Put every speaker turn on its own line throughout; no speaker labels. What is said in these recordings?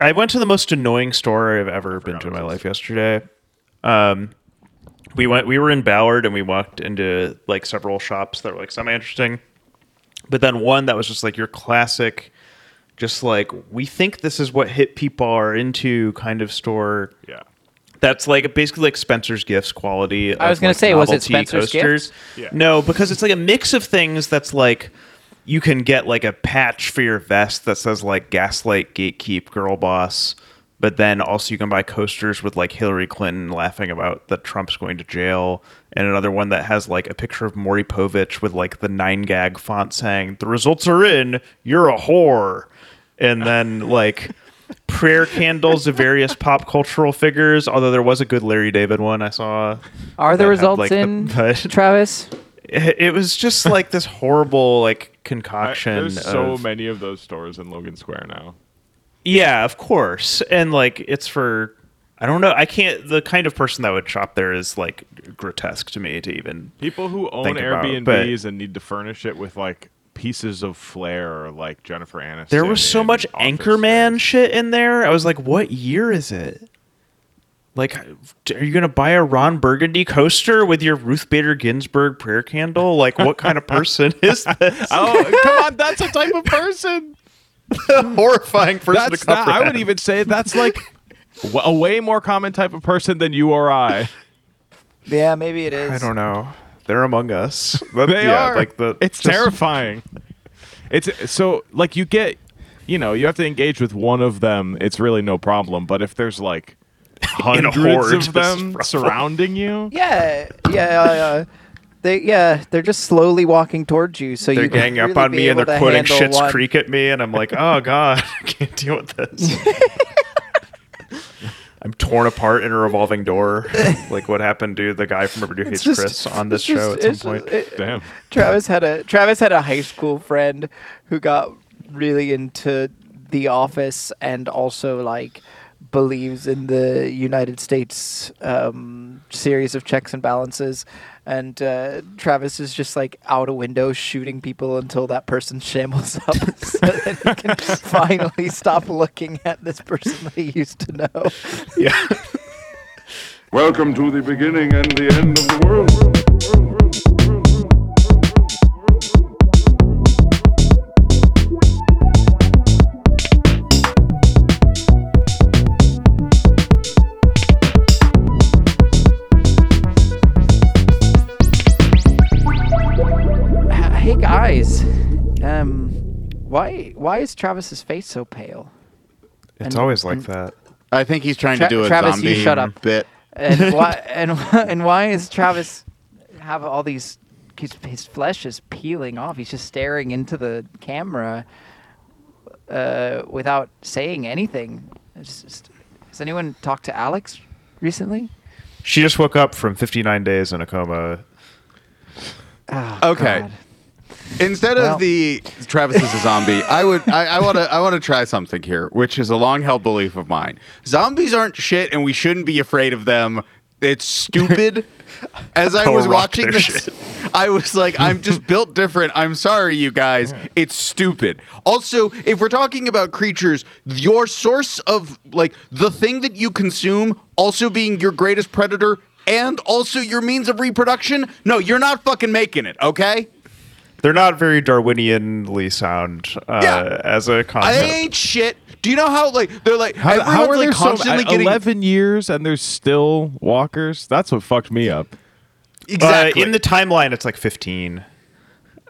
I went to the most annoying store I've ever been to in my life yesterday. Um, we went. We were in Ballard, and we walked into like several shops that were like semi interesting, but then one that was just like your classic, just like we think this is what hip people are into kind of store.
Yeah.
That's like basically like Spencer's Gifts quality.
I was
of,
gonna
like,
say, was it
novelty
Spencer's
coasters.
Yeah.
No, because it's like a mix of things that's like you can get like a patch for your vest that says like Gaslight Gatekeep Girl Boss, but then also you can buy coasters with like Hillary Clinton laughing about that Trump's going to jail, and another one that has like a picture of Maury Povich with like the nine gag font saying, The results are in, you're a whore. And then like prayer candles of various pop cultural figures, although there was a good Larry David one I saw.
Are
that
the
had,
results
like, the-
in
but-
Travis?
it it was just like this horrible like
I-
concoction
there's so
of-
many of those stores in Logan Square now.
yeah of course and like it's for i don't know i can't the kind of person that would shop there is like grotesque to me to even
People who own
Think about
Airbnbs
it, but-
and need to furnish it with like pieces of flair, like Jennifer Aniston.
there was so
in
much
Office
anchorman shit in there i was like what year is it like are you gonna buy a ron burgundy coaster with your ruth bader ginsburg prayer candle like what kind of person is this
Space. Oh come on, that's a type of person.
horrifying person
That's
to
not, I
comprehend.
would even say that's like w- a way more common type of person than you or I.
Yeah, maybe it is.
I don't know they're among us That-
They
yeah,
are
like the
It's
just-
terrifying. It's so like you get, you know, you have to engage with one of them. It's really no problem. But if there's like
In a
hundreds
horde,
of
this is
them
rough.
surrounding you,
Yeah, yeah, uh, they yeah they're just slowly walking towards you. So
they're
you
gang
gang
up on me and they're quoting Shit's Creek at me, and I'm like, oh god, I can't deal with this. I'm torn apart in a revolving door. Like what happened to the guy from Overdue Hates
just-
Chris on this
it's just-
show at some
it's
point?
just- it-
damn.
Travis had a Travis had a high school friend who got really into The Office and also like believes in the United States um, series of checks and balances. And uh, Travis is just like out a window shooting people until that person shambles up so that he can finally stop looking at this person they used to know.
yeah.
Welcome to the beginning and the end of the world.
H- Hey guys, um, why why is Travis's face so pale?
It's
And-
always like
and-
that.
I think he's trying
Tra-
to do a
Travis,
zombie
you shut up.
bit.
And why and why- and why is Travis have all these? His, his flesh is peeling off. He's just staring into the camera uh, without saying anything. It's just- has anyone talked to Alex recently?
She just woke up from 59 days in a coma.
Oh,
Okay.
God.
Instead
Well-
of the Travis is a zombie, I would I want to I want to try something here, which is a long held belief of mine. Zombies aren't shit, and we shouldn't be afraid of them. It's stupid. As I
Go
was
rock
watching
their
this,
shit.
I was like, I'm just built different. I'm sorry, you guys. It's stupid. Also, if we're talking about creatures, your source of like the thing that you consume also being your greatest predator and also your means of reproduction. No, you're not fucking making it, okay?
They're not very Darwinianly sound uh,
Yeah.
as a
I
concept.
ain't shit. Do you know how like they're like
How,
everyone's
how are
like
there
constantly
so,
getting
eleven years and there's still walkers? That's what fucked me up.
exactly
uh, in the timeline, it's like 15.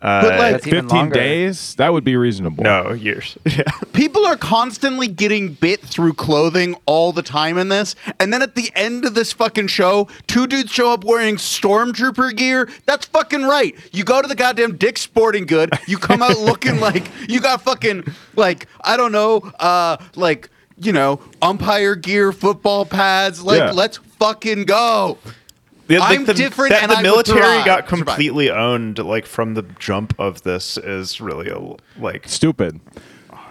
Uh,
but like
That's even
Fifteen
longer.
days? That would be reasonable.
No, years. Yeah.
people are constantly getting bit through clothing all the time in this, and then at the end of this fucking show, two dudes show up wearing stormtrooper gear. That's fucking right. You go to the goddamn Dick's Sporting Good, you come out looking like you got fucking like I don't know, uh, like you know, umpire gear, football pads. Like
Yeah.
let's fucking go.
The,
I'm different
That
and
the
I would
military
thrive.
got
Survive.
completely owned, like from the jump of this, is really a, like
stupid.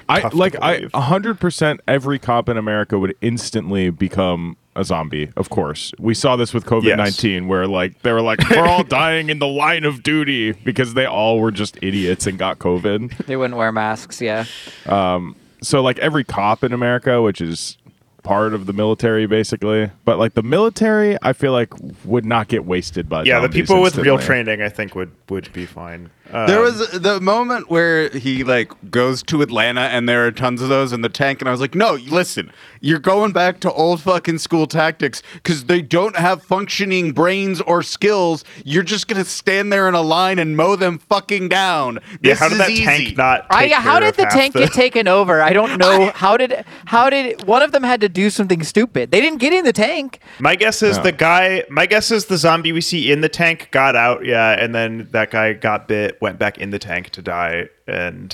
I
Oh, tough to
like I
believe.
100% every cop in America would instantly become a zombie, of course. We saw this with COVID-19 where like they were like we're all dying in the line of duty because they all were just idiots and got COVID.
They wouldn't wear masks. Yeah.
so like every cop in America, which is part of the military basically, but like the military, I feel like would not get wasted by
Yeah, the
zombies
people with real
instantly.
training, I think, would would be fine. Uh,
There was the moment where he like goes to Atlanta and there are tons of those in the tank and I was like, "No, listen. You're going back to old fucking school tactics cuz they don't have functioning brains or skills. You're just going to stand there in a line and mow them fucking down."
yeah,
This
how did
is
that
easy.
tank not?
I,
take
how
care
did
of
the
half
tank get taken over? I don't know. How did how did one of them had to do something stupid? They didn't get in the tank.
My guess is
No.
the guy. My guess is the zombie we see in the tank got out. Yeah, and then that guy got bit, went back in the tank to die, and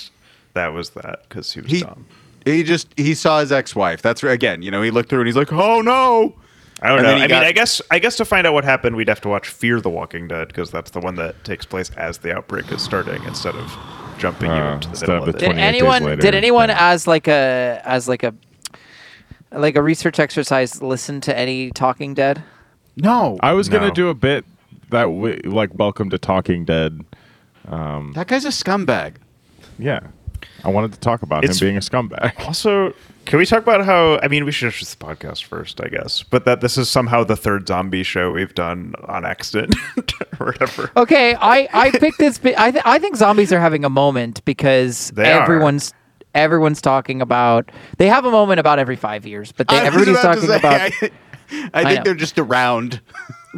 that was that because he was
He
dumb.
he just he saw his ex-wife. That's right. again, you know, he looked through and he's like, "Oh no."
I don't
And
know.
then
I
he
mean,
got-
I guess I guess to find out what happened, we'd have to watch Fear the Walking Dead because that's the one that takes place as the outbreak is starting instead of jumping you
Uh,
into the
instead
middle
of
of
the
it.
Did
28 days
anyone
later,
did anyone
yeah.
as like a as like a like a research exercise listen to any Talking Dead?
No.
I was
No.
gonna do a bit that we, like welcome to Talking Dead.
that guy's a scumbag.
Yeah, I wanted to talk about
It's-
him being a scumbag.
Also, can we talk about how? I mean, we should introduce the podcast first, I guess. But that this is somehow the third zombie show we've done on accident or whatever.
Okay, I I picked this. bi- I th- I think zombies are having a moment because
They are.
everyone's everyone's talking about. They have a moment about every five years, but they,
I was
everybody's
about to
talking
say,
about.
I, I think
know.
they're just around.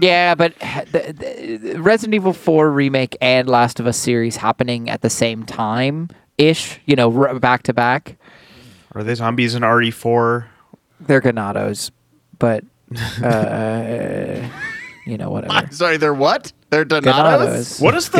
Yeah, but the, the- the Resident Evil 4 remake and Last of Us series happening at the same time ish, you know, r- back to back.
Are they zombies in E RE4?
They're Ganados, but uh, you know whatever.
I'm sorry, they're what? They're Donatos?
Ganados.
What is the?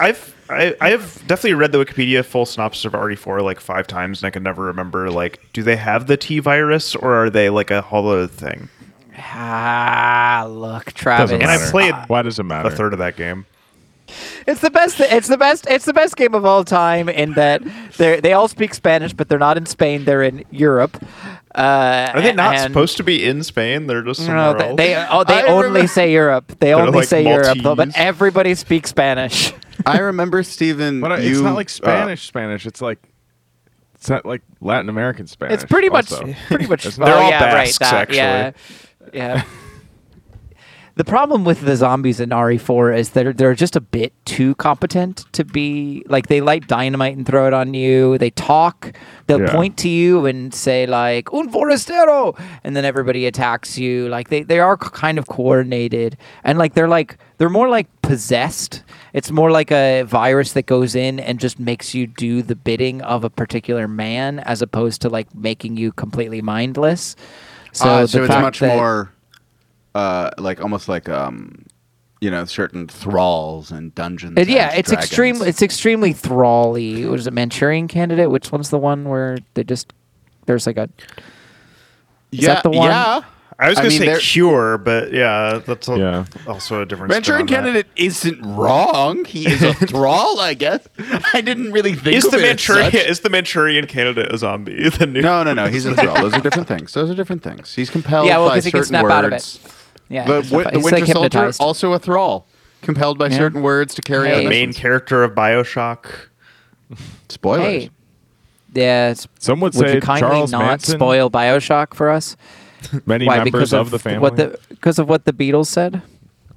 I've I've I, I have definitely read the Wikipedia full synopsis of RE4 like five times, and I can never remember. Like, do they have the T virus, or are they like a whole other thing?
ah, look, Travis.
Doesn't
And I
matter.
played
Why does it matter?
a third of that game.
It's the best. It's the best. It's the best game of all time in that they they all speak Spanish, but they're not in Spain. They're in Europe. Uh,
Are they not
and-
supposed to be in Spain? They're just somewhere
No, they,
else.
they, oh,
I
they only
remember-
say Europe. They only
like
say Europe, though, but
Maltese.
everybody speaks Spanish.
I remember Stephen.
But uh,
you,
it's not like
uh,
Spanish Spanish. It's like it's not like Latin American Spanish.
It's pretty much,
also.
pretty much.
It's
oh,
not-
They're all
yeah,
Basques,
right, that,
actually.
Yeah, yeah. the problem with the zombies in RE4 is they're they're just a bit too competent to be like they light dynamite and throw it on you. They talk. They'll
Yeah.
point to you and say like "un forastero," and then everybody attacks you. Like they they are kind of coordinated and like they're like they're more like possessed. It's more like a virus that goes in and just makes you do the bidding of a particular man, as opposed to like making you completely mindless. So,
uh,
the
so it's
fact
much
that-
more uh, like almost like um, you know, certain thralls and dungeons.
It- yeah,
and
it's
dragons.
extreme. It's extremely thrally. Was it Manchurian Candidate? Which one's the one where they just there's like a
yeah,
that the one?
Yeah.
I was
I
gonna
mean,
say
they're-
cure, but yeah, that's a,
Yeah.
also a different. spin
Venturing
on that.
candidate isn't wrong. He is a thrall, I guess. I didn't really think
Is
of
the
it as
Manchurian
such.
is the Manchurian candidate a zombie? The new
No, no, no. He's a thrall. Those are different things. Those are different things. He's compelled
Yeah, well,
by
'cause he can
certain
snap
words.
out of it. yeah?
The,
it's
wi-
like-
the
it's
Winter
like
Soldier,
hypnotized.
also a thrall, compelled by
Yeah.
certain words to carry
Hey.
main
out missions.
character of Bioshock.
Spoilers.
Hey, yeah. it's-
Some would
would
say
you kindly
Charles
not
Manson.
spoil Bioshock for us?
many
Why?
members
Because
of, the family.
What the because of what the Beatles said?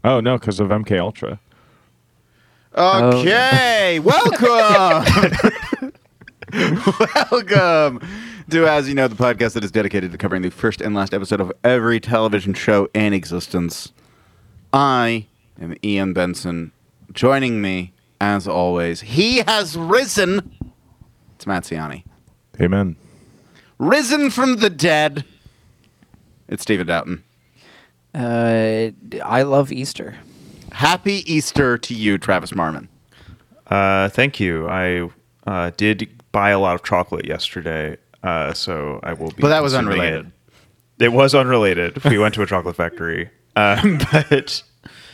oh no, because of MK Ultra.
Okay, welcome. welcome to As You Know, the podcast that is dedicated to covering the first and last episode of every television show in existence. I am Ian Benson. Joining me, as always, he has risen. It's Matt Ciani.
Amen.
Risen from the dead. It's Stephen Doughton.
Uh, I love Easter.
Happy Easter to you, Travis Marmon.
Uh, thank you. I uh, did buy a lot of chocolate yesterday, uh, so I will be.
But that was
consuming
unrelated.
It. It was unrelated. We went to a chocolate factory, um, but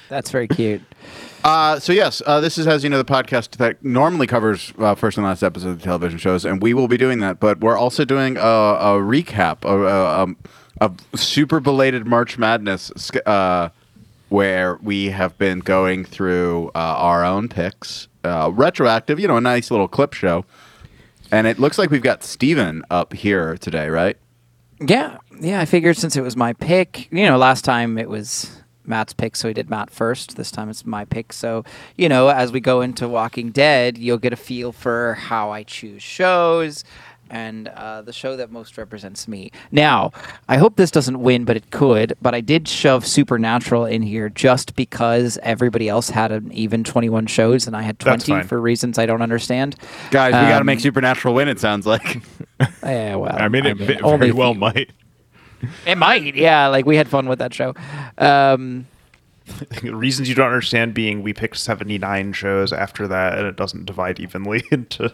That's very cute.
Uh, so yes, uh, this is as you know the podcast that normally covers uh, first and last episodes of television shows, and we will be doing that. But we're also doing a, a recap of uh, um, of super belated March Madness, sk- uh, where we have been going through uh, our own picks, uh, retroactive. You know, a nice little clip show. And it looks like we've got Steven up here today, right?
Yeah, yeah. I figured since it was my pick, you know, last time it was Matt's pick, so he did Matt first. This time it's my pick, so you know, as we go into Walking Dead, you'll get a feel for how I choose shows and uh, the show that most represents me. Now, I hope this doesn't win, but it could. But I did shove Supernatural in here just because everybody else had an even twenty-one shows, and I had
That's
twenty
fine.
for reasons I don't understand.
Guys, we got to
Um,
make Supernatural win, it sounds like.
Yeah, well,
I mean, it ve-
only
very
if
well
you-
might.
It might, yeah. Like we had fun with that show. Um,
Reasons you don't understand being we picked 79 shows after that and it doesn't divide evenly into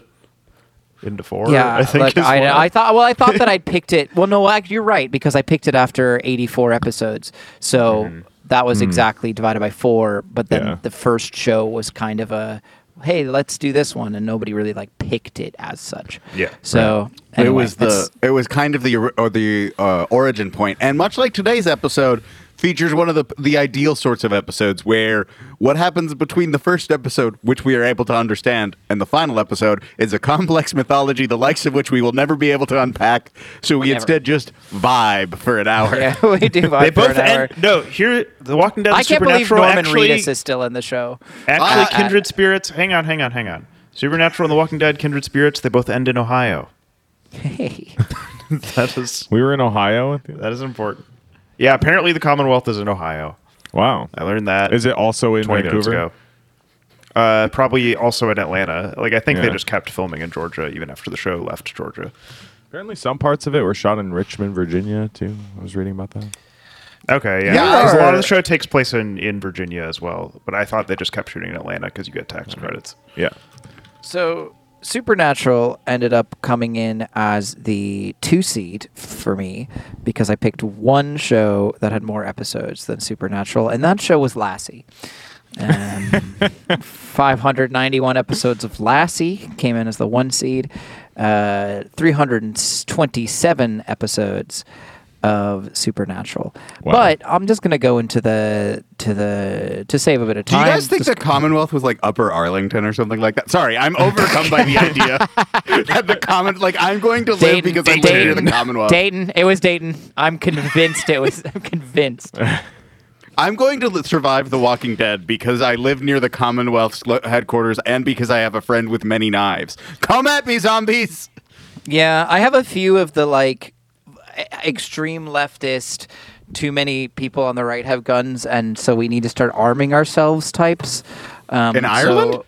into four.
yeah,
I think
like,
is one.
I, I thought. Well, I thought that I picked it. Well, no, act- you're right because I picked it after 84 episodes, so
Mm-hmm.
that was exactly divided by four. But then
Yeah.
the first show was kind of a, hey, let's do this one, and nobody really like picked it as such.
Yeah,
So
it
anyway,
was the
that's-
it was kind of the or- or the uh, origin point and much like today's episode features one of the the ideal sorts of episodes where what happens between the first episode which we are able to understand and the final episode is a complex mythology the likes of which we will never be able to unpack so we
Never.
instead just vibe for an hour
yeah, we do.
they
vibe for
both
an hour.
end, no, here the Walking Dead and
I can't believe
Supernatural
Norman
actually
Reedus is still in the show.
Actually,
Uh,
Kindred Spirits. Hang on, hang on, hang on. Supernatural and The Walking Dead, Kindred Spirits, they both end in Ohio.
Hey.
That is
We were in Ohio. at the-
that is important. Yeah, apparently the Commonwealth is in Ohio.
Wow.
I learned that.
Is it also in
20 minutes
Vancouver?
ago? Uh, probably also in Atlanta. Like I think they
Yeah.
just kept filming in Georgia even after the show left Georgia.
Apparently, some parts of it were shot in Richmond, Virginia, too. I was reading about that.
Okay, yeah.
Yeah,
'cause a lot of
or-
the show takes place in, in Virginia as well, but I thought they just kept shooting in Atlanta because you get tax
Mm-hmm.
credits.
Yeah.
So Supernatural ended up coming in as the two seed for me because I picked one show that had more episodes than Supernatural, and that show was Lassie. Um, 591 episodes of Lassie came in as the one seed. Uh, 327 episodes of Supernatural.
Wow.
But I'm just gonna go into the to the to save a bit of
do you
time.
guys think
just-
the Commonwealth was like Upper Arlington or something like that? Sorry, I'm overcome by the idea that the common like I'm going to live because I live near the Commonwealth.
Dayton. It was Dayton. I'm convinced it was. I'm convinced.
I'm going to li- survive The Walking Dead because I live near the Commonwealth's lo- headquarters and because I have a friend with many knives. Come at me, zombies!
Yeah, I have a few of the like e- extreme leftist. Too many people on the right have guns, and so we need to start arming ourselves. Types um,
In
so-
Ireland?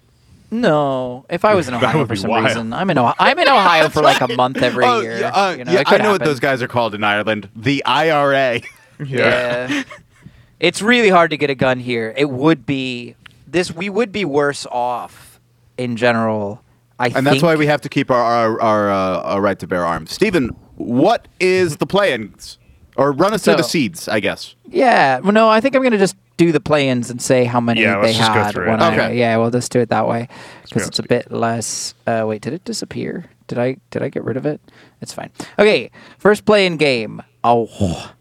no, if I was in Ohio
would
for
be
some
wild.
reason, I'm in Ohio. I'm in Ohio for like a month every
Oh,
year.
yeah, uh,
you know,
yeah,
it
I know
could
what
happen.
those guys are called in Ireland the IRA.
Yeah. it's really hard to get a gun here. It would be this we would be worse off in general. I
And that's why we have to keep our, our, our, uh, our right to bear arms. Stephen, what is the play-ins? Or run us through the
So-
seeds, I guess.
Yeah. Well no, I think I'm gonna just do the play ins and say how many
Yeah, let's
they
just go
had
through it.
when I-
Okay.
yeah, we'll just do it that way. Because
on
it's a
speed.
bit less uh, wait, did it disappear? Did I did I get rid of it? It's fine. Okay. First play in game. A wh-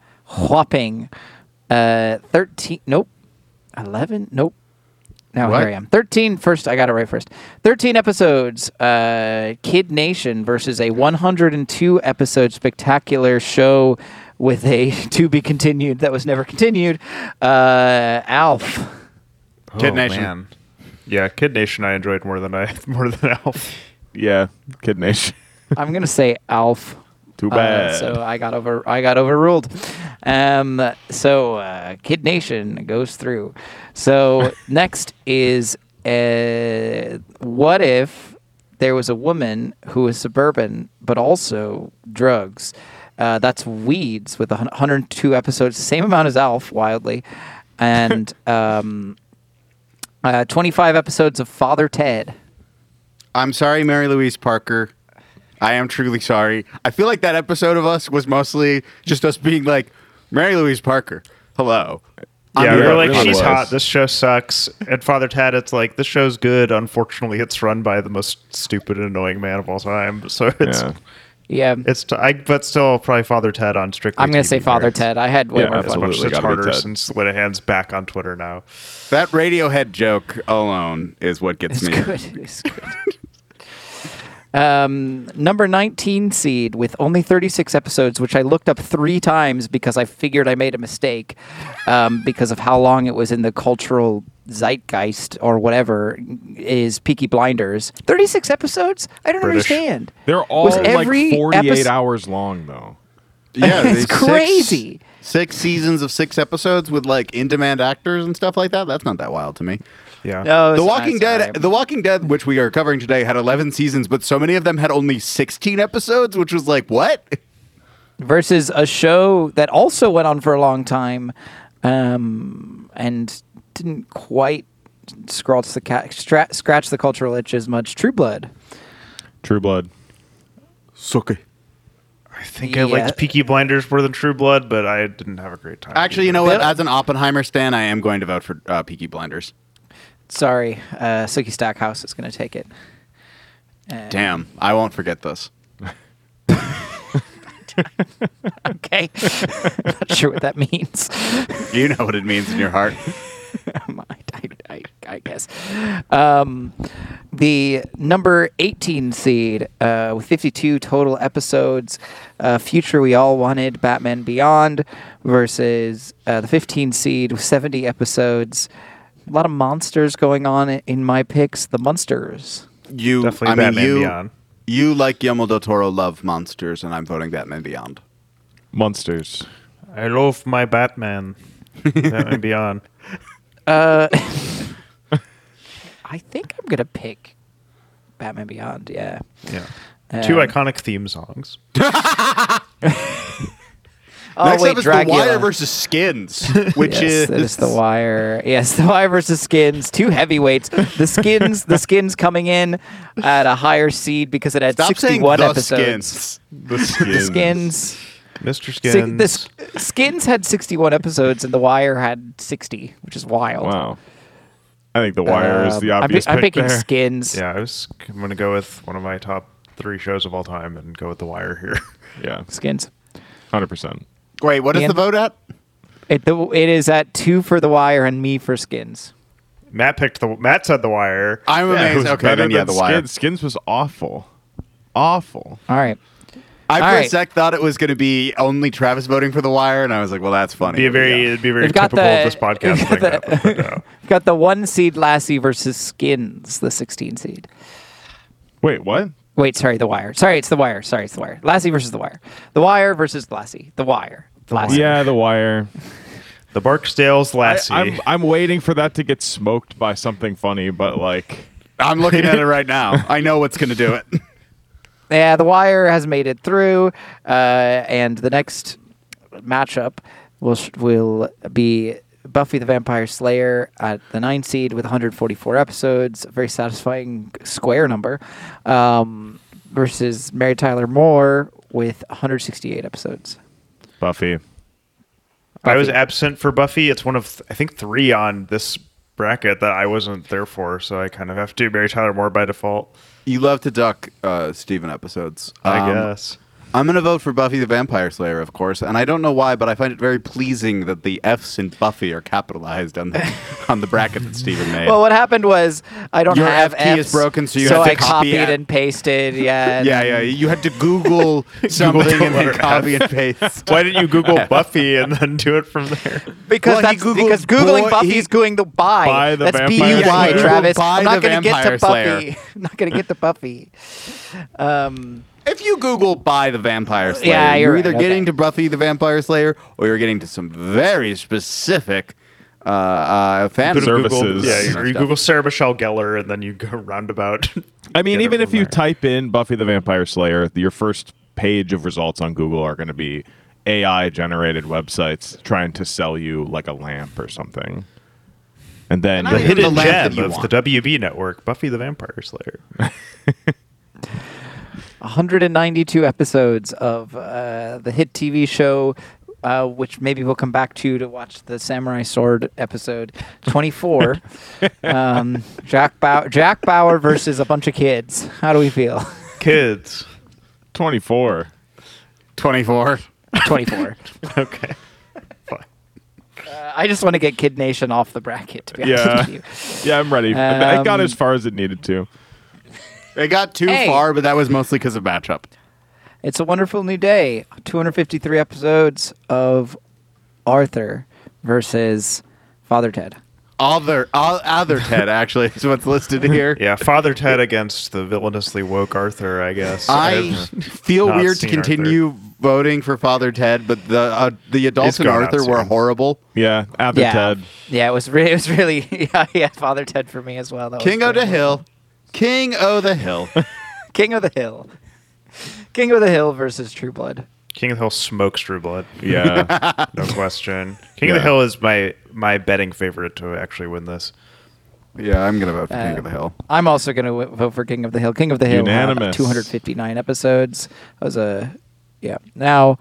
whopping uh thirteen nope. Eleven nope. Now
What?
here I am. 13 first I got it right first. 13 episodes uh Kid Nation versus a 102 episode spectacular show with a to be continued that was never continued. Uh Alf.
Oh,
Kid Nation.
Yeah, Kid Nation I enjoyed more than I more than Alf.
Yeah. Kid Nation.
I'm going to say Alf.
Too
Uh,
bad.
so I got over I got overruled. Um so uh, Kid Nation goes through. So next is uh, what if there was a woman who was suburban but also drugs. Uh, that's Weeds with a hun- 102 episodes, same amount as Alf, wildly. And um, uh, 25 episodes of Father Ted.
I'm sorry, Mary Louise Parker. I am truly sorry. I feel like that episode of us was mostly just us being like, Mary Louise Parker, hello. I'm
Yeah,
Yeah,
we
it
were like,
really
she's
was.
hot. This show sucks. And Father Tad, it's like this show's good. Unfortunately, it's run by the most stupid and annoying man of all time. So it's
Yeah.
Yeah.
it's t- I, but still probably Father Tad on strictly.
I'm going to
TV
say Father
here.
Ted. I had way
Yeah,
more
As
fun.
absolutely.
much as it's
gotta be
harder
Ted.
since Linehan's back on Twitter now.
That Radiohead joke alone is what gets me.
It's good. It's good. Um, number 19 seed with only 36 episodes, which I looked up three times because I figured I made a mistake um, because of how long it was in the cultural zeitgeist or whatever, is Peaky Blinders. 36 episodes? I don't
British.
understand.
They're all
Was
like
every
48
epis-
hours long, though.
Yeah,
It's
they- six-
crazy.
Six seasons of six episodes with like in-demand actors and stuff like that. That's not that wild to me.
Yeah.
No,
The
it's
Walking
not,
Dead,
sorry.
The Walking Dead, which we are covering today, had 11 seasons, but so many of them had only 16 episodes, which was like, what?
versus a show that also went on for a long time um, and didn't quite scratch the ca- stra- scratch the cultural itch as much. True Blood.
True Blood.
Suki.
I think I
Yeah.
liked Peaky Blinders more than True Blood, but I didn't have a great time.
Actually, you know what? As an Oppenheimer stan, I am going to vote for uh, Peaky Blinders.
Sorry, uh, Sookie Stackhouse is going to take it. Eh.
Damn, I won't forget this.
Okay, not sure what that means.
You know what it means in your heart.
I, I, I, I guess. Um, the number 18 seed uh, with 52 total episodes, uh, Future We All Wanted, Batman Beyond versus uh, the 15 seed with 70 episodes. A lot of monsters going on i- in my picks. The monsters.
You,
Definitely
I mean,
Batman
you,
Beyond.
you like Guillermo del Toro love monsters, and I'm voting Batman Beyond.
Monsters.
I love my Batman. Batman Beyond.
I think I'm going to pick Batman Beyond. Yeah.
Yeah. Two
Um,
iconic theme songs.
Oh,
Next
wait,
up is
Dracula.
The Wire versus Skins, which
yes,
is
that is the wire. Yes, the wire versus skins. Two heavyweights. The skins, the skins coming in at a higher seed because it had
Stop saying the
sixty-one episodes.
Skins.
The skins.
The skins.
Mr.
si-
Skins.
the sk- skins had sixty-one episodes, and the wire had sixty, which is wild.
Wow. I think The Wire is
Um,
the
I'm
obvious
pi- I'm,
pick
picking
there.
skins.
yeah, I was, I'm going to go with one of my top three shows of all time and go with The Wire here.
Yeah,
Skins.
hundred percent.
Wait, what is
Ian?
the vote at?
It, the, it is at two for the wire and me for skins.
Matt picked the Matt said The Wire.
I'm amazed. Okay, then yeah, The Wire.
Skins. Skins was awful, awful.
All right.
I
All
for a
right.
sec thought it was going to be only Travis voting for The Wire, and I was like, well, that's funny.
be a very it'd be very
We've got
typical
the-
of this podcast
we've
thing.
got
that happened, but, uh,
We've got the one seed Lassie versus skins, the sixteen seed.
Wait, what?
Wait, sorry, The Wire. Sorry, it's The Wire. Sorry, it's The Wire. Lassie versus The Wire. The Wire versus Lassie. The Wire. Lassie.
Yeah, The Wire.
the Barksdale's
I,
Lassie.
I'm I'm waiting for that to get smoked by something funny, but like,
I'm looking at it right now. I know what's going to do it.
Yeah, The Wire has made it through, uh, and the next matchup will sh- will be Buffy the Vampire Slayer at the nine seed with 144 episodes, a very satisfying square number, um, versus Mary Tyler Moore with 168 episodes.
Buffy.
I was
Buffy.
absent for Buffy. It's one of th- I think three on this bracket that I wasn't there for, so I kind of have to do Mary Tyler Moore by default.
You love to duck uh, Steven episodes.
I
Um,
guess.
I'm going to vote for Buffy the Vampire Slayer, of course, and I don't know why, but I find it very pleasing that the F's in Buffy are capitalized on the on the bracket that Steven made.
Well, what happened was I don't
Your
have
FT is
Fs,
broken, so you have to
I
copy
copied
it.
and pasted. Yeah. and
yeah, yeah, you had to Google something and then copy and paste.
Why didn't you Google Buffy and then do it from there?
Because
Well, he
that's
Googled
because googling
boy-
Buffy
he-
is googling the buy.
Buy the
that's
Vampire
B U Y,
Slayer.
Travis.
Buy
I'm not
the
going to get to
Vampire Slayer.
Buffy. I'm not going to get to Buffy. Um,
If you Google "by the Vampire Slayer,"
Yeah, you're
you're, either
right,
getting
okay.
to Buffy the Vampire Slayer or you're getting to some very specific uh, uh, fan
Bit of
Google-
services.
Yeah, you,
stuff.
or you Google Sarah Michelle Gellar and then you go roundabout.
I mean,
Get it
even
from
if you
there.
type in Buffy the Vampire Slayer, your first page of results on Google are going to be AI generated websites trying to sell you like a lamp or something. And then
I-
the
Even the
hidden
lamp that
gem
you
of
want.
the WB network, Buffy the Vampire Slayer.
192 episodes of uh, the hit TV show. Uh, which maybe we'll come back to to watch the samurai sword episode 24 um, jack, Bow- jack bauer versus a bunch of kids how do we feel
Kids.
24.
24.
24
Okay. Fine.
I just want to get Kid Nation off the bracket. To be honest
Yeah.
with you.
Yeah, I'm ready. I I got
Um,
as far as it needed to.
It got too
Hey.
far, but that was mostly because of matchup.
It's a wonderful new day. 253 episodes of Arthur versus Father Ted.
Other, o- other Ted actually is what's listed here.
Yeah, Father Ted against the villainously woke Arthur, I guess.
I feel
not
weird to
seen Arthur.
continue voting for Father Ted, but the uh, the adults
It's
in
going out
Arthur were
soon.
horrible.
Yeah, after
yeah,
Ted.
yeah, it was really, it was really, yeah, yeah, Father Ted for me as well. That was
King o'
really
the Hill, King o' the Hill.
wonderful. King of the Hill, King of the Hill versus True Blood.
King of the Hill smokes True Blood,
Yeah.
no question. King of
Yeah.
the Hill is my my betting favorite to actually win this.
yeah, I'm gonna vote for King
Uh,
of the Hill.
I'm also going to w- vote for King of the Hill. King of the Hill had
Unanimous.
259 episodes. That was a yeah. Now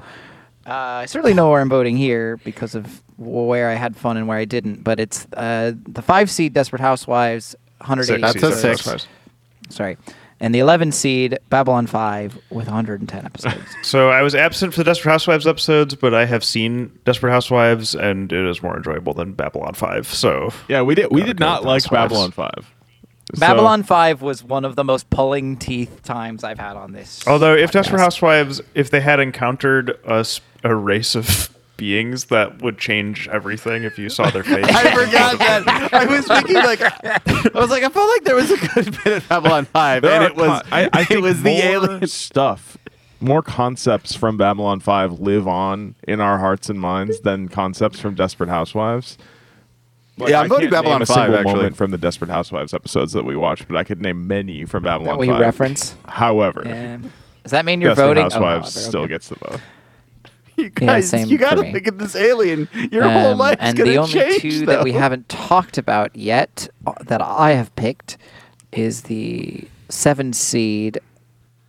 uh, I certainly know where I'm voting here because of where I had fun and where I didn't. But it's uh, the five seed Desperate Housewives 180.
That's a
seasons,
six.
that's fine.
Sorry, and the 11 seed Babylon 5 with 110 episodes.
So I was absent for the Desperate Housewives episodes, but I have seen Desperate Housewives, and it is more enjoyable than Babylon Five. So
yeah, we did we
Gotta
did
go
not
with
like
Housewives.
Babylon 5. So-
Babylon 5 was one of the most pulling teeth times I've had on this.
Although, if Desperate
podcast.
Housewives, if they had encountered a, s- a race of beings, that would change everything if you saw their face.
I forgot that. I was thinking like I was like I felt like there was a good bit of Babylon Five,
There
and
are
it was
con- I, I
it
think
was the
more
alien.
stuff. More concepts from Babylon 5 live on in our hearts and minds than concepts from Desperate Housewives. Like,
Yeah,
I
I'm voting
can't name
Babylon
a single
5, actually.
moment from the Desperate Housewives episodes that we watched, but I could name many from Babylon
we
5.
reference?
However,
Yeah. Does that mean you're
Desperate
voting? Oh,
Housewives
Father,
still
okay.
gets the vote.
You
Yeah,
guys,
same
you
for
gotta
me.
look at this alien. Your whole
Um,
life's
and
gonna
the only
change.
two that we
though.
haven't talked about yet uh, that I have picked is the seven seed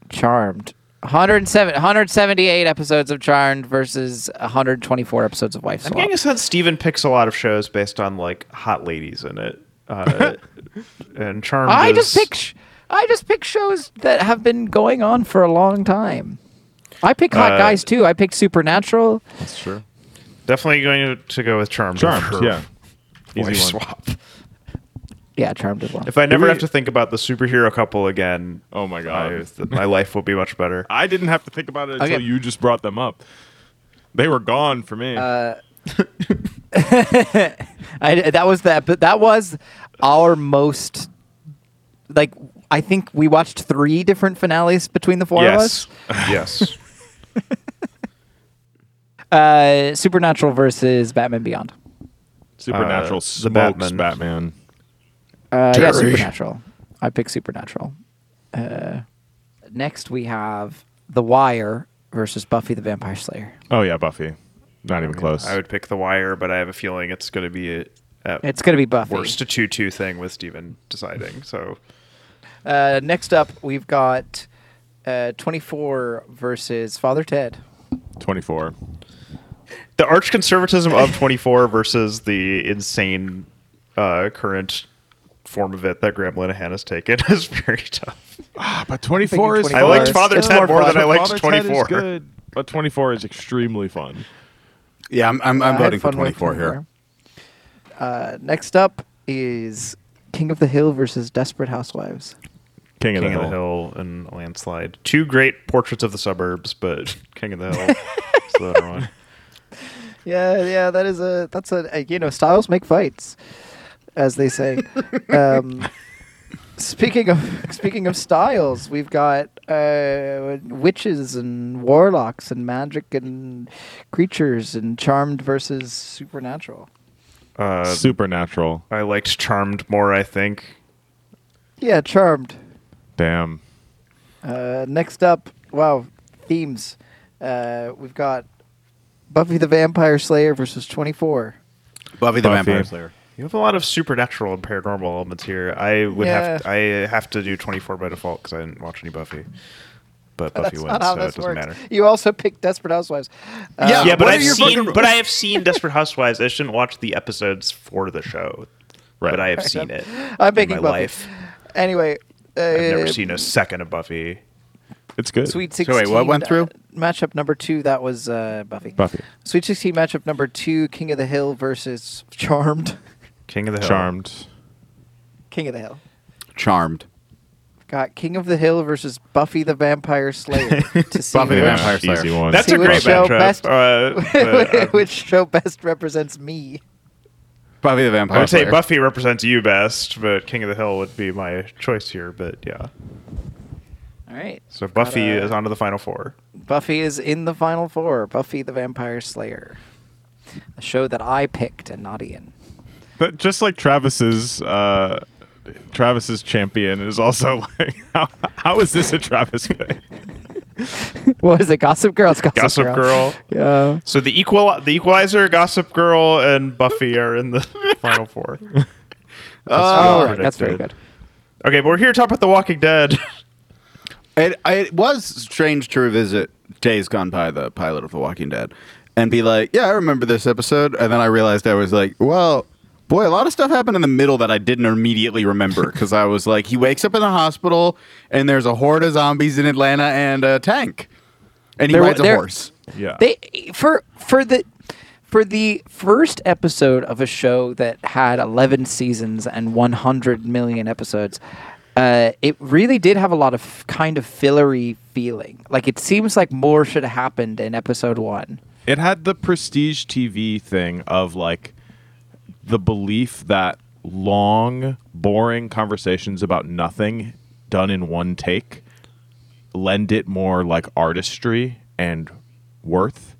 Charmed. 107, 178 episodes of Charmed versus 124 episodes of Wife
I'm
Swap.
getting a sense Steven picks a lot of shows based on like hot ladies in it, uh, and Charmed.
I
is,
just pick sh- I just pick shows that have been going on for a long time. I pick hot
Uh,
guys too. I picked Supernatural.
That's true.
definitely going to go with Charmed.
Charmed,
over
yeah.
Wife
Easy one.
swap.
Yeah, Charmed as well.
If I never
we-
have to think about the superhero couple again,
Oh my God.
I- th- my life will be much better.
I didn't have to think about it until
Okay.
you just brought them up. They were gone for me.
Uh, I, that was that, but that was our most like I think we watched three different finales between the four
yes, yes.
of us. Uh, Supernatural versus Batman Beyond.
Supernatural
uh, the
smokes
Batman.
Batman.
Uh, yeah, Supernatural. I pick Supernatural. Uh, next we have The Wire versus Buffy the Vampire Slayer.
Oh yeah, Buffy. Not even close.
I would pick The Wire, but I have a feeling it's going to be a, at
It's gonna be Buffy.
worst a two-two thing with Steven deciding. So
Uh, next up we've got uh, 24 versus Father Ted.
24.
the arch conservatism of 24 versus the insane uh, current form of it that Graham Linehan has taken is very tough.
Ah, but 24 is
24
I liked
it's-
Father
it's
Ted
more
more
fun.
than I liked
Father Ted is
24.
good, but 24 is extremely fun.
Yeah, I'm, I'm, I'm
I had
voting for
fun with
24 here.
24. Uh, next up is King of the Hill versus Desperate Housewives.
King,
King
of, the, Hill.
Hill and Landslide. Two great portraits of the suburbs, but King of the Hill is the other one.
Yeah, yeah, that is a that's a, a- you know styles make fights, as they say. um, speaking of speaking of styles, we've got uh, witches and warlocks and magic and creatures and charmed versus supernatural.
Uh,
Supernatural.
I liked Charmed more, I think.
Yeah, charmed.
Damn.
Uh, next up, wow, themes. Uh, we've got Buffy the Vampire Slayer versus 24.
Buffy the
Buffy.
Vampire Slayer.
You have a lot of supernatural and paranormal elements here. I would have
Yeah.
to, I have to do 24 by default because I didn't watch any Buffy. But Buffy
That's
wins,
not how
so it
this
doesn't
works.
matter.
You also picked Desperate Housewives. Uh,
Yeah,
yeah, but
what are
I've
your
seen,
fucking-
but I have seen Desperate Housewives. I shouldn't watch the episodes for the show,
Right.
but I have seen it.
I'm picking
in my
Buffy.
life.
Anyway, uh,
I've never seen a second of Buffy.
It's good.
Sweet
wait,
16.
what went through?
uh, matchup number two, that was uh, Buffy.
Buffy.
Sweet 16 matchup number two, King of the Hill versus Charmed.
King of the Hill.
Charmed.
King of the Hill.
Charmed.
got King of the Hill versus Buffy the Vampire Slayer to see
Buffy the
which-
Vampire Slayer.
Easy one.
That's
See
a
which
great
show
matchup.
best-
uh, but, uh,
which show best represents me.
Buffy the Vampire
I would say
Slayer.
Buffy represents you best, but King of the Hill would be my choice here. But yeah,
All right.
so Buffy
Gotta-
is on to the final four.
Buffy is in the final four. Buffy the Vampire Slayer. A show that I picked and not Ian.
But just like Travis's uh Travis's champion is also like how, how is this a Travis pick?
What is it? Gossip Girl? It's Gossip,
Gossip Girl.
Yeah.
So the equal, the Equalizer, Gossip Girl, and Buffy are in the final four.
Oh,
All
right. That's very good.
Okay, but we're here to talk about The Walking Dead.
It, it was strange to revisit Days Gone By, the pilot of The Walking Dead, and be like, yeah, I remember this episode. And then I realized I was like, well, boy, a lot of stuff happened in the middle that I didn't immediately remember because I was like, he wakes up in the hospital and there's a horde of zombies in Atlanta and a tank. And he
There wa-
rides a
there-
horse.
Yeah.
They for for the for the first episode of a show that had 11 seasons and 100 million episodes, uh, it really did have a lot of kind of fillery feeling. Like it seems like more should have happened in episode one.
it had the prestige TV thing of like the belief that long, boring conversations about nothing done in one take lend it more like artistry and worth.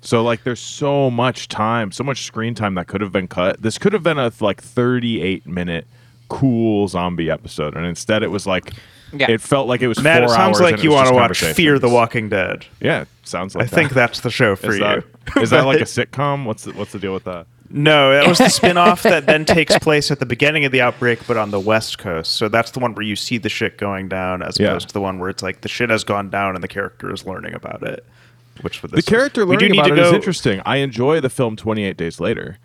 So like there's so much time, so much screen time that could have been cut. This could have been a like 38 minute cool zombie episode and instead it was like
Yeah.
it felt like it was
Matt,
four
it sounds
hours and
like
it
you
was
want to
just
watch Fear the
conversations.
Walking Dead.
Yeah, sounds like
I think that's the show for
is
you.
that- is that like a sitcom? What's the, what's the deal with that?
No, that was the spin-off that then takes place at the beginning of the outbreak, but on the West Coast. So that's the one where you see the shit going down, as
Yeah.
opposed to the one where it's like the shit has gone down and the character is learning about it. Which for
The
this
character
is. We do
learning
need to
about it is
go-
interesting. I enjoy the film Twenty Eight Days Later.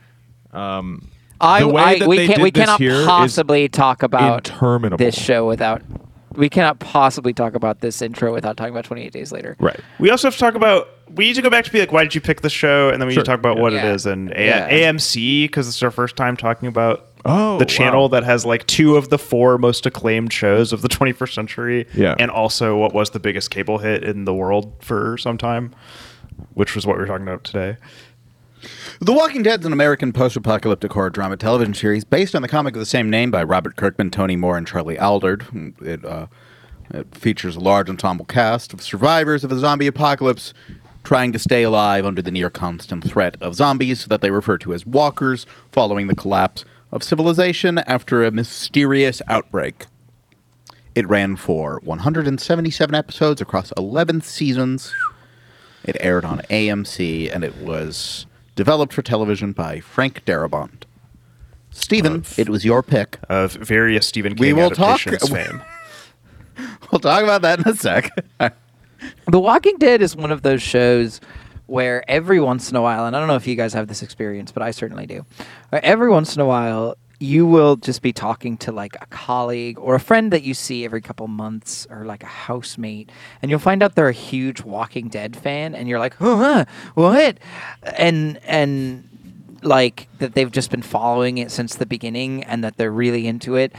I,
The way
I-
that
we
they
can't
did
we
this
cannot
here is
possibly talk about
interminable.
this show without we cannot possibly talk about this intro without talking about 28 days later.
We also have to talk about. We need to go back to be like, why did you pick the show? And then we need to
Sure.
talk about what
Yeah.
it is and a-
Yeah.
AMC because it's our first time talking about
Oh,
the channel
wow.
that has like two of the four most acclaimed shows of the 21st century.
Yeah.
and also what was the biggest cable hit in the world for some time, which was what we were talking about today.
The Walking Dead is an American post-apocalyptic horror drama television series based on the comic of the same name by Robert Kirkman, Tony Moore, and Charlie Alderd. It, uh, it features a large ensemble cast of survivors of the zombie apocalypse trying to stay alive under the near-constant threat of zombies that they refer to as walkers following the collapse of civilization after a mysterious outbreak. It ran for 177 episodes across 11 seasons. It aired on AMC and it was developed for television by Frank Darabont. Stephen, it was your pick.
Of various Stephen King
We will talk-
adaptations fame.
We'll talk about that in a sec.
The Walking Dead is one of those shows where every once in a while, and I don't know if you guys have this experience, but I certainly do. where Every once in a while, you will just be talking to like a colleague or a friend that you see every couple months or like a housemate, and you'll find out they're a huge Walking Dead fan, and you're like, "Huh, huh, what?" And and like that they've just been following it since the beginning and that they're really into it.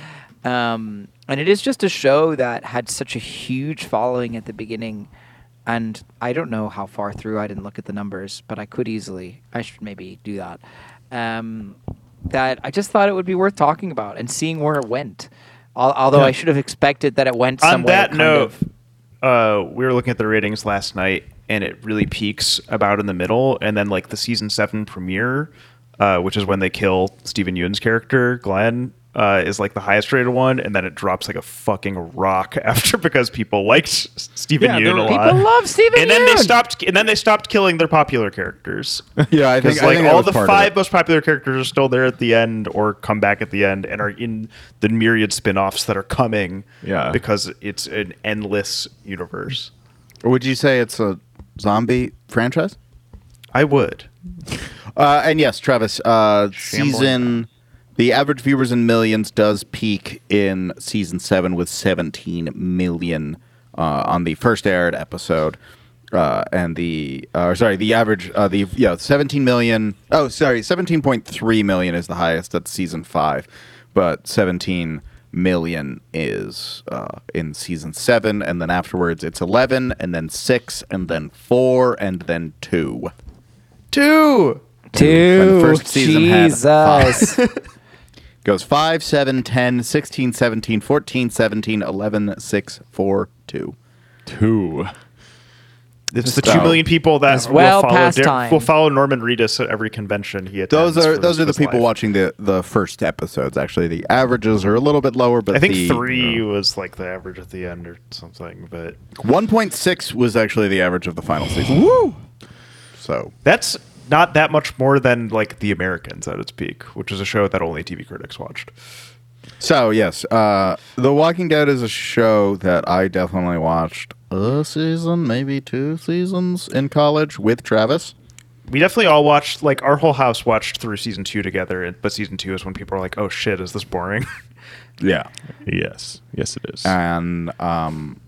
Um, and it is just a show that had such a huge following at the beginning. And I don't know how far through I didn't look at the numbers, but I could easily. I should maybe do that. Um, that I just thought it would be worth talking about and seeing where it went. Al- although I should have expected that it went
On
somewhere.
that
kind
note,
of-
uh, we were looking at the ratings last night, and it really peaks about in the middle, and then like the season seven premiere, uh, which is when they kill Stephen Ewan's character Glenn. Uh, is like the highest rated one, and then it drops like a fucking rock after because people liked S- Stephen
Yeah,
Ewan
there
a
were-
lot.
People love Stephen
and then they
Yeun!
stopped. And then they stopped killing their popular characters.
Yeah, I
Because
think
like
I think that
all
was
the
part of
five
it.
most popular characters are still there at the end, or come back at the end, and are in the myriad spin-offs that are coming.
Yeah.
because it's an endless universe.
Would you say it's a zombie franchise?
I would.
Uh, and yes, Travis, uh,
Shambling.
season. The average viewers in millions does peak in season seven with 17 million uh, on the first aired episode. Uh, and the uh, sorry, the average uh, the yeah 17 million. Oh, sorry, 17.3 million is the highest. That's season five, but 17 million is uh, in season seven, and then afterwards it's eleven, and then six, and then four, and then two.
Two.
Two.
the first season had
Jesus.
Goes 5, 7, 10, 16, 17, 14, 17, 11, 6, 4, 2.
Two.
It's the
So-
two million people
It's
that
well
will, follow
past
Dar-
time.
will follow Norman Reedus at every convention he attends.
Those are
for
those are the
his
people
life.
watching the, the first episodes. Actually, the averages are a little bit lower, but
I think
the-
three was like the average at the end or something, but
1.6 was actually the average of the final season. Woo! So
that's not that much more than like The Americans at its peak, which is a show that only TV critics watched.
So yes, uh, The Walking Dead is a show that I definitely watched a season, maybe two seasons in college with Travis.
We definitely all watched like our whole house watched through season two together, and- but season two is when people are like, "Oh shit, is this boring?"
Yeah,
Yes. Yes, it is.
and um,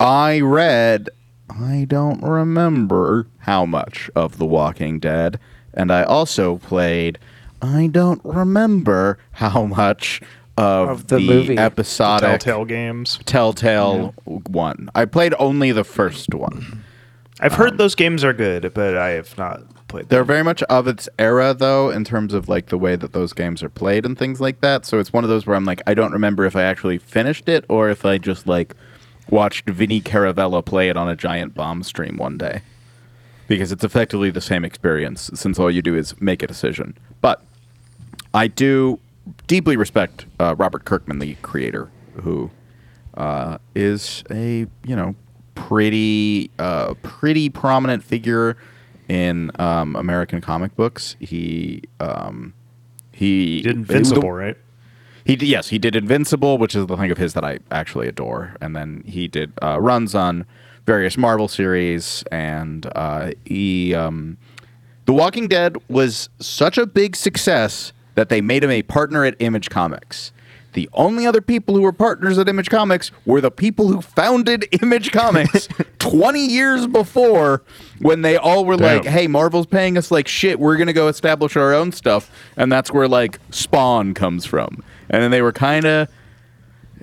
I read. I don't remember how much of The Walking Dead, and I also played. I don't remember how much of,
Of the movie.
episodic
Telltale games.
Telltale one. I played only the first one.
I've heard those games are good, but I have not played.
Um, They're
them.
very much of its era, though, in terms of like the way that those games are played and things like that. So it's one of those where I'm like, I don't remember if I actually finished it or if I just like watched Vinnie Caravella play it on a giant bomb stream one day, because it's effectively the same experience since all you do is make a decision. But I do deeply respect uh, Robert Kirkman, the creator, who uh, is a you know pretty uh, pretty prominent figure in um, American comic books. He um, he
You did Invincible, right?
He did, yes, he did Invincible, which is the thing of his that I actually adore, and then he did uh, runs on various Marvel series, and uh, he. Um, the Walking Dead was such a big success that they made him a partner at Image Comics. The only other people who were partners at Image Comics were the people who founded Image Comics 20 years before when they all were
Damn.
like, hey, Marvel's paying us like shit. We're going to go establish our own stuff. And that's where like Spawn comes from. And then they were kind of.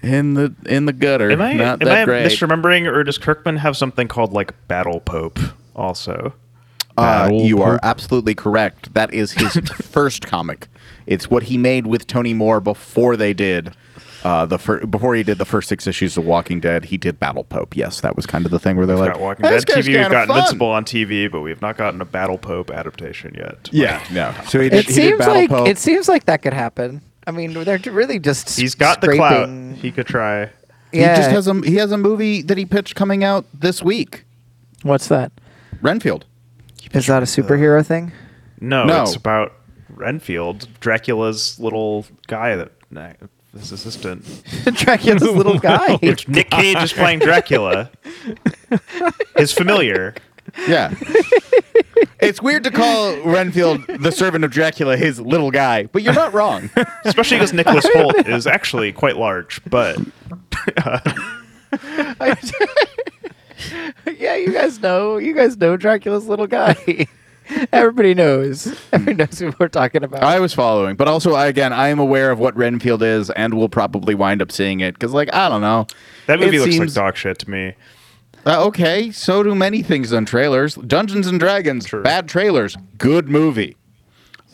In the in the gutter,
Am I
not
am
that
I
great.
misremembering, or does Kirkman have something called like Battle Pope also?
Uh,
Battle
you are
Pope.
absolutely correct. That is his first comic. It's what he made with Tony Moore before they did uh, the fir- before he did the first six issues of Walking Dead. He did Battle Pope. Yes, that was kind of the thing where they're
We've
like,
got Walking
"This
Dead
guy's
TV, we've
kinda
got
fun."
Invincible on TV, but we've not gotten a Battle Pope adaptation yet.
Yeah, no. So he did,
it
he did
seems
Battle
like
Pope.
it seems like that could happen. I mean, they're really just
He's got the clout.
scraping.
He could try.
Yeah.
He just has a he has a movie that he pitched coming out this week.
What's that?
Renfield.
Is that a superhero thing?
No,
No.
it's about Renfield, Dracula's little guy that nah, his assistant.
Dracula's little guy.
Which Nick Cage is playing Dracula. his familiar.
Yeah. it's weird to call Renfield the servant of Dracula his little guy, but you're not wrong.
Especially because Nicholas Holt is actually quite large, but
yeah, you guys know. You guys know Dracula's little guy. Everybody knows. Everybody knows what we're talking about.
I was following, but also I, again, I am aware of what Renfield is, and will probably wind up seeing it because, like, I don't know.
that movie
It
looks
seems-
like dog shit to me.
Uh, okay, so do many things on trailers. Dungeons and Dragons,
True. Hmm.
bad trailers, good movie.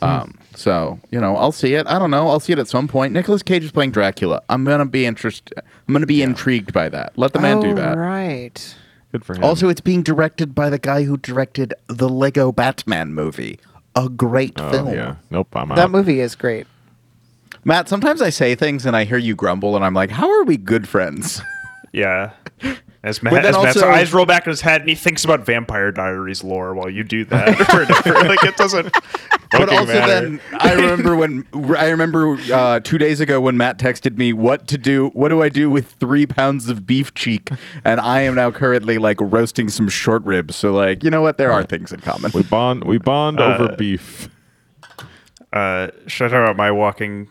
Um, so you know, I'll see it. I don't know. I'll see it at some point. Nicolas Cage is playing Dracula. I'm gonna be interested. I'm gonna be intrigued by that. Let the man do that.
Oh, Right.
Good for him.
Also, it's being directed by the guy who directed the Lego Batman movie. A great
oh,
film.
yeah. Nope, I'm out.
That movie is great.
Matt, sometimes I say things and I hear you grumble, and I'm like, "How are we good friends?"
Yeah. As, Matt,
But then
as Matt's
also-
eyes roll back in his head and he thinks about Vampire Diaries lore while you do that. or whatever. like it doesn't.
but
fucking
also,
matter.
then I remember when I remember uh, two days ago when Matt texted me, "What to do? What do I do with three pounds of beef cheek?" And I am now currently like roasting some short ribs. So, like, you know what? There are things in common.
we bond we bond over beef.
uh, should I talk about my walking,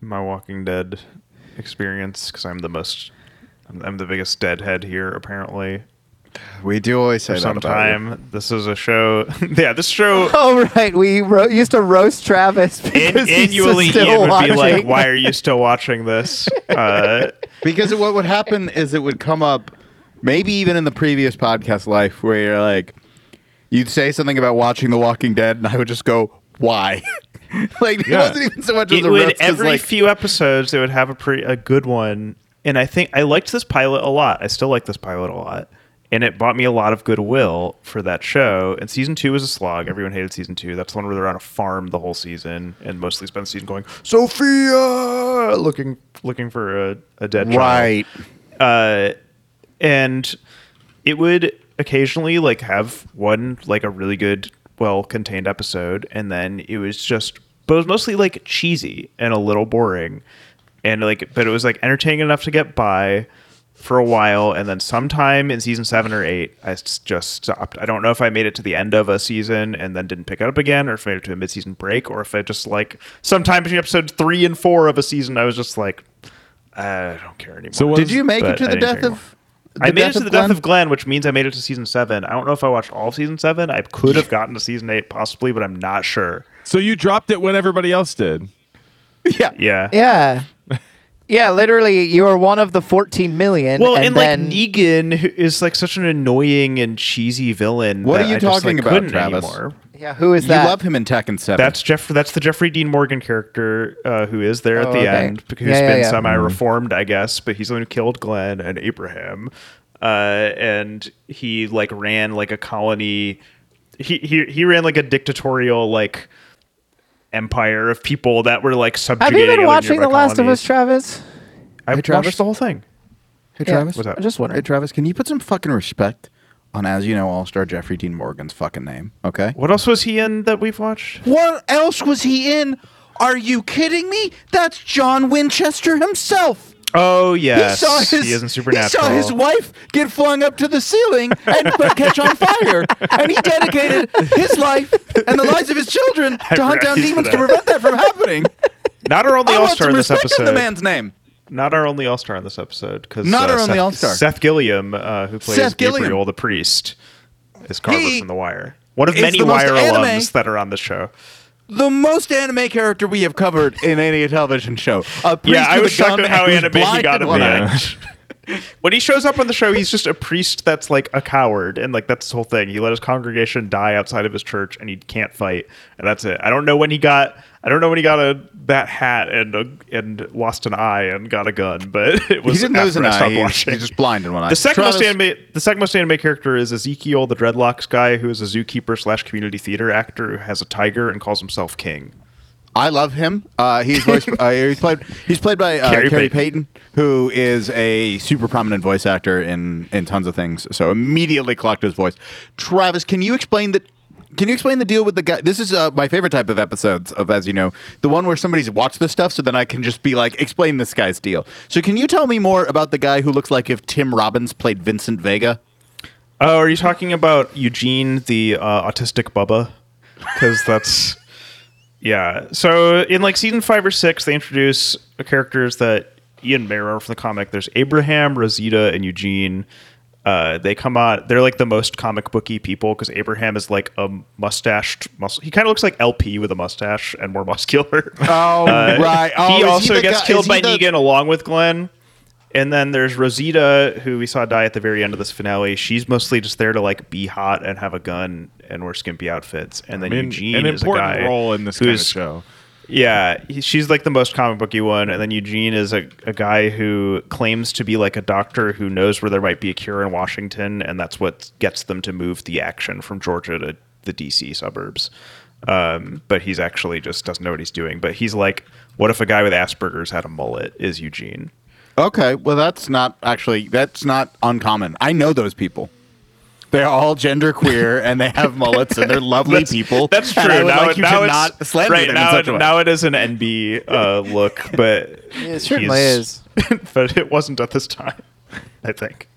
my Walking Dead experience? Because I'm the most, I'm, I'm the biggest deadhead here apparently.
We do always say that about you.
sometime. This is a show. yeah, this show
Oh right, we ro- used to roast Travis
an-
because he's
annually
still
Ian would
watching.
be like, "Why are you still watching this?" Uh,
Because what would happen is it would come up, maybe even in the previous podcast life, where you're like, you'd say something about watching The Walking Dead, and I would just go, why? like,
Yeah.
it wasn't even so much
it
as a
would
riff, 'cause,
every
like,
few episodes they would have a pre a good one, and I think I liked this pilot a lot. I still like this pilot a lot, and it bought me a lot of goodwill for that show. And season two was a slog. Everyone hated season two. That's the one where they're on a farm the whole season and mostly spend the season going Sophia looking looking for a, a dead child.
right.
uh, and it would occasionally like have one like a really good well contained episode and then it was just but it was mostly like cheesy and a little boring and like but it was like entertaining enough to get by for a while and then sometime in season 7 or 8 I s- just stopped. I don't know if I made it to the end of a season and then didn't pick it up again or if I made it to a mid-season break or if I just like sometime between episodes 3 and 4 of a season I was just like I don't care anymore.
So what-
Did you make
But
it to
I
the
didn't
death
care
of.
I made it to the death of Glenn, which means I made it to season seven. I don't know if I watched all of season seven. I could have gotten to season eight, possibly, but I'm not sure.
So you dropped it when everybody else did.
Yeah.
Yeah.
yeah, yeah. Literally, you are one of the 14 million.
Well, and,
and, then
like Negan who is like such an annoying and cheesy villain.
What are
that
you
I just,
talking
like,
about,
couldn't
Travis?
Anymore.
yeah, who is
You
that?
love him in Tekken 7.
That's Jeff. That's the Jeffrey Dean Morgan character uh, who is there at
Oh,
the
okay.
end, who's
Yeah, yeah,
been
yeah.
semi-reformed, I guess, but he's the one who killed Glenn and Abraham, uh, and he like ran like a colony. He he he ran like a dictatorial like empire of people that were like
Have
subjugating.
you been
other
watching The
nearby
Last of
colonies.
Us, Travis?
I
Hey, Travis?
watched the whole thing.
Hey,
Yeah.
Travis.
What's up?
I'm just
Hey,
wondering.
Travis, can you put some fucking respect on, as you know, All Star Jeffrey Dean Morgan's fucking name? Okay.
What else was he in that we've watched?
What else was he in? Are you kidding me? That's John Winchester himself.
Oh
He
yes,
saw his
he is
He
in Supernatural.
saw his wife get flung up to the ceiling and catch on fire, and he dedicated his life and the lives of his children to hunt
forgot
down
he did
demons to
that.
prevent that from happening.
Not our only
I
all
want
star
some
in this
respect
episode.
on the man's name.
not our only all star in this episode because
Not our only
Seth,
all-star.
Seth Gilliam, uh, who plays
Seth Gilliam.
Gabriel the priest, is Carver
He
from The Wire. One of
is
many
the most
Wire
anime-
alums that are on the show.
The most anime character we have covered in any television show. A priest
Yeah, I
with
was
a gun
shocked at how
who's
anime he
blind
got
in
at
one
the
eye.
end. when he shows up on the show, he's just a priest that's like a coward, and like that's his whole thing. He let his congregation die outside of his church, and he can't fight, and that's it. I don't know when he got. I don't know when he got a that hat and a, and lost an eye and got a gun, but it was
He didn't lose
after
an
I stopped
eye. He's-
watching.
he's just blind in one eye.
The second most
Travis-
anime, the second most anime character is Ezekiel, the dreadlocks guy, who is a zookeeper slash community theater actor who has a tiger and calls himself king.
I love him. Uh, he's voiced, uh, he's played he's played by uh, Carrie,
Carrie
Payton.
Payton.
who is a super prominent voice actor in in tons of things. So immediately clocked his voice. Travis, can you explain the can you explain the deal with the guy? This is uh, my favorite type of episodes of, as you know, the one where somebody's watched this stuff, so then I can just be like, explain this guy's deal. So, can you tell me more about the guy who looks like if Tim Robbins played Vincent Vega?
Oh, are you talking about Eugene, the uh, autistic Bubba? Because that's yeah. So in like season five or six, they introduce the characters that Ian may remember from the comic. There's Abraham, Rosita, and Eugene. Uh, they come out. They're like the most comic booky people because Abraham is like a mustached muscle. He kind of looks like LP with a mustache and more muscular. Uh,
Oh, right.
he also gets killed by Negan along with Glenn. And then there's Rosita, who we saw die at the very end of this finale. She's mostly just there to like be hot and have a gun and wear skimpy outfits. And then
I mean,
Eugene
an
is a
important
guy
role in this kind of
who's-
show.
Yeah, he, she's like the most comic booky one. And then Eugene is a, a guy who claims to be like a doctor who knows where there might be a cure in Washington, and that's what gets them to move the action from Georgia to the DC suburbs. Um, but he's actually just doesn't know what he's doing. But he's like, what if a guy with Asperger's had a mullet? Is Eugene?
Okay, well, that's not actually that's not uncommon. I know those people. They're all genderqueer and they have mullets and they're lovely people.
That's true.
And I would
now
like
it-
you
now
to
it's-
not slander
right,
them
now,
in such
it,
a way.
now it is an NB uh, look, but
It certainly
he's- but it wasn't at this time, I think.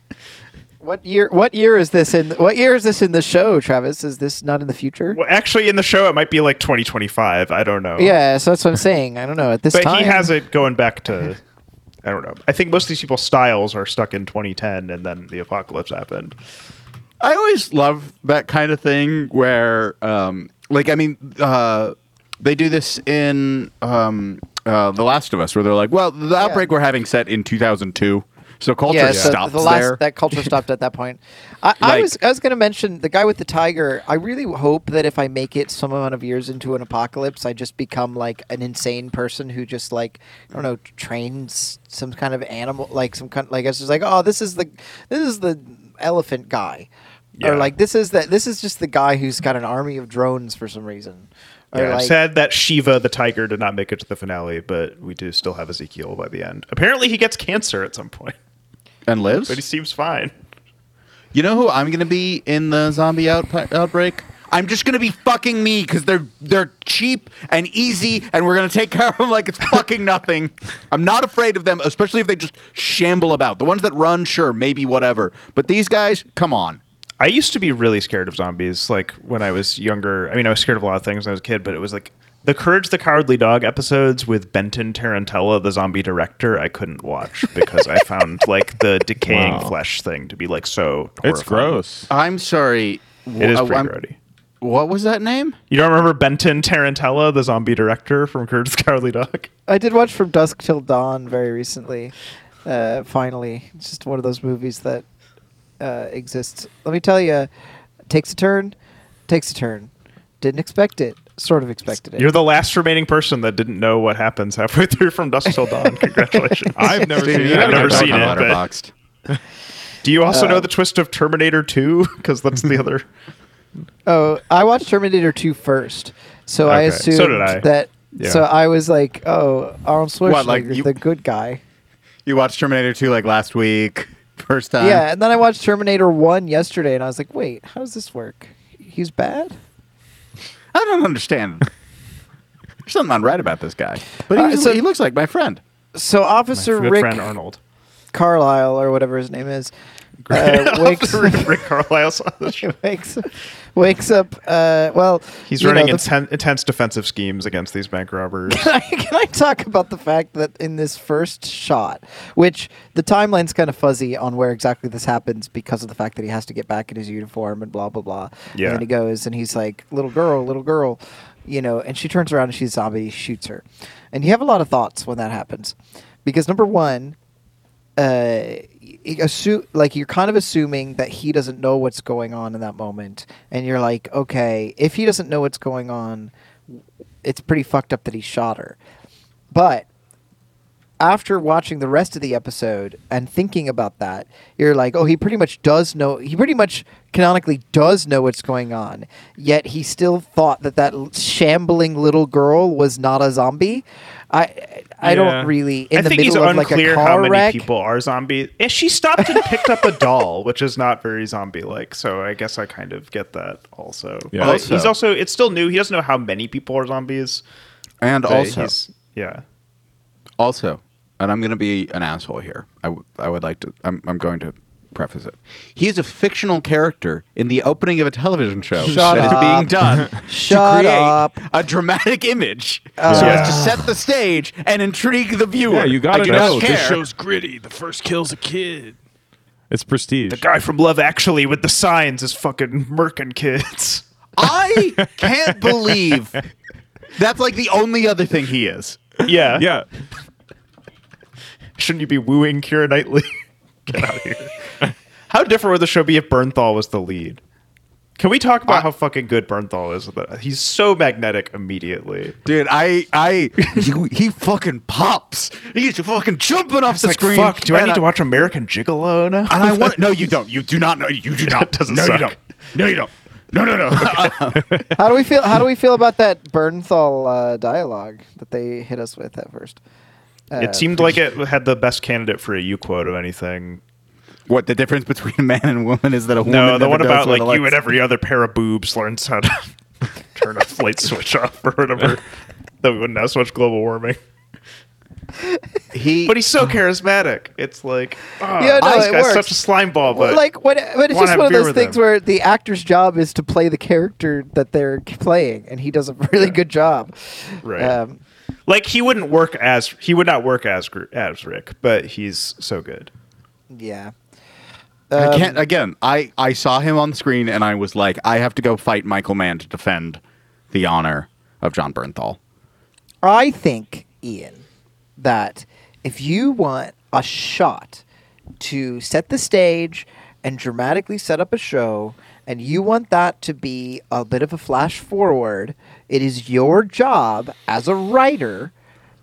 What year? What year is this in? What year is this in the show, Travis? Is this not in the future?
Well, actually, in the show, it might be like 2025. I don't know.
Yeah, so that's what I'm saying. I don't know at this
But
time.
he has it going back to, I don't know. I think most of these people's styles are stuck in 2010 and then the apocalypse happened.
I always love that kind of thing where, um, like, I mean, uh, they do this in um, uh, The Last of Us, where they're like, "Well, the outbreak we're having set in 2002, so culture
yeah, so
stops
the last
there."
that culture stopped at that point. I, I
Like-
was I was going to mention the guy with the tiger. I really hope that if I make it some amount of years into an apocalypse, I just become like an insane person who just like I don't know trains some kind of animal, like some kind like I was just like, oh, this is the this is the elephant guy,
Yeah.
or like this is the this is just the guy who's got an army of drones for some reason. Or,
Yeah, I'm
like-
sad that Shiva the tiger did not make it to the finale, but we do still have Ezekiel by the end. Apparently, he gets cancer at some point,
and lives.
but he seems fine.
You know who I'm going to be in the zombie out- outbreak?
I'm just gonna be fucking me because they're they're cheap and easy, and we're gonna take care of them like it's fucking nothing.
I'm not afraid of them, especially if they just shamble about. The ones that run, sure, maybe whatever. But these guys, come on.
I used to be really scared of zombies, like when I was younger. I mean, I was scared of a lot of things when I was a kid, but it was like the Courage the Cowardly Dog episodes with Benton Tarantella, the zombie director, I couldn't watch because I found like the decaying
Wow.
flesh thing to be like so. Horrifying.
It's gross.
I'm sorry.
It is
Wh-
pretty
I'm-
grody.
What was that name?
You don't remember Benton Tarantella, the zombie director from Courage the Cowardly Dog?
I did watch From Dusk Till Dawn very recently. Uh, finally, it's just one of those movies that uh, exists. Let me tell you, takes a turn, takes a turn. Didn't expect it, sort of expected it.
You're the last remaining person that didn't know what happens halfway through From Dusk Till Dawn. Congratulations.
I've never seen
I've
that.
never
Letterboxd.
seen it, but-
Letterboxd.
Do you also know the twist of Terminator 2? Because that's the other.
oh, I watched Terminator 2 first, so I
Okay. So
assumed
did I.
that.
Yeah.
So I was like, oh, Arnold Schwarzenegger's
What, like you-
the good guy.
You watched Terminator 2 like last week, first time.
yeah, and then I watched Terminator 1 yesterday, and I was like, wait, how does this work? He's bad?
I don't understand. There's something unright about this guy. But he,
Uh,
was-
so-
he looks like my friend.
So Officer
good
Rick
friend Arnold.
Carlisle or whatever his name is uh, wakes,
Rick Carlisle's on the show.
wakes wakes up. Uh, well,
He's
you know,
running
the-
inten- intense defensive schemes against these bank robbers.
Can I talk about the fact that in this first shot, which the timeline's kind of fuzzy on where exactly this happens because of the fact that he has to get back in his uniform and blah blah blah.
Yeah.
And then he goes and he's like, "Little girl, little girl," you know, and she turns around and she's a zombie. He shoots her, and you have a lot of thoughts when that happens, because number one, uh, assume like you're kind of assuming that he doesn't know what's going on in that moment, and you're like, okay, if he doesn't know what's going on, it's pretty fucked up that he shot her. But after watching the rest of the episode and thinking about that, you're like, oh, he pretty much does know. He pretty much canonically does know what's going on. Yet he still thought that that l- shambling little girl was not a zombie. I I
Yeah.
don't really in
I
the
think he's
middle of like a
unclear
car
how many
wreck.
people are zombie. Yeah, she stopped and picked up a doll, which is not very zombie-like. So I guess I kind of get that also.
Yeah.
But
Also-
he's also it's still new. He doesn't know how many people are zombies.
And
but
also,
he's- yeah.
also, and I'm going to be an asshole here. I, w- I would like to, I'm, I'm going to preface it. He is a fictional character in the opening of a television show that is
Shut up.
being done to
Shut
create
up.
a dramatic image so
Yeah.
as to set the stage and intrigue the viewer.
Yeah, you gotta
I do
know.
not
This
care.
show's gritty. The first kill's a kid. It's prestige.
The guy from Love Actually with the signs is fucking murking kids.
I can't believe that's like the only other thing he is.
Yeah.
yeah.
Shouldn't you be wooing Kira Knightley? Get out of here. how different would the show be if Bernthal was the lead? Can we talk
Uh,
about how fucking good Bernthal is? He's so magnetic immediately.
Dude, I, I, you, he fucking pops. He's fucking jumping off the
Like,
screen.
fuck, do I
and
need to watch American Gigolo now?
And I want, no, you don't. You do not know. You do not.
doesn't
no, you
suck.
don't. No, you don't. No, no, no.
How do we feel? How do we feel about that Bernthal uh, dialogue that they hit us with at first? Uh,
it seemed like it had the best candidate for a U quote of anything.
what the difference between a man and woman is that a woman.
No, the
never
one
does
about like
what it
you
likes.
and every other pair of boobs learns how to turn a light switch off or whatever. that we wouldn't have so much global warming.
He,
But he's so charismatic. It's like, oh,
Yeah, no,
this
it
guy's
works.
such a slime ball. But
Well, like what? But it's
wanna
just
have
one of
beer
those
with
things
them.
where the actor's job is to play the character that they're k- playing, and he does a really good job. Um,
Right. like he wouldn't work as he would not work as Gr- as Rick, but he's so good.
yeah.
I uh,
um,
can't. Again, I I saw him on the screen and I was like, I have to go fight Michael Mann to defend the honor of John Bernthal.
I think, Ian, that if you want a shot to set the stage and dramatically set up a show, and you want that to be a bit of a flash forward, it is your job as a writer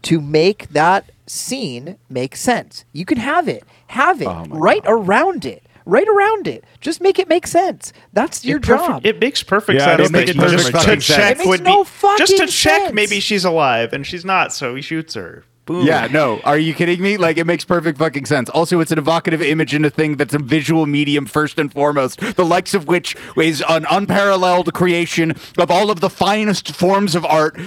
to make that scene make sense. You can have it, have it right around it, right around it. Just make it make sense. That's your
It perfect-
job.
It makes perfect
Yeah,
sense.
it'll make
that
it
you
perfect
just to
sense.
check
It makes
would
no
be
fucking
just to check.
sense.
Maybe she's alive and she's not, so he shoots her. Boom.
Yeah, no. Are you kidding me? Like, it makes perfect fucking sense. Also, it's an evocative image and a thing that's a visual medium first and foremost, the likes of which is an unparalleled creation of all of the finest forms of art,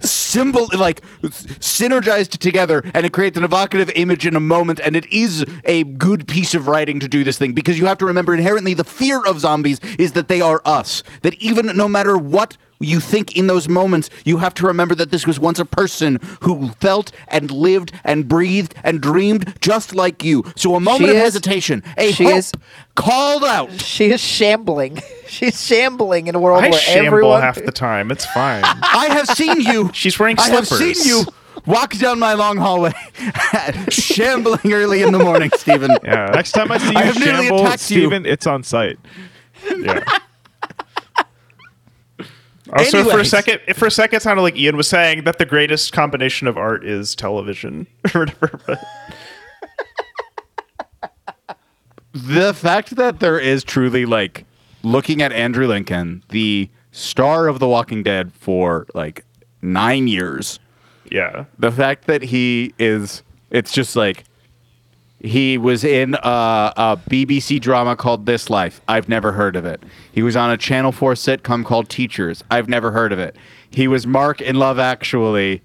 symbol like s- synergized together, and it creates an evocative image in a moment. And it is a good piece of writing to do this thing because you have to remember inherently the fear of zombies is that they are us. That even no matter what you think in those moments, you have to remember that this was once a person who felt and lived and breathed and dreamed just like you. So a moment
She
of
is-
hesitation, a
she
hope
is-
called out.
she is shambling. She's shambling in a world
I
where
shamble
Oh, everyone
half the time. It's fine.
I have seen you.
She's wearing
I have
slippers.
seen you walk down my long hallway, shambling early in the morning, Stephen.
yeah.
Next time I see
I
you
have nearly
shamble,
attacked you.
Steven, it's on site.
Yeah. Also, for a
Anyways.
second, for a second, it sounded like Ian was saying that the greatest combination of art is television or whatever. But
the fact that there is truly like looking at Andrew Lincoln, the star of The Walking Dead for like nine years,
yeah,
the fact that he is, it's just like he was in a, a BBC drama called This Life. I've never heard of it. He was on a Channel 4 sitcom called Teachers. I've never heard of it. He was Mark in Love Actually,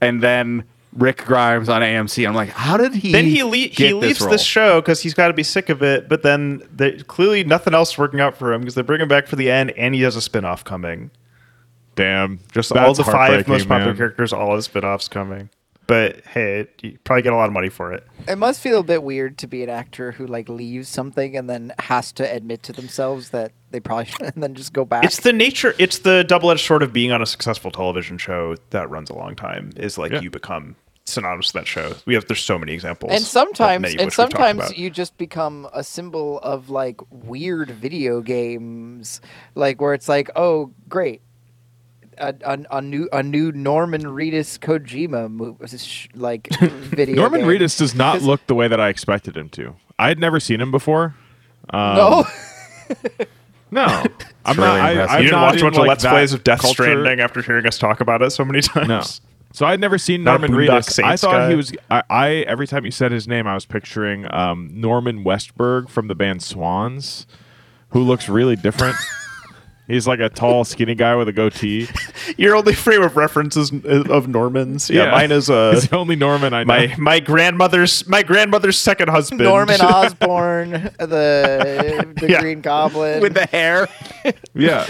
and then. Rick Grimes on AMC. I'm like, how did he?
then he le- he
get
leaves
this
this,
role?
show because he's got to be sick of it. But then they, clearly nothing else is working out for him because they bring him back for the end, and he has a spin-off coming.
Damn.
Just
That's
all the five
heartbreaking,
most popular
man.
characters, all the spin-offs coming. But hey, it, you probably get a lot of money for it.
It must feel a bit weird to be an actor who like leaves something and then has to admit to themselves that they probably should, and then just go back.
It's the nature. It's the double-edged sword of being on a successful television show that runs a long time. Is like
Yeah.
you become synonymous with that show. We have there's so many examples.
and
of
sometimes
many of
and
which we've talked
sometimes
about.
you just become a symbol of like weird video games, like where it's like, oh great, a, a, a new a new Norman Reedus Kojima movie, like video.
Norman
game.
Reedus does not
Just-
look the way that I expected him to. I had never seen him before.
No,
No, I'm
really
not. I, I'm
impressive. You
you didn't
not
watch a
in,
bunch
like,
of Let's
that
Plays of Death
culture.
Stranding after hearing us talk about it so many times.
No. So I'd never seen
Not a
Norman
Boondock
Reedus. I
Saints
thought
guy.
he was. I, I every time you said his name, I was picturing um, Norman Westberg from the band Swans, who looks really different. He's like a tall, skinny guy with a goatee.
Your only frame of reference is of Norman's. Yeah,
Yeah.
mine is uh,
He's the only Norman I know.
my my grandmother's my grandmother's second husband.
Norman Osborn, the the
Yeah.
Green Goblin
with the hair.
yeah.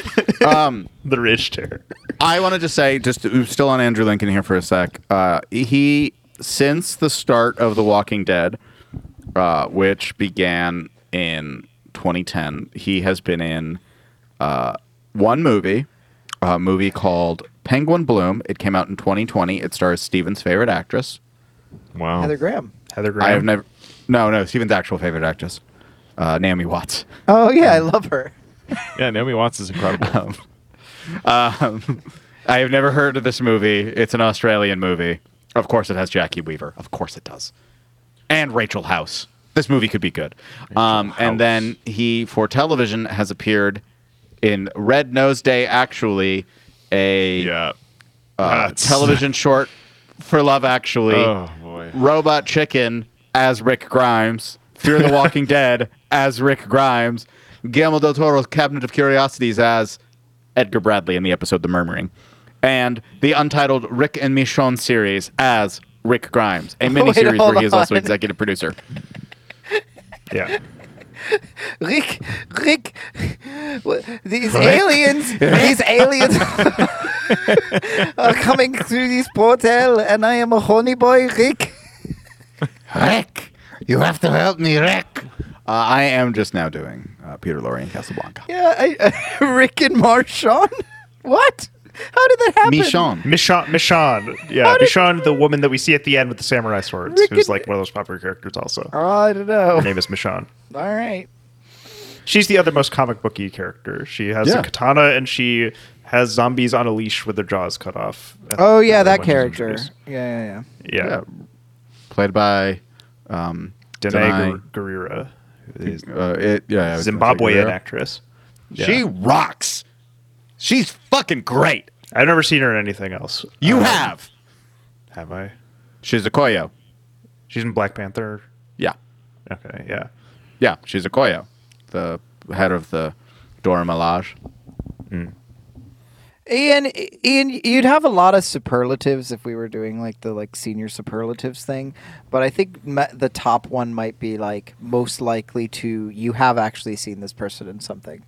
Um,
the Ridge Terror.
I wanted to say, just we're still on Andrew Lincoln here for a sec. Uh, he, since the start of The Walking Dead, uh, which began in 2010, he has been in uh, one movie, a movie called Penguin Bloom. It came out in 2020. It stars Steven's favorite actress.
Wow.
Heather Graham.
Heather
I
Graham.
have never. No, no, Steven's actual favorite actress, uh, Naomi Watts.
Oh yeah, I love her.
Yeah, Naomi Watts is incredible.
Um, I have never heard of this movie. It's an Australian movie. Of course, it has Jackie Weaver. Of course, it does. And Rachel House. This movie could be good. Um,
House.
and then he, for television, has appeared in Red Nose Day, actually, a
yeah.
uh,
That's-
television short for Love Actually,
Oh boy.
Robot Chicken as Rick Grimes, Fear the Walking Dead as Rick Grimes, Guillermo del Toro's Cabinet of Curiosities as Edgar Bradley in the episode The Murmuring, and the untitled Rick and Michonne series as Rick Grimes, a miniseries
hold
where he is also
on.
executive producer.
yeah.
Rick, Rick, What- these aliens, these aliens are coming through this portal, and I am a horny boy, Rick.
Rick, you have to help me, Rick. Uh, I am just now doing uh, Peter Lorre in Casablanca.
Yeah, I, Rick and Marshawn. What? How did that happen?
Michonne.
Michonne, Michonne, yeah,
How did-
Michonne, the woman that we see at the end with the samurai swords,
Rick
who's
and-
like one of those popular characters. Also, her
Oh, I don't know.
name is Michonne.
All right.
She's the other most comic booky character. She has
Yeah.
a katana and she has zombies on a leash with their jaws cut off.
Oh yeah,
When
that
she's
character.
introduced.
Yeah, yeah, yeah.
Yeah,
Yeah. Played by. Um,
Danae Guer- Guerrera, who is
Uh, it, yeah, I was gonna say
Zimbabwean
Guerrero.
actress.
She rocks. She's fucking great.
I've never seen her in anything else.
You
Um,
have.
Have I?
She's a Koyo.
She's in Black Panther.
Yeah.
Okay, yeah.
Yeah, she's a Koyo, the head of the Dora Milaje.
Ian, Ian, you'd have a lot of superlatives if we were doing like the like senior superlatives thing, but I think ma- the top one might be like most likely to you have actually seen this person in something.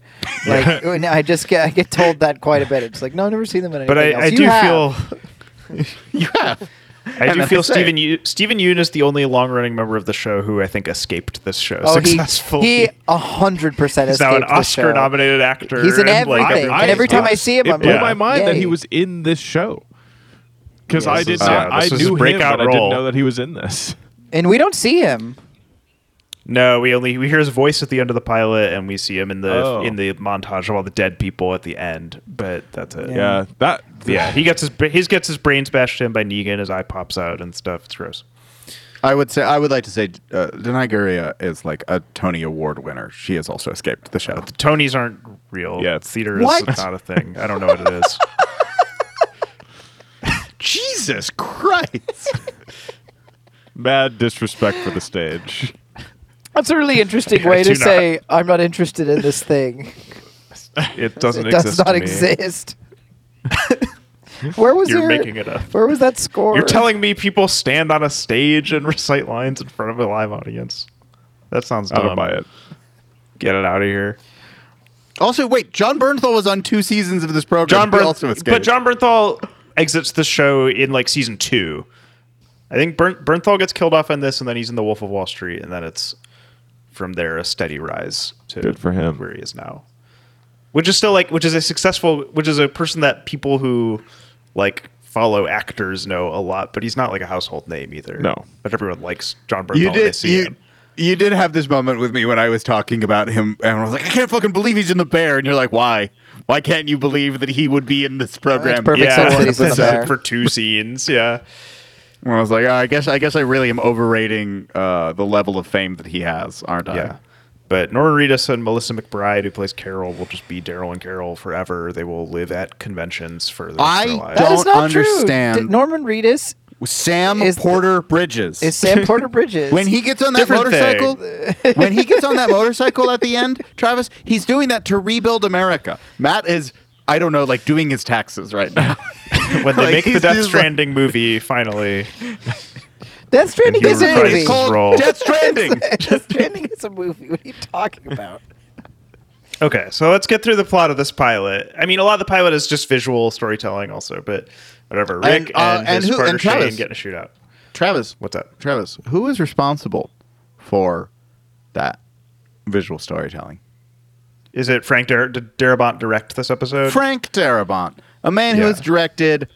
Like when I just get I get told that quite a bit. It's like no, I've never seen them in anything
But I,
else.
I
You
do
have.
feel
You have.
I do
nothing
feel
to say.
Stephen Yu Stephen Yoon is the only long running member of the show who I think escaped this show
Oh,
successfully.
he a hundred percent
He's now an
escaped the show.
Oscar nominated actor.
He's in
and, like,
everything.
I-
and every time I
it-
see him,
it
I'm
blew
like,
my mind that
yay.
he was in this show because
Yeah,
I
this
did
is-
not.
yeah,
I
this is a
knew
breakout
him, but I
role.
didn't know that he was in this.
and we don't see him.
No, we only we hear his voice at the end of the pilot, and we see him in the
Oh.
in the montage of all the dead people at the end. But that's it.
Mm. Yeah, that.
yeah. He gets his bra- he gets his brains bashed in by Negan. His eye pops out and stuff. It's gross.
I would say I would like to say uh, Denai Guerrera is like a Tony Award winner. She has also escaped the show.
Tonys aren't real.
Yeah.
theater
What?
is not a thing. I don't know what it is.
Jesus Christ!
mad disrespect for the stage.
That's a really interesting
Yeah,
way
I
to
do not.
say I'm not interested in this thing.
It doesn't
it
exist.
does not
to me.
exist. Where was
You're
your,
making it up.
Where was that score?
You're telling me people stand on a stage and recite lines in front of a live audience? That sounds
I
dumb.
don't buy it.
Get it out of here.
also, wait, John Bernthal was on two seasons of this program.
John
He
Bern-
also escaped.
but John Bernthal exits the show in like season two. I think Bern- Bernthal gets killed off on this, and then he's in The Wolf of Wall Street, and then it's from there a steady rise to
Good for him.
where he is now, which is still like which is a successful, which is a person that people who like follow actors know a lot, but he's not like a household name either.
No.
but everyone likes John Bernthal.
you
when they
did
see
you,
him.
you did have this moment with me when I was talking about him, and I was like, I can't fucking believe he's in the bear. And you're like, why? Why can't you believe that he would be in this program?
perfect.
Yeah,
sense that he's in the bear.
for two scenes. Yeah.
And I was like, oh, I guess I guess I really am overrating uh, the level of fame that he has, aren't I?
Yeah. But Norman Reedus and Melissa McBride, who plays Carol, will just be Daryl and Carol forever. They will live at conventions for the rest of
I
their lives.
That is
Don't
not
understand.
True. Did Norman Reedus
Sam
Is-
Porter Bridges.
is Sam Porter Bridges.
when he gets on that
Different
motorcycle, when he gets on that motorcycle at the end, Travis, he's doing that to rebuild America. Matt is, I don't know, like doing his taxes right now.
when they
Like,
make the
he's
Death
just
Stranding movie, finally,
Death Stranding
he
is a
reprises
movie.
it's called
Roll.
Death Stranding.
Death Stranding is a movie. What are you talking about?
Okay, so let's get through the plot of this pilot. I mean, a lot of the pilot is just visual storytelling, also, but whatever. Rick and,
And, uh, and
his
who-
partner
and
Shane
Travis.
get in a shootout.
Travis,
What's up?
Travis, who is responsible for that visual storytelling?
Is it Frank Dar- did Darabont direct this episode?
Frank Darabont, a man who
Uh, Yeah.
has directed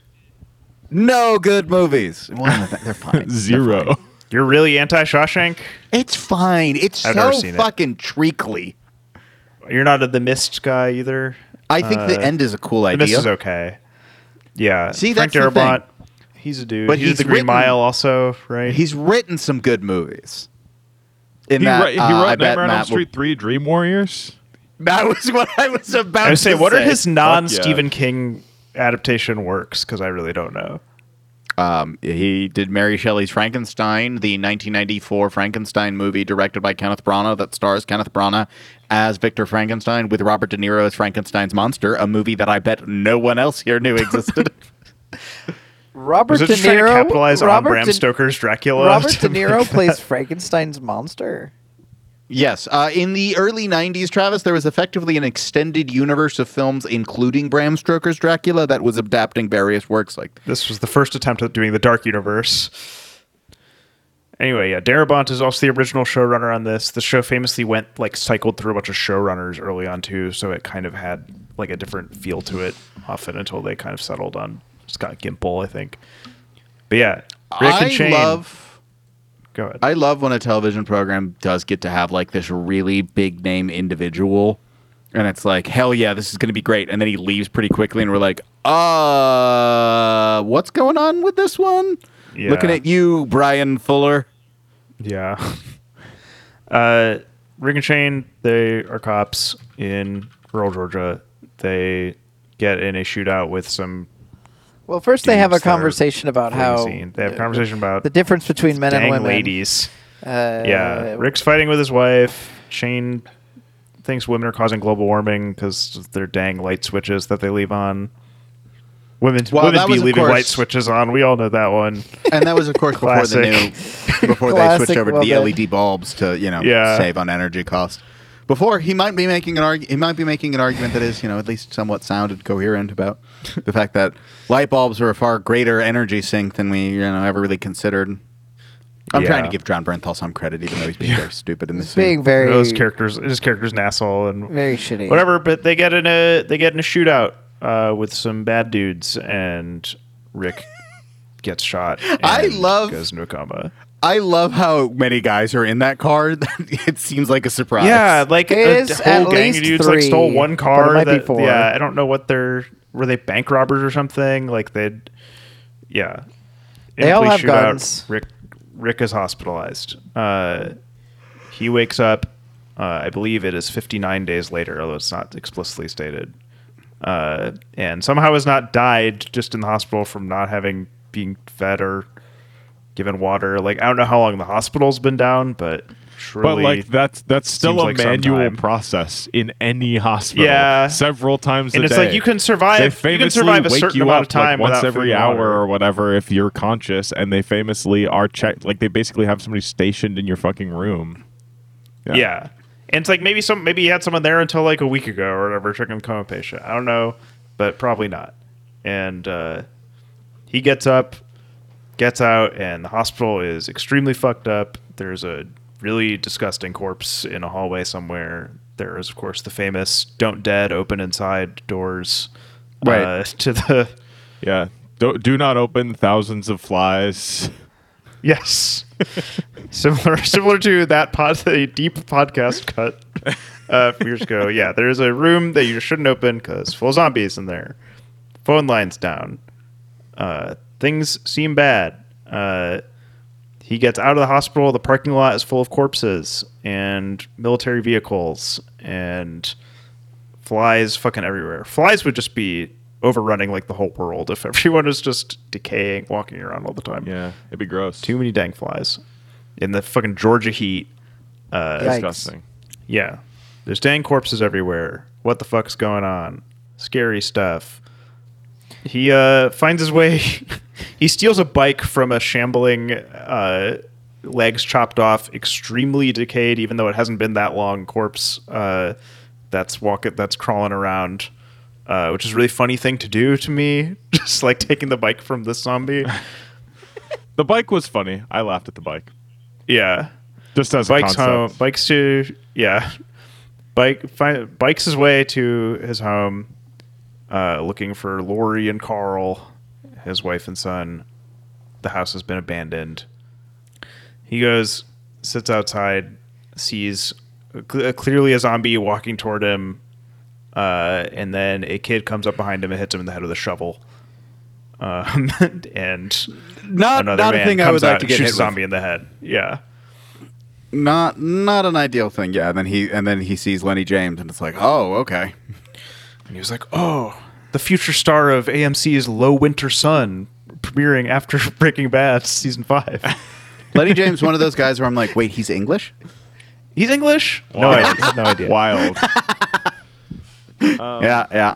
no good movies. Well, they're fine.
Zero.
You're really anti Shawshank.
It's fine. It's
I've never
so
seen it.
fucking treacly.
You're not a The Mist guy either.
I think
Uh,
the end is a cool
The Mist
idea.
is okay. Yeah.
See,
Frank
that's the thing.
Darabont. He's a dude.
But
he's,
he's
the Green
written-
Mile, also, right?
He's written some good movies. In
He,
that,
wrote, he
uh, I
wrote
bet
Nightmare on Elm
Matt will-
Street Three: Dream Warriors.
That was what I was
I
about to
would say, what are his non Stephen
yeah.
King adaptation works? Because I really don't know.
Um, he did Mary Shelley's Frankenstein, the 1994 Frankenstein movie directed by Kenneth Branagh that stars Kenneth Branagh as Victor Frankenstein with Robert De Niro as Frankenstein's monster, a movie that I bet no one else here knew existed.
Was
Robert
it
De
just trying to
Niro.
capitalize
Robert
on Bram
De-
Stoker's Dracula?
Robert
to
De Niro
make
plays
that-
Frankenstein's monster.
Yes. Uh, in the early 90s, Travis, there was effectively an extended universe of films, including Bram Stoker's Dracula, that was adapting various works like
This was the first attempt at doing the Dark Universe. Anyway, yeah, Darabont is also the original showrunner on this. The show famously went like cycled through a bunch of showrunners early on too, so it kind of had like a different feel to it often until they kind of settled on Scott Gimple, I think. But yeah, Rick and
I
Shane.
love
go ahead.
I love when a television program does get to have like this really big name individual.
And it's like, hell yeah, this is going to be great. And then he leaves pretty quickly, and we're like, uh, what's going on with this one?
Yeah.
Looking at you, Brian Fuller.
Yeah. Uh, Rick and Shane, they are cops in rural Georgia. They get in a shootout with some.
Well, first they have a
dudes that are
conversation about
fleeing
how
scene. They have a
uh,
conversation about
the difference between men and
gang
women.
ladies.
Uh,
yeah. Rick's fighting with his wife. Shane thinks women are causing global warming because they're dang light switches that they leave on. Women,
Well,
women
that
be
was, of
leaving
course-
light switches on. We all know that one.
And that was, of course, before the new, before they
Classic
switched over to the
woman.
LED bulbs to you know
Yeah.
save on energy costs. Before he might be making an arg- he might be making an argument that is you know at least somewhat sounded coherent about the fact that light bulbs are a far greater energy sink than we you know ever really considered. I'm
Yeah.
trying to give John Bernthal some credit, even though he's being very stupid in this.
being
scene.
very
Those characters, his character's an asshole, and
very shitty.
whatever. But they get in a they get in a shootout uh, with some bad dudes, and Rick gets shot. And
I love-
goes into a coma.
I love how many guys are in that car. it seems like a surprise.
Yeah, like
It
a
is
whole
at
gang of
least
dudes like stole
three,
one
but it
car.
might be
that-
four.
Yeah, I don't know what they're were they bank robbers or something. Like they'd yeah. In
They
a
all
police
have guns.
Rick Rick is hospitalized. Uh, he wakes up. Uh, I believe it is 59 days later, although it's not explicitly stated. Uh, and somehow has not died just in the hospital from not having being fed or given water. Like I don't know how long the hospital's been down, but surely
But like that's that's still
seems
a
like some
manual
time.
process in any hospital.
Yeah.
several times.
and
a
it's
day.
like you can
They
survive. You can
famously
survive a
wake
certain
you
amount
up,
of time
like, once
without
every
food and
hour
water.
or whatever if you're conscious, and they famously are checked. Like they basically have somebody stationed in your fucking room.
Yeah. and it's like maybe some maybe you had someone there until like a week ago or whatever, checking coma patient. I don't know, but probably not. And uh, he gets up, gets out, and the hospital is extremely fucked up. There's a really disgusting corpse in a hallway somewhere. There is of course the famous "Don't Dead" open inside doors.
Right.
Uh, to the
Yeah. Do, do not open thousands of flies.
Yes. similar similar to that pod the deep podcast cut uh from years ago. Yeah, there's a room that you shouldn't open because full zombies in there. Phone lines down. Uh things seem bad. Uh he gets out of the hospital, the parking lot is full of corpses and military vehicles and flies fucking everywhere. Flies would just be overrunning like the whole world if everyone is just decaying, walking around all the time
Yeah, it'd be gross.
too many dang flies in the fucking Georgia heat. uh,
Yikes.
disgusting.
Yeah, there's dang corpses everywhere. What the fuck's going on? Scary stuff. He uh, finds his way. he steals a bike from a shambling, uh, legs chopped off, extremely decayed, even though it hasn't been that long. Corpse uh, that's walking, that's crawling around, uh, which is a really funny thing to do to me. Just like taking the bike from this zombie.
The bike was funny. I laughed at the bike.
Yeah.
Just as
bikes
a concept.
home bikes to yeah bike find, bikes his way to his home uh, looking for Lori and Carl his wife and son the house has been abandoned he goes sits outside sees cl- uh, clearly a zombie walking toward him uh, and then a kid comes up behind him and hits him in the head with a shovel um, and
Not
another
not a
man
thing I
comes
would
out
like to
and
get
shoots
hit
a
with.
zombie in the head yeah
Not not an ideal thing. Yeah. And then he and then he sees Lenny James, and it's like, oh, okay.
And he was like, "Oh, the future star of AMC's Low Winter Sun, premiering after Breaking Bad season five.
Lenny James, one of those guys where I'm like, wait, he's English?
He's English? No idea. No idea.
Wild.
yeah, yeah.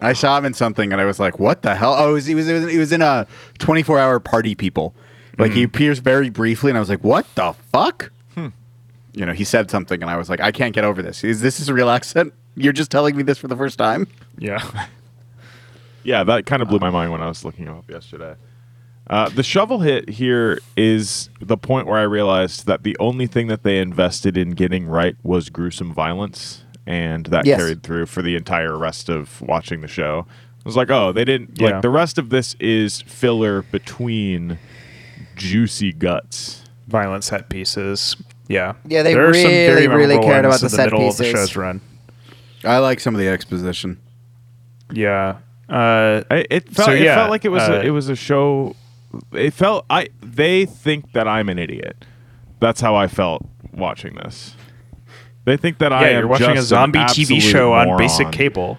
I saw him in something, and I was like, what the hell? Oh, he was he was, he was in a 24 hour party people. Like he appears very briefly, and I was like, what the fuck? You know, he said something, and I was like, I can't get over this. Is this his real accent? You're just telling me this for the first time.
Yeah.
yeah, that kind of blew my mind when I was looking him up yesterday. Uh, the shovel hit here is the point where I realized that the only thing that they invested in getting right was gruesome violence, and that
Yes.
carried through for the entire rest of watching the show. I was like, oh, they didn't
Yeah.
like the rest of this is filler between juicy guts.
Violent set pieces. Yeah.
Yeah, they really, really
memorable
cared about
ones
the
in the
set
middle of the
pieces.
show's run.
I like some of the exposition.
Yeah. Uh,
I, it felt
So,
it
yeah,
felt like it was
uh,
a, it was a show. It felt I they think that I'm an idiot. That's how I felt watching this. They think that I
yeah,
am
you're watching a
just an
zombie TV
absolute
show on basic
moron.
cable.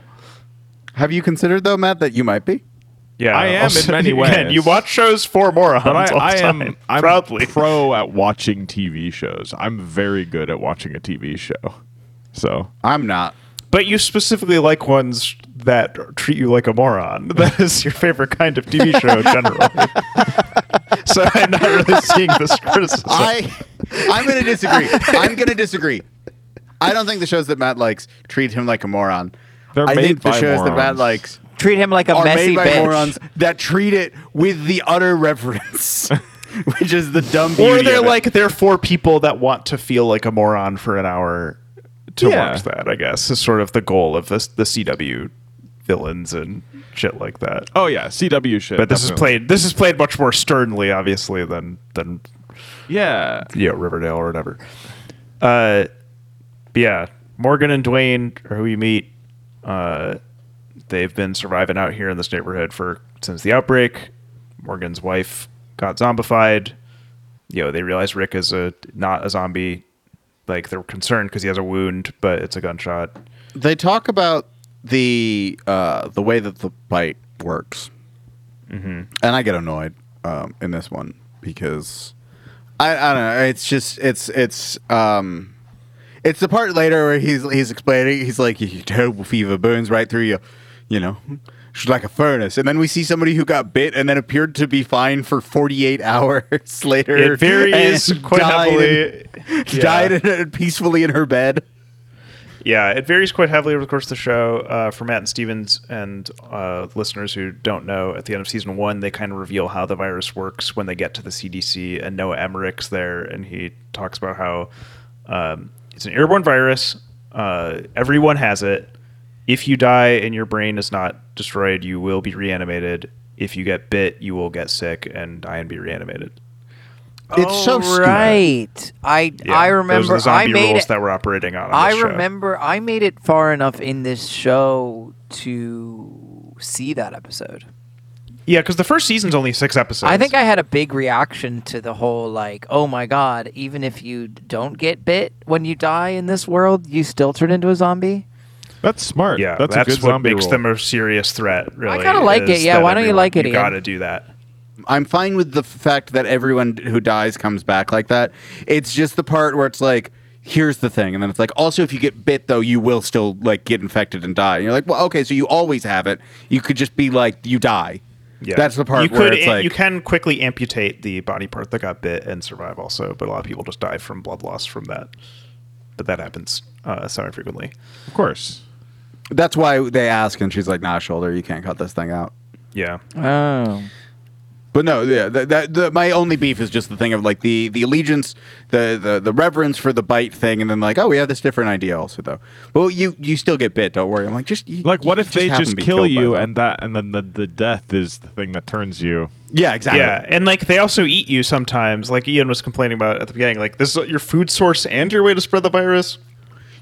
Have you considered though, Matt, that you might be?
Yeah,
I am in many
Again, you
ways.
watch shows for morons
But I,
all the
I
time.
am I'm
proudly.
pro at watching TV shows. I'm very good at watching a TV show. So
I'm not.
But you specifically like ones that treat you like a moron. That is your favorite kind of TV show generally. so I'm not really seeing this criticism.
I I'm gonna disagree. I'm gonna disagree. I don't think the shows that Matt likes treat him like a moron.
They're
I
made
think the
by
shows that Matt
morons.
likes
Treat him like a
are
messy
made by
bitch.
morons that treat it with the utter reverence, which is the dumb.
or
beauty
they're
of it.
like they're for people that want to feel like a moron for an hour to
Yeah.
watch that. I guess is sort of the goal of this the CW villains and shit like that.
oh yeah, CW shit.
But this is
definitely.
played this is played much more sternly, obviously, than than
Yeah,
you know, Riverdale or whatever. Uh, but yeah, Morgan and Dwayne are who you meet. Uh, they've been surviving out here in this neighborhood for since the outbreak. Morgan's wife got zombified. You know, they realize Rick is a not a zombie. Like they're concerned because he has a wound, but it's a gunshot.
they talk about the uh, the way that the bite works,
Mm-hmm.
and I get annoyed um, in this one because I, I don't know. It's just it's it's um, it's the part later where he's he's explaining. He's like, "Your terrible fever burns right through you, you know." She's like a furnace, and then we see somebody who got bit and then appeared to be fine for 48 hours later.
It varies
and
quite
died
heavily.
in-
Yeah.
Died in- peacefully in her bed.
Yeah, it varies quite heavily over the course of the show. Uh, for Matt and Stevens and uh, listeners who don't know, at the end of season one, they kind of reveal how the virus works when they get to the CDC, and Noah Emmerich's there, and he talks about how um, it's an airborne virus. Uh, everyone has it. If you die and your brain is not destroyed, you will be reanimated. If you get bit, you will get sick and die and be reanimated.
It's so stupid.
right. I
Oh, Yeah,
I
those are
remember
the
I
zombie
made
rules
it,
that were operating on. on
I
this show.
remember I made it far enough in this show to see that episode.
Yeah, because the first season's only six episodes.
I think I had a big reaction to the whole like, oh my god, even if you don't get bit when you die in this world, you still turn into a zombie.
that's smart.
Yeah,
that's,
that's,
a good
what
zombie
makes
rule.
them a serious threat. Really,
kinda like it,
is
yeah,
that
why don't you
everyone-
like it,
You
Ian?
got to do that.
I'm fine with the f- fact that everyone who dies comes back like that. It's just the part where it's like, here's the thing, and then it's like, also if you get bit though, you will still like get infected and die. And you're like, well, okay, so you always have it. You could just be like, you die.
Yeah,
That's the part
you
where
could.
it's like,
you can quickly amputate the body part that got bit and survive also, but a lot of people just die from blood loss from that. But that happens uh, semi frequently.
of course.
that's why they ask, and she's like, nah, shoulder, you can't cut this thing out.
Yeah,
Oh.
But no, yeah, that, that, the, my only beef is just the thing of like the, the allegiance, the, the the reverence for the bite thing, and then like, oh, we have this different idea also though. Well, you you still get bit, don't worry. I'm like, just you-
Like, what
you
if they
happen
just
to be
kill
killed by
you
them.
and that, and then the, the death is the thing that turns you?
yeah, exactly.
yeah, and like they also eat you sometimes. Like Ian was complaining about at the beginning, like this is your food source and your way to spread the virus.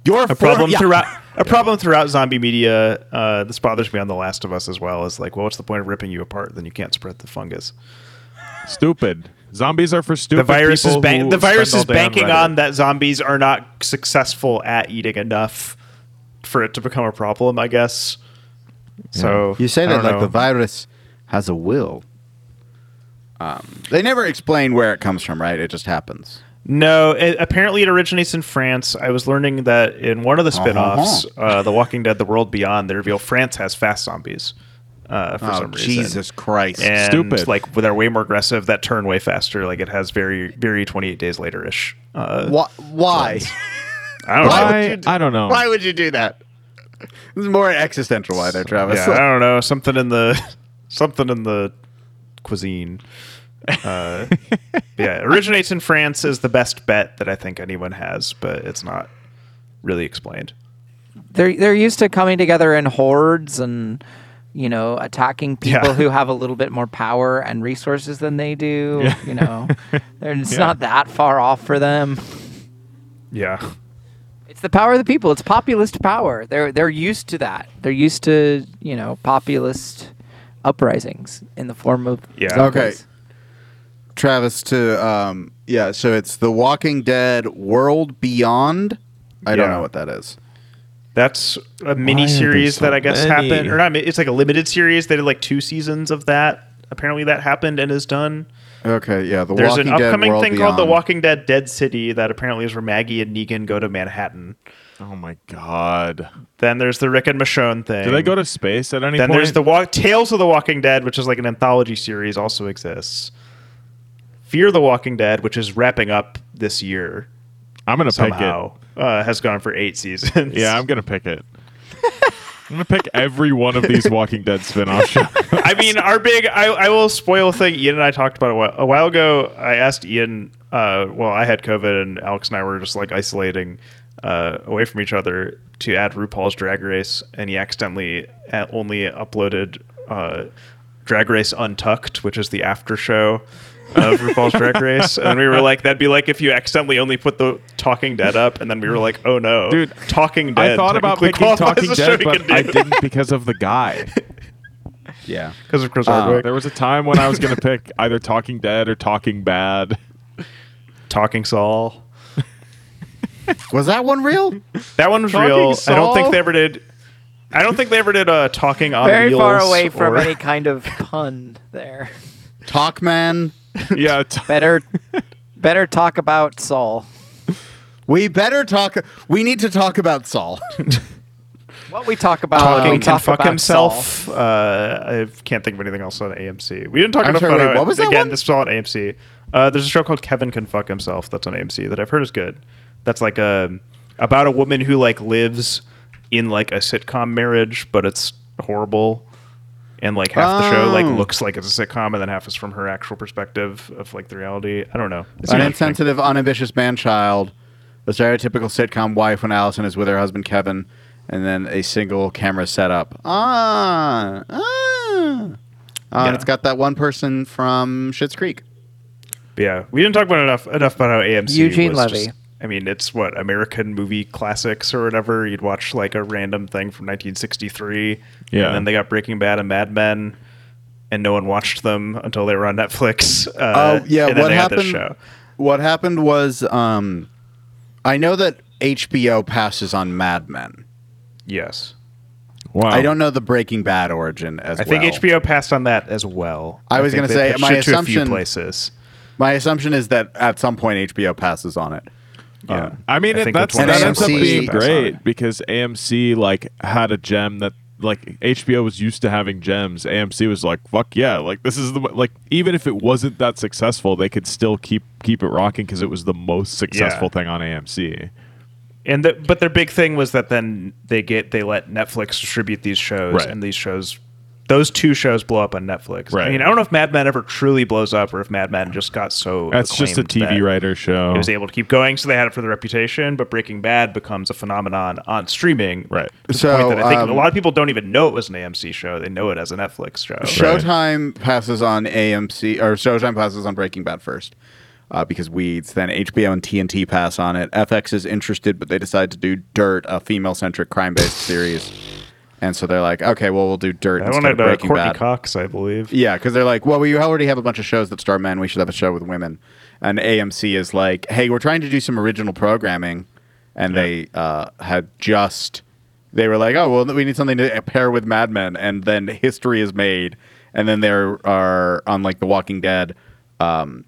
Your
a problem throughout a problem throughout zombie media. Uh, this bothers me on The Last of Us as well. Is like, well, what's the point of ripping you apart? Then you can't spread the fungus.
Stupid. Zombies are for stupid.
The virus is
people
ban-
who
the virus
spend all
is
day
banking
Reddit.
on that zombies are not successful at eating enough for it to become a problem. I guess. So
You say
I
that
don't
like the
know.
virus has a will. Um, they never explain where it comes from, right? It just happens.
No, it, apparently it originates in France. I was learning that in one of the
Uh-huh.
spin-offs, uh The Walking Dead: The World Beyond, they reveal France has fast zombies. Uh, for some reason.
Oh, Christ!
and
Stupid.
like they're way more aggressive that turn way faster like it has very very 28 days later ish uh,
Why? Why?
i don't
Why
know
would
I,
you do-
I don't know.
why would you do that? This is more an existential why there, Travis.
yeah, i don't know something in the something in the cuisine. Uh, yeah, it originates in France is the best bet that I think anyone has, but it's not really explained.
they're they're used to coming together in hordes and you know attacking people
Yeah.
who have a little bit more power and resources than they do. You know, They're- it's not that far off for them.
Yeah.
It's the power of the people. It's populist power. They're they're used to that. They're used to you know populist uprisings in the form of
Yeah.
Okay.
zombies.
Travis to um yeah, so it's The Walking Dead World Beyond. I don't
Yeah.
know what that is.
That's a mini series
so
that I guess
many?
happened, or not? mi- It's like a limited series. They did like two seasons of that. Apparently, that happened and is done.
Okay, yeah, The
There's
Walking
an upcoming
Dead World
thing
Beyond.
called The Walking Dead Dead City that apparently is where Maggie and Negan go to Manhattan.
Oh my god!
Then there's the Rick and Michonne thing.
Do they go to space at any
Then
point?
there's the walk- Tales of the Walking Dead, which is like an anthology series, also exists. Fear the Walking Dead, which is wrapping up this year
I'm gonna
somehow, uh, has gone for eight seasons.
pick it. Yeah, I'm gonna pick it. I'm gonna pick every one of these Walking Dead spin-off shows.
I mean, our big, I, I will spoil thing. Ian and I talked about it a while, a while ago. I asked Ian, uh, well, I had COVID and Alex and I were just like isolating uh, away from each other to add RuPaul's Drag Race, and he accidentally uh, only uploaded uh, Drag Race Untucked, which is the after show. Of RuPaul's Drag Race, and we were like, that'd be like if you accidentally only put the Talking Dead up, and then we were like, oh no,
Dude,
Talking Dead.
I thought about
technically
picking
qualifies
Talking
as a
Dead,
show you
but I didn't because of the guy.
Yeah.
because of Chris Hardwick.
Uh, There was a time when I was gonna pick either Talking Dead or Talking Bad.
Talking Saul.
Was that one real?
That one was
Talking
real. I don't think
Saul?
they ever did. I don't think they ever did uh, talking on
Very far
Wheels
away from
or-
any uh, kind of pun there.
Talk Man.
Yeah, t-
Better better talk about Saul.
We better talk we need to talk about Saul.
What we talk about when
Talking
we
can
talk
fuck
about Saul.
himself. Uh, I can't think of anything else on AMC. We didn't talk
I'm
enough
sorry,
about
wait,
it.
what was that
Again,
one?
this is all on AMC. Uh, there's a show called Kevin Can Fuck Himself that's on AMC that I've heard is good. That's like a about a woman who like lives in like a sitcom marriage, but it's horrible. And like half the show like
Oh.
looks like it's a sitcom, and then half is from her actual perspective of like the reality. I don't know. It's
An
interesting.
insensitive, unambitious man child, a stereotypical sitcom wife when Allison is with her husband Kevin, and then a single camera setup. Ah, ah. Uh,
Yeah.
And it's got that one person from Schitt's Creek.
But yeah, we didn't talk about enough enough about how AMC
Eugene
was
Levy.
just- I mean, it's what American movie classics or whatever. You'd watch like a random thing from 1963,
Yeah.
and then they got Breaking Bad and Mad Men, and no one watched them until they were on Netflix. Uh,
Oh yeah,
and then
what
they
happened?
Had this show.
What happened was, um, I know that HBO passes on Mad Men.
Yes,
wow.
I don't know the Breaking Bad origin as
Oh. I
well.
think HBO passed on that as well.
I was
think they
gonna say,
pitched
my
it to a few
assumption-
places.
My assumption is that at some point HBO passes on it.
Oh, Yeah,
I mean, it,
think
that's,
one
of
that
the
ends up
AMC
being
best on it.
great because AMC like had a gem that like HBO was used to having gems. AMC was like, fuck yeah, like this is the like even if it wasn't that successful, they could still keep keep it rocking because it was the most successful thing on AMC.
and the, but their big thing was that then they get they let Netflix distribute these shows,
Right.
and these shows, those two shows blow up on Netflix. I
Right.
mean, I don't know if Mad Men ever truly blows up, or if Mad Men just got so
That's just a
acclaimed that
TV writer show.
It was able to keep going, so they had it for the reputation. But Breaking Bad becomes a phenomenon on streaming,
Right.
to the point
So,
that I think a
um,
lot of people don't even know it was an AMC show; they know it as a Netflix show.
Showtime passes on AMC or Showtime passes on Breaking Bad first uh, because Weeds. Then HBO and TNT pass on it. FX is interested, but they decide to do Dirt, a female-centric crime-based series. And so they're like, okay, well, we'll do Dirt
That
instead
one
of
had uh,
Breaking
Courtney
Bad.
Cox, I believe.
Yeah, because they're like, well, we already have a bunch of shows that star men. We should have a show with women. And AMC is like, hey, we're trying to do some original programming, and they uh, had just they were like, oh, well, we need something to pair with Mad Men, and then history is made, and then there are on like The Walking Dead, um,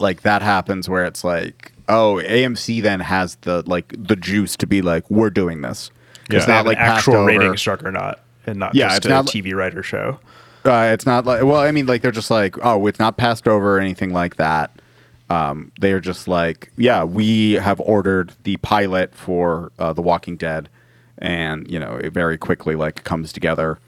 like that happens where it's like, oh, AMC then has the like the juice to be like, we're doing this.
It's not like
passed
actual
over.
ratings juggernaut, and not
Yeah,
just
it's
a
not-
TV writer show.
Uh, it's not like well, I mean, like they're just like, oh, it's not passed over or anything like that. Um, they are just like, yeah, we have ordered the pilot for uh, The Walking Dead, and you know, it very quickly like comes together,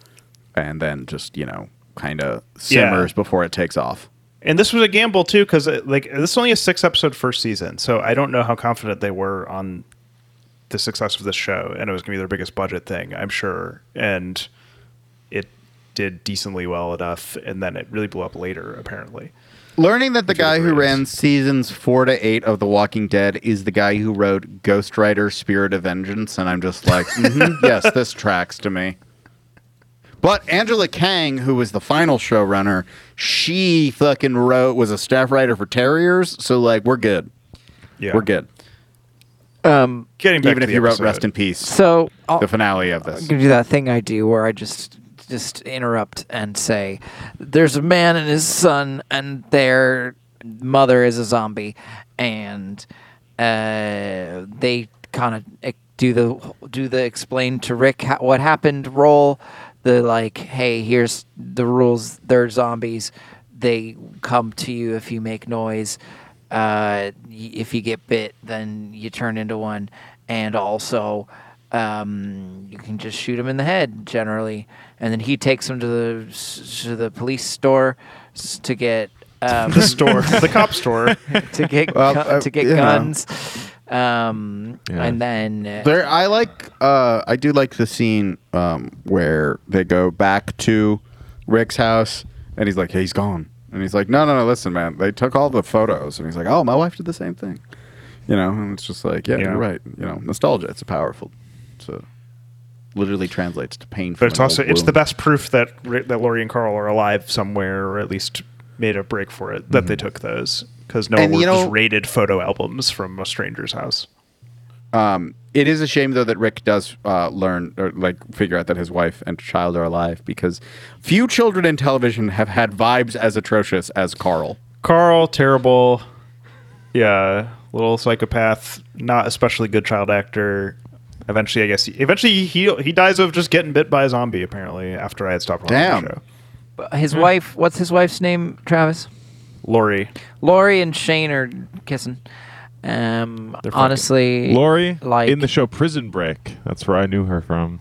and then just you know kind of simmers before it takes off.
And this was a gamble too, because like this is only a six episode first season, so I don't know how confident they were on the success of this show, and it was going to be their biggest budget thing, I'm sure, and it did decently well enough, and then it really blew up later, apparently.
Learning that the
are
guy
the
who
greatest.
ran seasons four to eight of The Walking Dead is the guy who wrote Ghost Rider Spirit of Vengeance, and I'm just like, mhm, yes, this tracks to me. But Angela Kang, who was the final showrunner, she fucking wrote, was a staff writer for Terriers, so like, we're good.
Yeah,
We're good.
Um,
Getting back
Even
to
if
the
you wrote
episode.
Rest in Peace,
so uh, I'll,
the finale of
I'm
this.
gonna do that thing I do where I just just interrupt and say, "There's a man and his son, and their mother is a zombie, and uh, they kind of do the do the explain to Rick ha- what happened role. The like, hey, here's the rules. They're zombies. They come to you if you make noise. Uh, y- if you get bit, then you turn into one, and also." um, you can just shoot him in the head generally, and then he takes him to the s- to the police store s- to get um,
the store, the cop store.
to get
Well,
gu-
uh,
to get
you know.
guns, um,
Yeah.
and then uh,
There, I like. Uh, I do like the scene um, where they go back to Rick's house, and he's like, "Yeah, he's gone." And he's like, "No, no, no. Listen, man. They took all the photos." And he's like, "Oh, my wife did the same thing." You know, and it's just like, yeah,
Yeah.
you're right. You know, nostalgia. It's a powerful. So, literally translates to pain. from
But it's
an
also
old
it's the
wound.
best proof that Ri- that Laurie and Carl are alive somewhere, or at least made a break for it that they
Mm-hmm.
took those because no
And,
one
you
just
know-
raided photo albums from a stranger's house.
Um, It is a shame though that Rick does uh, learn or like figure out that his wife and child are alive because few children in television have had vibes as atrocious as Carl.
Carl, terrible. Yeah, little psychopath, not especially good child actor. Eventually, I guess he, eventually he he dies of just getting bit by a zombie. Apparently, after I had stopped watching
Damn.
the show,
his wife. What's his wife's name? Travis,
Lori,
Lori, and Shane are kissing. Um,
They're fucking-
honestly,
Lori
like
in the show Prison Break. That's where I knew her from.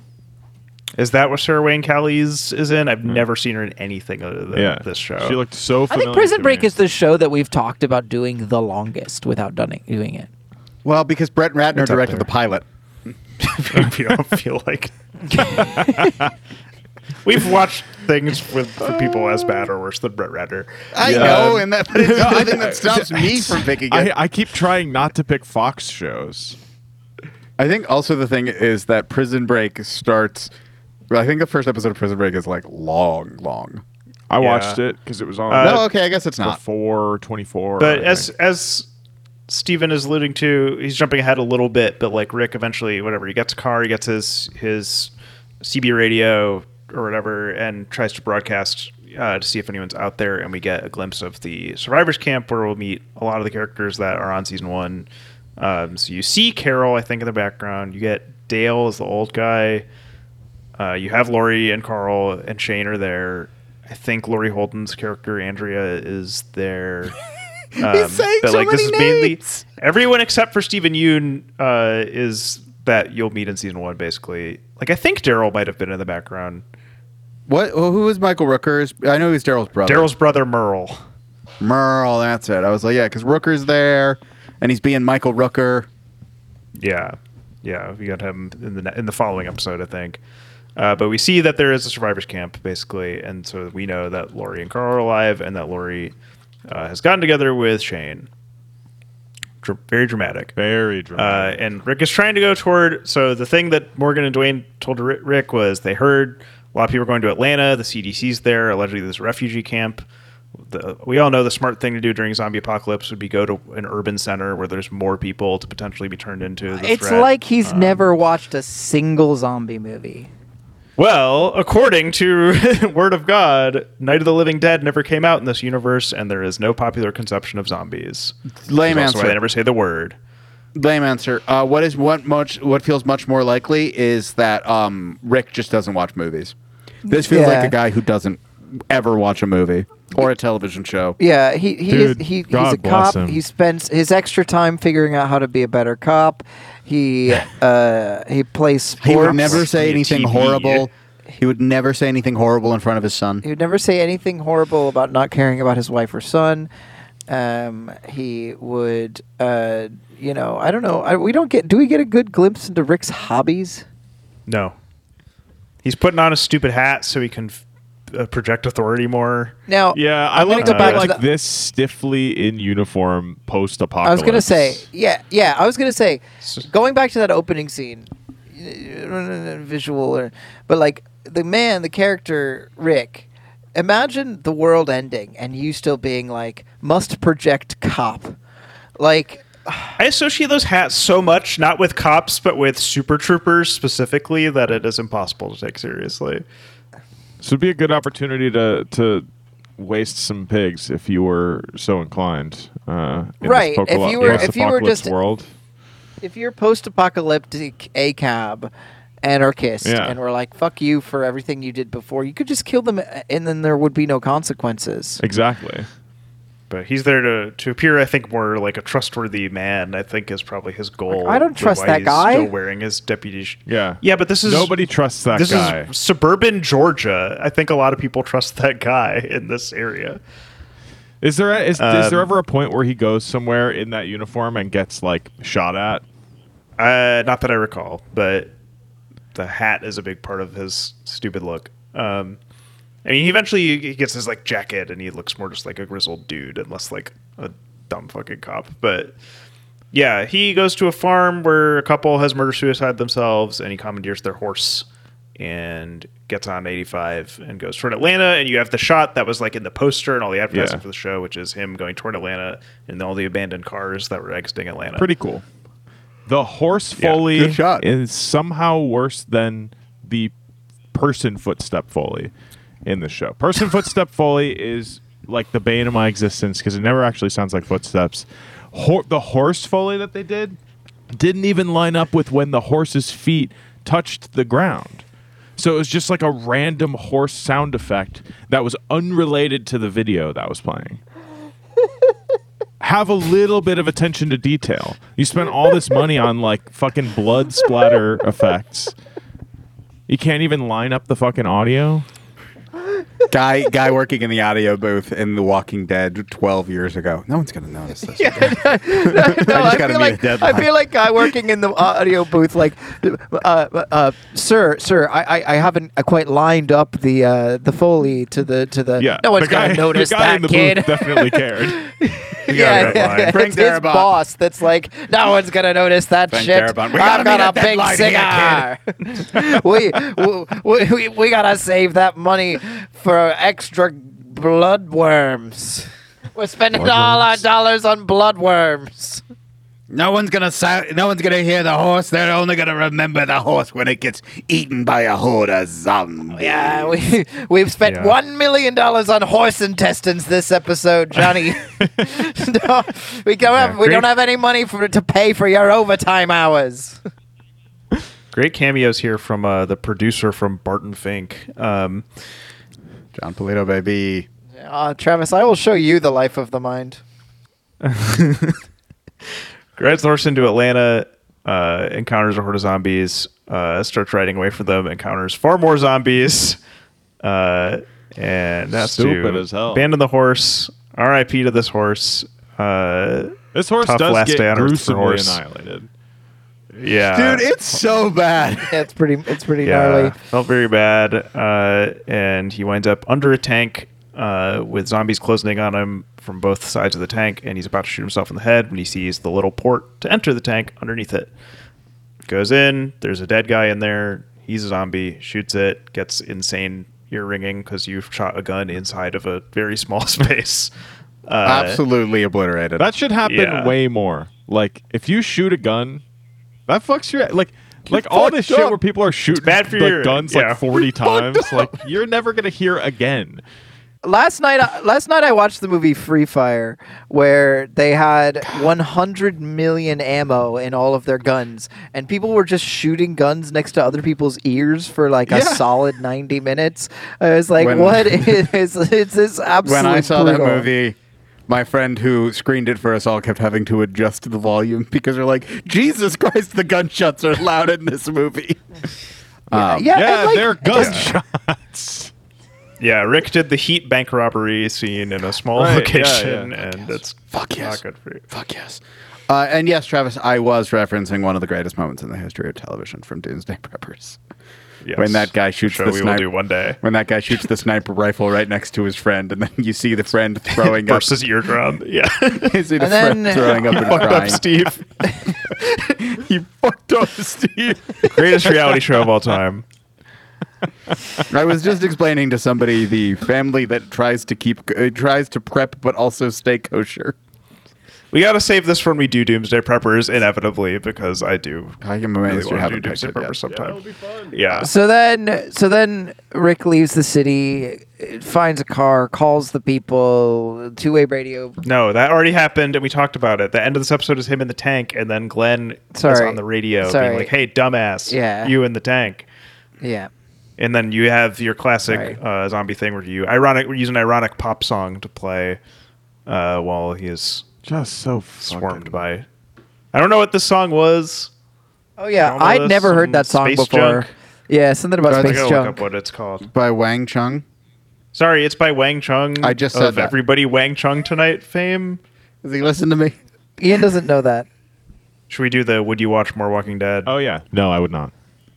is that what Sarah Wayne Callies is in? I've never seen her in anything other than
Yeah,
this show.
She looked so.
I
Familiar
think Prison
to
Break
me.
is the show that we've talked about doing the longest without doing doing it.
Well, because Brett Ratner
It's up
directed
there.
the pilot.
if you don't feel like. We've watched things with for people as bad or worse than Brett Ratner.
I know, and that, but it's the thing that stops me from picking it.
I, I keep trying not to pick Fox shows.
I think also the thing is that Prison Break starts. I think the first episode of Prison Break is like long, long.
Yeah.
I
Uh,
watched it because it was on.
no, okay, I guess it's not.
before 24.
But
I
as
think.
as Steven is alluding to, he's jumping ahead a little bit, but like Rick eventually whatever, he gets a car, he gets his his CB radio or whatever and tries to broadcast uh, to see if anyone's out there and we get a glimpse of the survivors camp where we'll meet a lot of the characters that are on season 1. Um, so you see Carol I think in the background. You get Dale as the old guy. Uh, you have Laurie and Carl and Shane are there. I think Laurie Holden's character Andrea is there. Um, He's
saying so many names.
everyone except for Stephen Yoon uh, is that you'll meet in season one, basically. Like I think Daryl might have been in the background.
What? Well, who was Michael Rooker's? I know he's Daryl's brother.
Daryl's brother Merle.
Merle. That's it. I was like, yeah, because Rooker's there, and he's being Michael Rooker.
Yeah, yeah, we got him in the ne- in the following episode, I think. Uh, but we see that there is a survivors camp basically, and so we know that Lori and Carl are alive, and that Lori uh, has gotten together with Shane. Dr- very dramatic.
very dramatic.
Uh, and Rick is trying to go toward. So the thing that Morgan and Dwayne told Ri- Rick was they heard a lot of people are going to Atlanta. The CDC's there, allegedly this refugee camp. The, we all know the smart thing to do during zombie apocalypse would be go to an urban center where there's more people to potentially be turned into. The
It's
threat. Uh,
like he's
Um,
never watched a single zombie movie.
well, according to Word of God, Night of the Living Dead never came out in this universe, and there is no popular conception of zombies.
Lame
That's why
answer.
they never say the word.
Lame answer. Uh, what is what much? What feels much more likely is that um, Rick just doesn't watch movies. This feels
Yeah.
like a guy who doesn't ever watch a movie or a television show.
Yeah, he he is,
Dude,
he he's
God
a
bless
cop.
him.
He spends his extra time figuring out how to be a better cop. He uh he plays sports.
He would never say
Be a
anything
TV.
horrible. He would never say anything horrible in front of his son.
He would never say anything horrible about not caring about his wife or son. Um, he would, uh, you know, I don't know. I, we don't get. Do we get a good glimpse into Rick's hobbies?
No. He's putting on a stupid hat so he can f- uh, project authority more.
Now,
Yeah, I
I'm gonna
like
oh, go back
I
to
like
the-
this stiffly in uniform post apocalypse.
I was gonna say, yeah, yeah. I was gonna say, going back to that opening scene, visual, or, but like the man, the character Rick. Imagine the world ending and you still being like must project cop, like
I associate those hats so much, not with cops, but with super troopers specifically, that it is impossible to take seriously.
this would be a good opportunity to to waste some pigs if you were so inclined. Uh, in this
Right, if
pocalo-
you were- if you were
post-apocalypse
just-
world.
if you're post-apocalyptic ACAB anarchist
Yeah.
and we're like fuck you for everything you did before, you could just kill them uh, and then there would be no consequences.
Exactly.
But he's there to, to appear, I think, more like a trustworthy man. I think is probably his goal.
I don't
with
trust
why
that
he's
guy.
Still wearing his deputy. sh-
Yeah.
Yeah, but this is
Nobody trusts that
this
guy.
is suburban Georgia. I think a lot of people trust that guy in this area.
Is there a, is, is
Um,
there ever a point where he goes somewhere in that uniform and gets like shot at?
Uh, not that I recall, but the hat is a big part of his stupid look. Um, I mean, he eventually he gets his like jacket, and he looks more just like a grizzled dude, and less like a dumb fucking cop. But yeah, he goes to a farm where a couple has murder suicide themselves, and he commandeers their horse and gets on 85 and goes toward Atlanta. And you have the shot that was like in the poster and all the advertising
Yeah.
for the show, which is him going toward Atlanta and all the abandoned cars that were exiting Atlanta.
Pretty cool. The horse
Yeah,
foley
good shot.
is somehow worse than the person footstep foley in the show. Person footstep foley is like the bane of my existence because it never actually sounds like footsteps. Hor- the horse foley that they did didn't even line up with when the horse's feet touched the ground. So it was just like a random horse sound effect that was unrelated to the video that was playing. Have a little bit of attention to detail. You spent all this money on like fucking blood splatter effects. You can't even line up the fucking audio.
guy guy working in the audio booth in The Walking Dead 12 years ago. No one's going to notice this.
No,
I just
I, feel
gotta meet a
like
deadline.
I feel like I working in the audio booth. Like, uh, uh, uh, sir, sir, I, I, I haven't uh, quite lined up the uh, the foley to the to the.
Yeah.
no one's
the guy,
gonna notice
the guy
that
in the
kid.
Booth definitely cared.
yeah,
got a deadline.
yeah.
Bring
it's his
Darabont.
boss that's like, no one's gonna notice that
Bring
shit.
Darabont. We
I've
gotta
got a
meet
big
a
cigar. we, we, we we gotta save that money for extra bloodworms. We're spending all our dollars on bloodworms.
no one's going to sound, no one's going to hear the horse. They're only going to remember the horse when it gets eaten by a horde of zombies.
Yeah, we we've spent
Yeah.
one million dollars on horse intestines this episode, Johnny. No, we don't have we don't
great.
have any money for to pay for your overtime hours.
Great cameos here from uh, the producer from Barton Fink. Um,
John Polito, baby.
Uh, Travis, I will show you the life of the mind.
rides the horse into Atlanta, uh, encounters a horde of zombies, uh, starts riding away from them, encounters far more zombies, uh, and that's
Stupid
to
as hell.
Abandon the horse. R.I.P. to this horse. Uh,
This horse
Tough
does
last
get
day on Earth for
gruesomely
horse.
annihilated.
yeah,
Dude, it's so bad.
Yeah, it's pretty. It's pretty
yeah,
gnarly.
felt very bad. Uh, and he winds up under a tank uh, with zombies closing on him from both sides of the tank, and he's about to shoot himself in the head when he sees the little port to enter the tank underneath it. Goes in, there's a dead guy in there. He's a zombie, shoots it, gets insane ear ringing because you've shot a gun inside of a very small space. Uh,
Absolutely obliterated.
That should happen
Yeah.
way more. Like if you shoot a gun, that fucks your like like all this
fucked
shit
up.
where people are shooting
bad for
like,
your-
guns
yeah.
like forty times. Like you're never gonna hear again.
Last night, I- last night I watched the movie Free Fire, where they had 100 million ammo in all of their guns, and people were just shooting guns next to other people's ears for like a
Yeah.
solid 90 minutes. I was like,
When-
"What is it's this absolute?"
when I saw
brutal.
that movie, my friend who screened it for us all kept having to adjust the volume because they're like, Jesus Christ, the gunshots are loud in this movie.
Yeah, yeah,
Um,
and,
Yeah,
like,
they're gunshots.
Yeah, Rick did the heat bank robbery scene in a small
Right, yeah,
location,
yeah.
and it's
Fuck
not
yes.
good for you.
Fuck yes. Uh, and yes, Travis, I was referencing one of the greatest moments in the history of television from Doomsday Preppers.
Yes.
When that guy shoots
Sure,
the
we will
sniper
do one day.
When that guy shoots the sniper rifle right next to his friend, and then you see the friend throwing up.
Versus eardrum. Yeah.
you see the
And
friend
then-
throwing up and
Fucked up
crying.
Steve.
you fucked up, Steve.
Greatest reality show of all time.
I was just explaining to somebody the family that tries to keep uh, tries to prep but also stay kosher.
We got to save this when we do Doomsday Preppers, inevitably, because I do
I am amazed you
really want to do
haven't picked
Doomsday
it
Preppers
yet.
sometime. Yeah.
So then, so then Rick leaves the city, finds a car, calls the people, two-way radio.
No, that already happened, and we talked about it. The end of this episode is him in the tank, and then Glenn is
Sorry.
on the radio
Sorry.
being like, "Hey, dumbass,
Yeah.
you in the tank."
Yeah.
And then you have your
Sorry.
classic uh, zombie thing where you ironic, we use an ironic pop song to play uh, while he is
Just so
swarmed
fucking-
by. I don't know what this song was.
Oh yeah,
Drama
I'd never heard
some
that song
space
before.
junk.
Yeah, something about
I
I
think
space
gotta look
junk.
up what it's called.
By Wang Chung.
Sorry, it's by Wang Chung.
I just
of
said that.
everybody Wang Chung tonight fame.
Does he listen to me?
Ian doesn't know that.
Should we do the Would you watch more Walking Dead?
Oh yeah, no, I would not.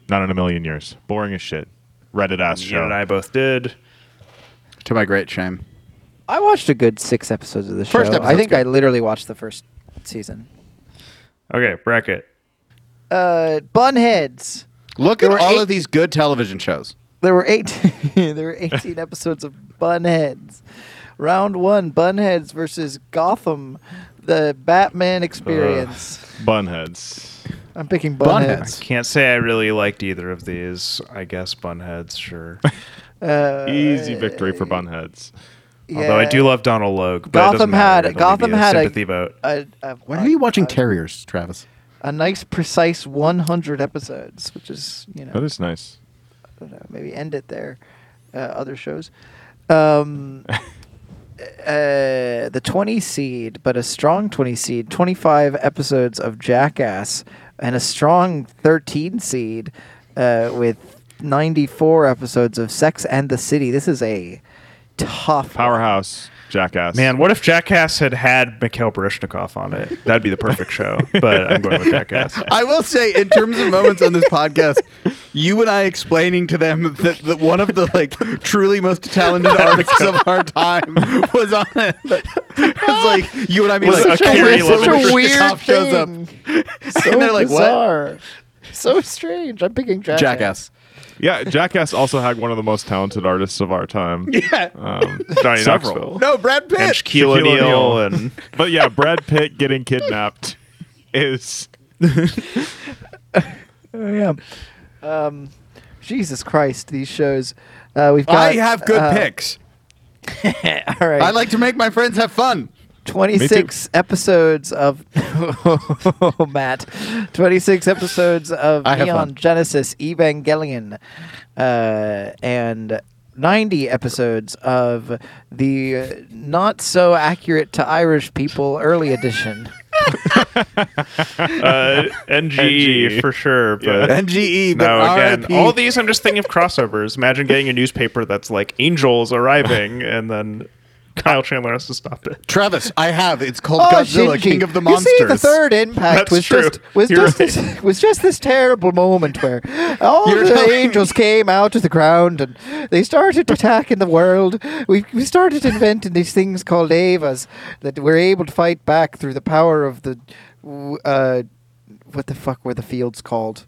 Not in a million years. Boring as shit. Reddit ass
Ian
show.
and I both did.
To my great shame.
I watched a good six episodes of the show.
First
I
episode's
think
good.
I literally watched the first season.
Okay, bracket.
Uh, Bunheads.
Look
There
at
were
all
eight-
of these good television shows.
There were eight. there were eighteen episodes of Bunheads. Round one: Bunheads versus Gotham, the Batman Experience.
Bunheads.
I'm picking Bunheads.
Can't say I really liked either of these. I guess Bunheads, sure.
Uh,
Easy victory for bunheads.
Although I
yeah.
do love Donald Logue. But
Gotham had- Gotham had a-
sympathy vote.
a, a,
When are you watching Terriers, Travis?
a nice, precise 100 episodes, which is you know
That is nice.
I don't know, maybe end it there. Uh, other shows. Um, uh, the 20 seed, but a strong 20 seed, 25 episodes of Jackass, and a strong 13 seed uh, with 94 episodes of Sex and the City. This is a tough one.
Powerhouse jackass.
Man, what if Jackass had had Mikhail Baryshnikov on it? That'd be the perfect show. But I'm going with Jackass.
I will say, in terms of moments on this podcast, you and I explaining to them that, that one of the like truly most talented artists of our time was on it. It's like you and I mean,
Was
like,
a Carrie
Carrie
Lemon
Lemon
Levin-
Cop shows up.
So
And they're like, what?
bizarre. So strange. I'm picking Jackass.
Jackass.
Yeah, Jackass also had one of the most talented artists of our time.
Yeah.
Um,
Johnny
Several.
Knoxville.
No, Brad Pitt.
And Shaquille
Shaquille
O'Neal
O'Neal.
and
but yeah, Brad Pitt getting kidnapped is
Oh, Yeah. Um, Jesus Christ, these shows. Uh, we've got.
I have good
uh,
picks.
All right.
I like to make my friends have fun.
26 episodes of Matt. 26 episodes of
I have
Neon
fun.
Genesis Evangelion uh, and 90 episodes of the uh, not so accurate to Irish people early edition.
uh, NG,
NG.
for sure. But
Yeah.
NGE, E, but
no, again,
RIP.
all these I'm just thinking of crossovers. Imagine getting a newspaper that's like angels arriving, and then Kyle Chandler has to stop it.
Travis, I have. It's called
Oh,
Godzilla,
Shinji.
King of the
You
Monsters.
see, the third
That's
impact was
true.
just was
You're
just this, was just this terrible moment where all
You're
the
telling-
angels came out of the ground and they started attacking the world. We we started inventing these things called Avas that were able to fight back through the power of the w- uh, what the fuck were the fields called?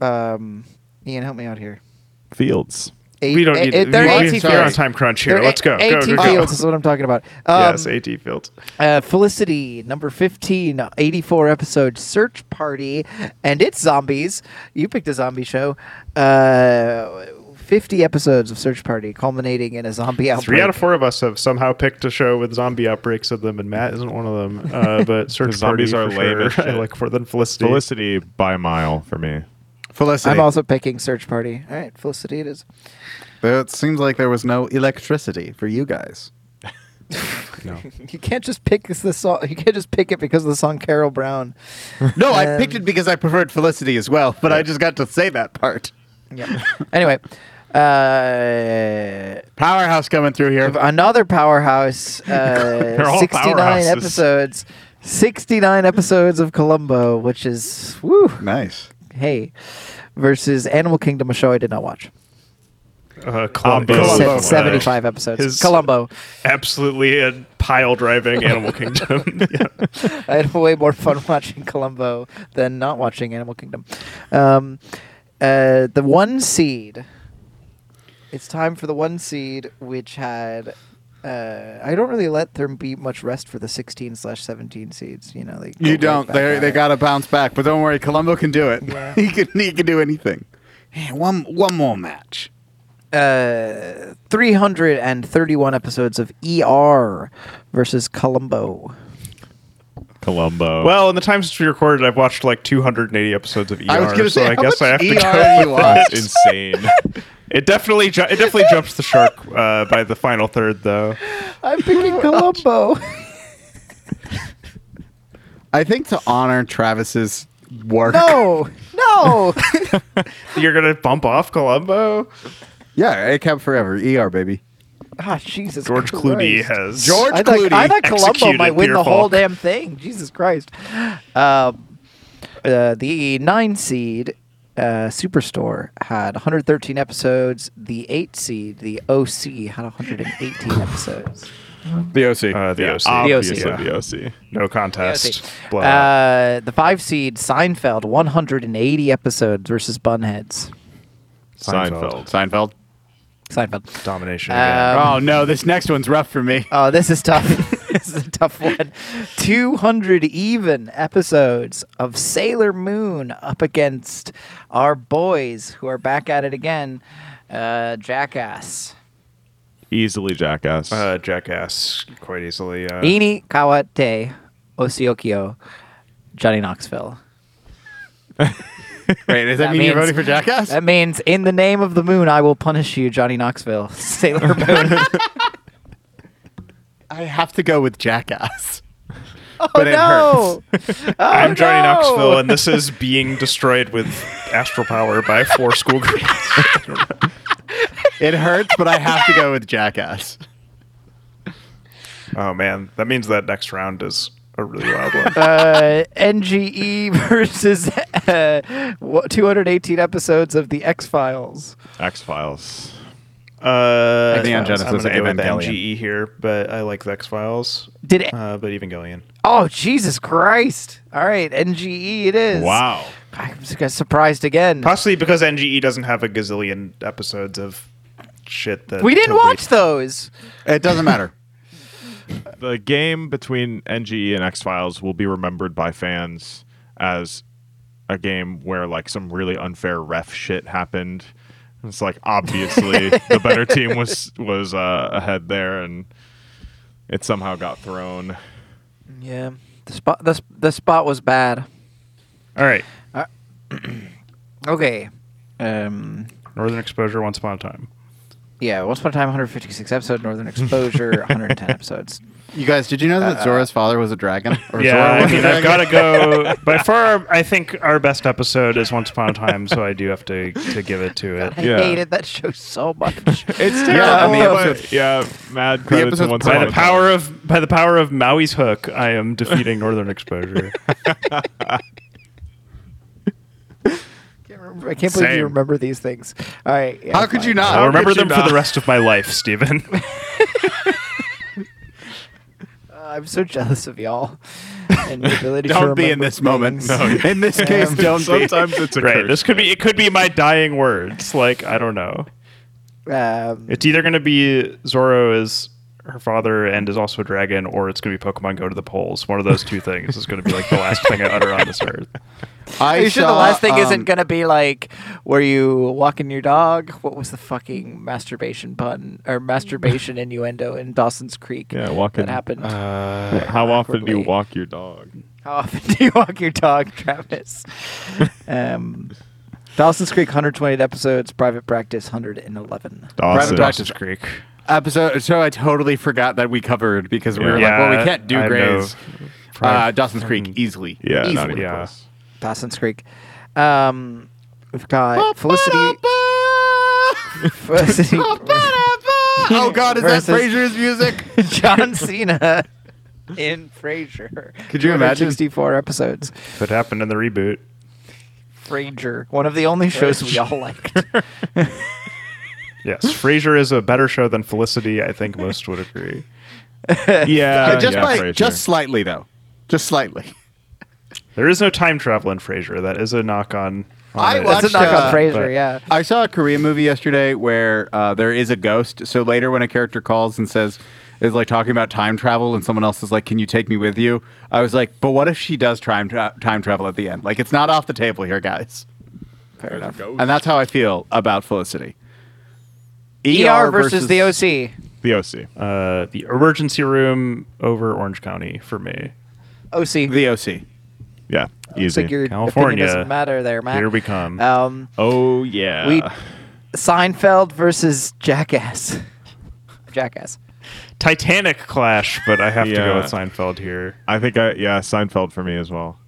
Um, Ian, help me out here.
Fields.
Eight,
We don't
eh,
need.
eh,
it.
they're
we,
18
are on
fields.
time crunch here.
They're
Let's go.
eh,
Go,
18
go, go.
fields is what I'm talking about. Um,
yes, AT Fields.
uh, Felicity, number 15, 84 episode search party, and it's zombies. You picked a zombie show. Uh, 50 episodes of search party, culminating in a zombie outbreak.
Three out of four of us have somehow picked a show with zombie outbreaks of them, and Matt isn't one of them. Uh, but search
zombies
Party
are
for
lame
sure.
as shit.
I like for than Felicity.
Felicity by mile for me.
Felicity.
I'm also picking search party. All right, Felicity it is.
It seems like there was no electricity for you guys.
You can't just pick the song. You can't just pick it because of the song Carol Brown.
No, I
Um,
picked it because I preferred Felicity as well, but I just got to say that part.
Yeah. anyway, uh,
Powerhouse coming through here.
another powerhouse. Uh,
all
69
powerhouses.
episodes. 69 episodes of Columbo, which is woo.
Nice.
Hey, versus Animal Kingdom, a show I did not watch.
Uh, Columbo.
Um, Columbo.
Se-
was, uh,
75 episodes.
his-
Columbo.
Absolutely a pile driving Animal Kingdom. Yeah.
I had way more fun watching Columbo than not watching Animal Kingdom. Um, uh, the one seed. It's time for the one seed, which had. Uh, I don't really let there be much rest for the 16 slash 17 seeds. You know, they go
You
right
don't.
back
They
at
they
it.
got to bounce back. But don't worry, Colombo can do it.
Yeah.
he can he can do anything. Man, one one more match.
uh, 331 episodes of ER versus Columbo.
Oh.
Columbo.
Well, in the time since we recorded, I've watched like 280 episodes of ER,
I was gonna
so
say,
I
how
guess I have
much
to
ER
go.
have you watched?
that's insane.
It definitely, ju- it definitely jumps the shark uh, by the final third, though.
I'm picking Columbo.
I think to honor Travis's work.
no, no.
You're gonna bump off Columbo.
Yeah, it kept forever. ER baby.
Ah, Jesus.
George
Christ.
Clooney has
George
I thought, I
Clooney
thought Columbo
executed
might win
Peter
the whole
Falk.
damn thing. Jesus Christ. Um, uh, the nine seed uh, Superstore had 113 episodes. The eight seed, the OC, had 118 episodes.
The OC.
uh, the
Yeah,
OC.
obviously
Yeah.
the OC.
No contest. Blowout.
Uh, the five seed Seinfeld, 180 episodes versus Bunheads.
Seinfeld.
Seinfeld.
Seinfeld.
domination. again.
Um,
oh no, this next one's rough for me.
Oh, this is tough. this is a tough one. 200 even episodes of Sailor Moon up against our boys who are back at it again. Uh, Jackass.
Easily jackass.
Uh, jackass quite easily. Uh,
Ini Kawate Osiokio. Johnny Knoxville.
Wait, does that,
That
mean
means-
you're voting for Jackass?
That means, in the name of the moon, I will punish you, Johnny Knoxville. Sailor Moon.
I have to go with Jackass.
oh,
But it
no. Oh,
I'm Johnny
no.
Knoxville, and this is being destroyed with astral power by four schoolgirls.
It hurts, but I have to go with Jackass.
oh man, that means that next round is a really wild one.
uh, NGE versus uh, wha- 218 episodes of The X Files.
X Files.
Uh,
Neon Genesis
I'm gonna go with
Evangelion.
MGE here, but I like the X Files.
Did it?
Uh-huh.
Uh, but Evangelion.
oh, Jesus Christ. All right, NGE it is.
Wow.
I'm s- surprised again.
Possibly because NGE doesn't have a gazillion episodes of shit that
we didn't
totally-
watch those.
It doesn't matter.
The game between NGE and X Files will be remembered by fans as a game where like some really unfair ref shit happened. It's like obviously the better team was was uh, ahead there, and it somehow got thrown.
Yeah. The spot, the, sp- the spot was bad.
All right,
Okay. Um,
Northern Exposure. Once upon a time.
yeah, Once Upon a Time, 156 episodes, Northern Exposure, 110 episodes.
You guys, did you know that Zora's father was a dragon? Or Zora
Yeah, I
was a
mean, I've
dragon?
got to go. By far, I think our best episode is Once Upon a Time, so I do have to to give it to
I
it.
Yeah.
hated that show so much.
It's
terrible,
terrible. Yeah,
but-
mad credit to
episode's
once
By
Upon
the
a
power of by the power of Maui's hook, I am defeating Northern Exposure.
can't remember- I can't believe you
Same.
remember these things. All right. yeah,
How could
fine.
you not?
I'll remember
could you
them for
not?
the rest of my life, Stephen.
Uh, I'm so jealous of y'all and the ability to
Don't be in
remember
this moment.
things.
In this case, don't be.
Sometimes it's a
right.
curse,
This could be
man.
it could be my dying words. Like I don't know.
Um,
It's either going to be Zoro is her father and is also a dragon, or it's going to be Pokemon Go to the polls. One of those two things is going to be like the last thing I utter on this earth.
I
are you sure the
saw,
last thing
um,
isn't gonna be like, were you walking your dog? What was the fucking masturbation pun or masturbation innuendo in Dawson's Creek?
Yeah, walking-
That
Uh,
happened.
uh,
How often do you
awkwardly.
walk your dog?
How often do you walk your dog, Travis? um, Dawson's Creek, 128 episodes. Private Practice, 111.
Private
Dawson.
practice
Creek.
episode. So I totally forgot that we covered because we were
Yeah.
like, well, we
Yeah,
can't do
I
Grays.
know.
Uh, Dawson's Creek easily.
Yeah, not
easily.
even
Yeah.
close.
Dawson's Creek. Um, we've got Felicity. versus
oh God, is
Versus-
that Frasier's music?
John Cena in Frasier.
Could you imagine?
64 episodes.
If it happened in the reboot.
Frasier, one of the only shows we all liked.
Yes, Frasier is a better show than Felicity. I think most would agree.
yeah,
Uh, just
yeah,
by
Frasier.
just slightly though, just slightly.
There is no time travel in Frasier. That is a knock on. on
I
it.
watched-
That's a knock on
uh,
Frasier,
but-
yeah.
I saw a Korean movie yesterday where uh, there is a ghost. So later, when a character calls and says is like talking about time travel, and someone else is like, "Can you take me with you?" I was like, "But what if she does time tra- time travel at the end? Like, it's not off the table here, guys."
Fair enough.
Oh,
And that's how I feel about Felicity. E
ER versus the OC.
the OC.
uh, the emergency room over Orange County for me.
OC.
The OC.
Yeah, easy.
Figured
California.
opinion doesn't matter there, Matt.
Here we come.
Um,
Oh yeah.
we
Uh.
Seinfeld versus Jackass. Jackass.
Titanic clash, but I have to
Yeah.
go with Seinfeld here.
I think I yeah Seinfeld for me as well.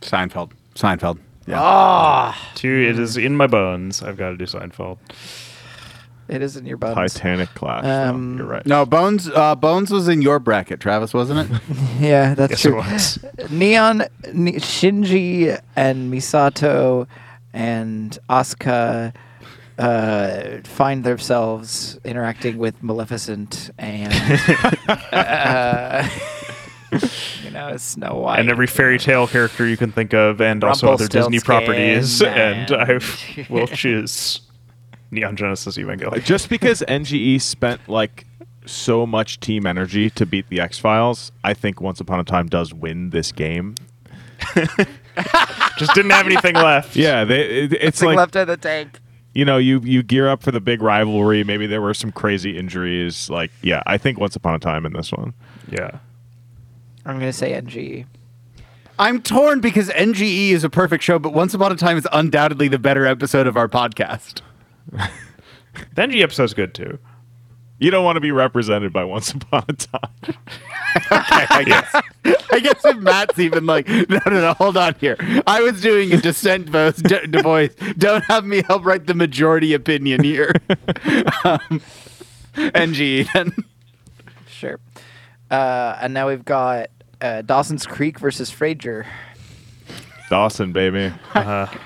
Seinfeld. Seinfeld. Yeah.
Ah.
Two, it is in my bones. I've got to do Seinfeld.
It is in your bones.
Titanic clash.
Um,
though. You're right.
No, Bones. Uh, Bones was in your bracket, Travis, wasn't it?
Yeah,
Yes,
that's
it
true.
was.
Neon, Ni- Shinji, and Misato, and Asuka uh, find themselves interacting with Maleficent and uh, you know Snow White.
and every fairy tale character you can think of, and also other Disney properties.
Rumpelstiltskin
And I
and-
will choose Neon Genesis Evangelion.
Just because NGE spent like so much team energy to beat the X Files, I think Once Upon a Time does win this game.
Just didn't have anything left.
Yeah, they, it, it's
Something
like
left in the tank.
you know you you gear up for the big rivalry. Maybe there were some crazy injuries. Like yeah, I think Once Upon a Time in this one.
Yeah.
I'm gonna say NG.
I'm torn because NGE is a perfect show, but Once Upon a Time is undoubtedly the better episode of our podcast.
The NG episode's good too.
You don't want to be represented by Once Upon a Time.
I guess. I guess if Matt's even like, no, no, no, hold on here. I was doing a dissent vote, d- d- voice. Don't have me help write the majority opinion here. um, E NGE then.
Sure. Uh, and now we've got uh, Dawson's Creek versus Frasier.
Dawson, baby,
Frasier.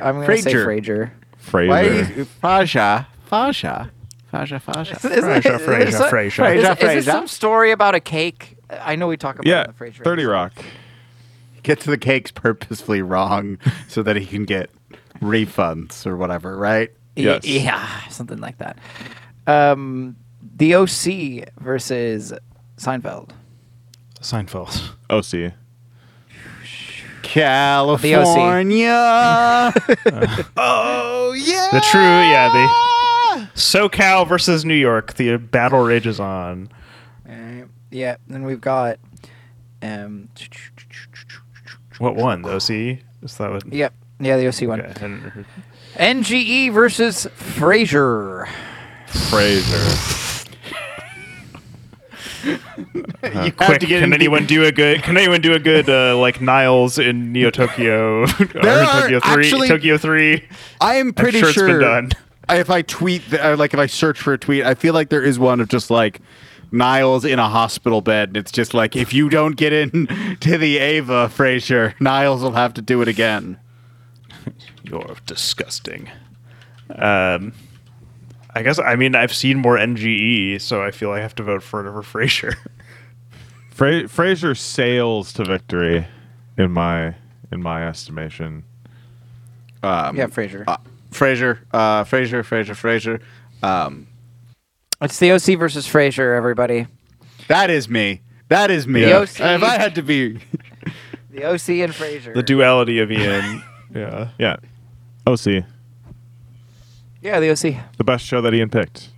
I'm gonna say
Frasier.
Fraser.
Frasier.
Fasha, Fasha, Fasha, Fasha.
Is it-
Frasier,
is there
Frasier,
some-
Frasier.
Is,
Frasier,
is this
Frasier.
some story about a cake? I know we talk about it
Yeah,
in the Frasier.
Thirty
episode.
Rock.
Gets the cakes purposefully wrong so that he can get refunds or whatever, right?
Y-
Yes.
Yeah, something like that. Um, the OC versus Seinfeld.
Seinfeld.
OC.
California. oh yeah.
The true, yeah, the SoCal versus New York. The battle rages on.
Alright. Uh, Yeah, then we've got. Um,
What one? The OC? Is that what?
yep. Yeah, the OC one.
Okay, I hadn't heard.
NGE E versus Frasier.
Fraser.
you
Quick, can anyone do a good? Can anyone do a good uh, like Niles in Neo Tokyo? or in
There are
Tokyo Three.
actually-
Tokyo Three.
I am pretty
sure
sure,
it's been done.
I- If I tweet, the, or like if I search for a tweet, I feel like there is one of just like Niles in a hospital bed, and it's just like if you don't get in to the Ava Fraser, Niles will have to do it again.
You're disgusting. Um, I guess I mean I've seen more NGE, so I feel I have to vote for it over Frasier.
Fra- Fraser sails to victory, in my in my estimation.
yeah, Frasier.
Fraser, uh, Fraser, Fraser, Fraser. Um,
it's the OC versus Frasier, everybody.
that is me. That is me.
The
If
OC.
I had to be,
The OC and Frasier.
the duality of Ian. yeah.
Yeah, OC,
yeah, the OC.
the best show that Ian picked.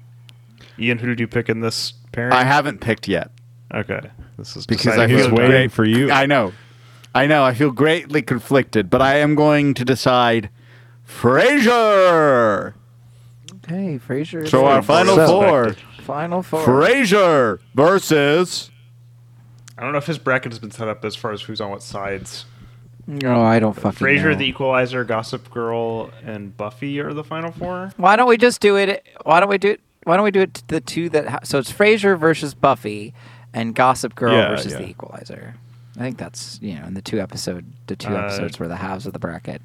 Ian, who did you pick in this pairing?
I haven't picked yet.
Okay. This is
Because
deciding
I
He's
who's
feel
waiting
winning.
great.
for you.
I know. I know. I feel greatly conflicted, but I am going to decide Frasier.
Okay, Frasier.
So our final
So-
four
Final four.
Frasier versus
I don't know if his bracket has been set up as far as who's on what sides.
No, Oh, I don't fucking
Frasier,
know.
The Equalizer, Gossip Girl, and Buffy are the final four.
Why don't we just do it? Why don't we do it? Why don't we do it to the two that? Ha- so it's Frasier versus Buffy, and Gossip Girl
Yeah,
versus
yeah.
The Equalizer. I think that's you know in the two episode the two
Uh,
episodes were the halves of the bracket.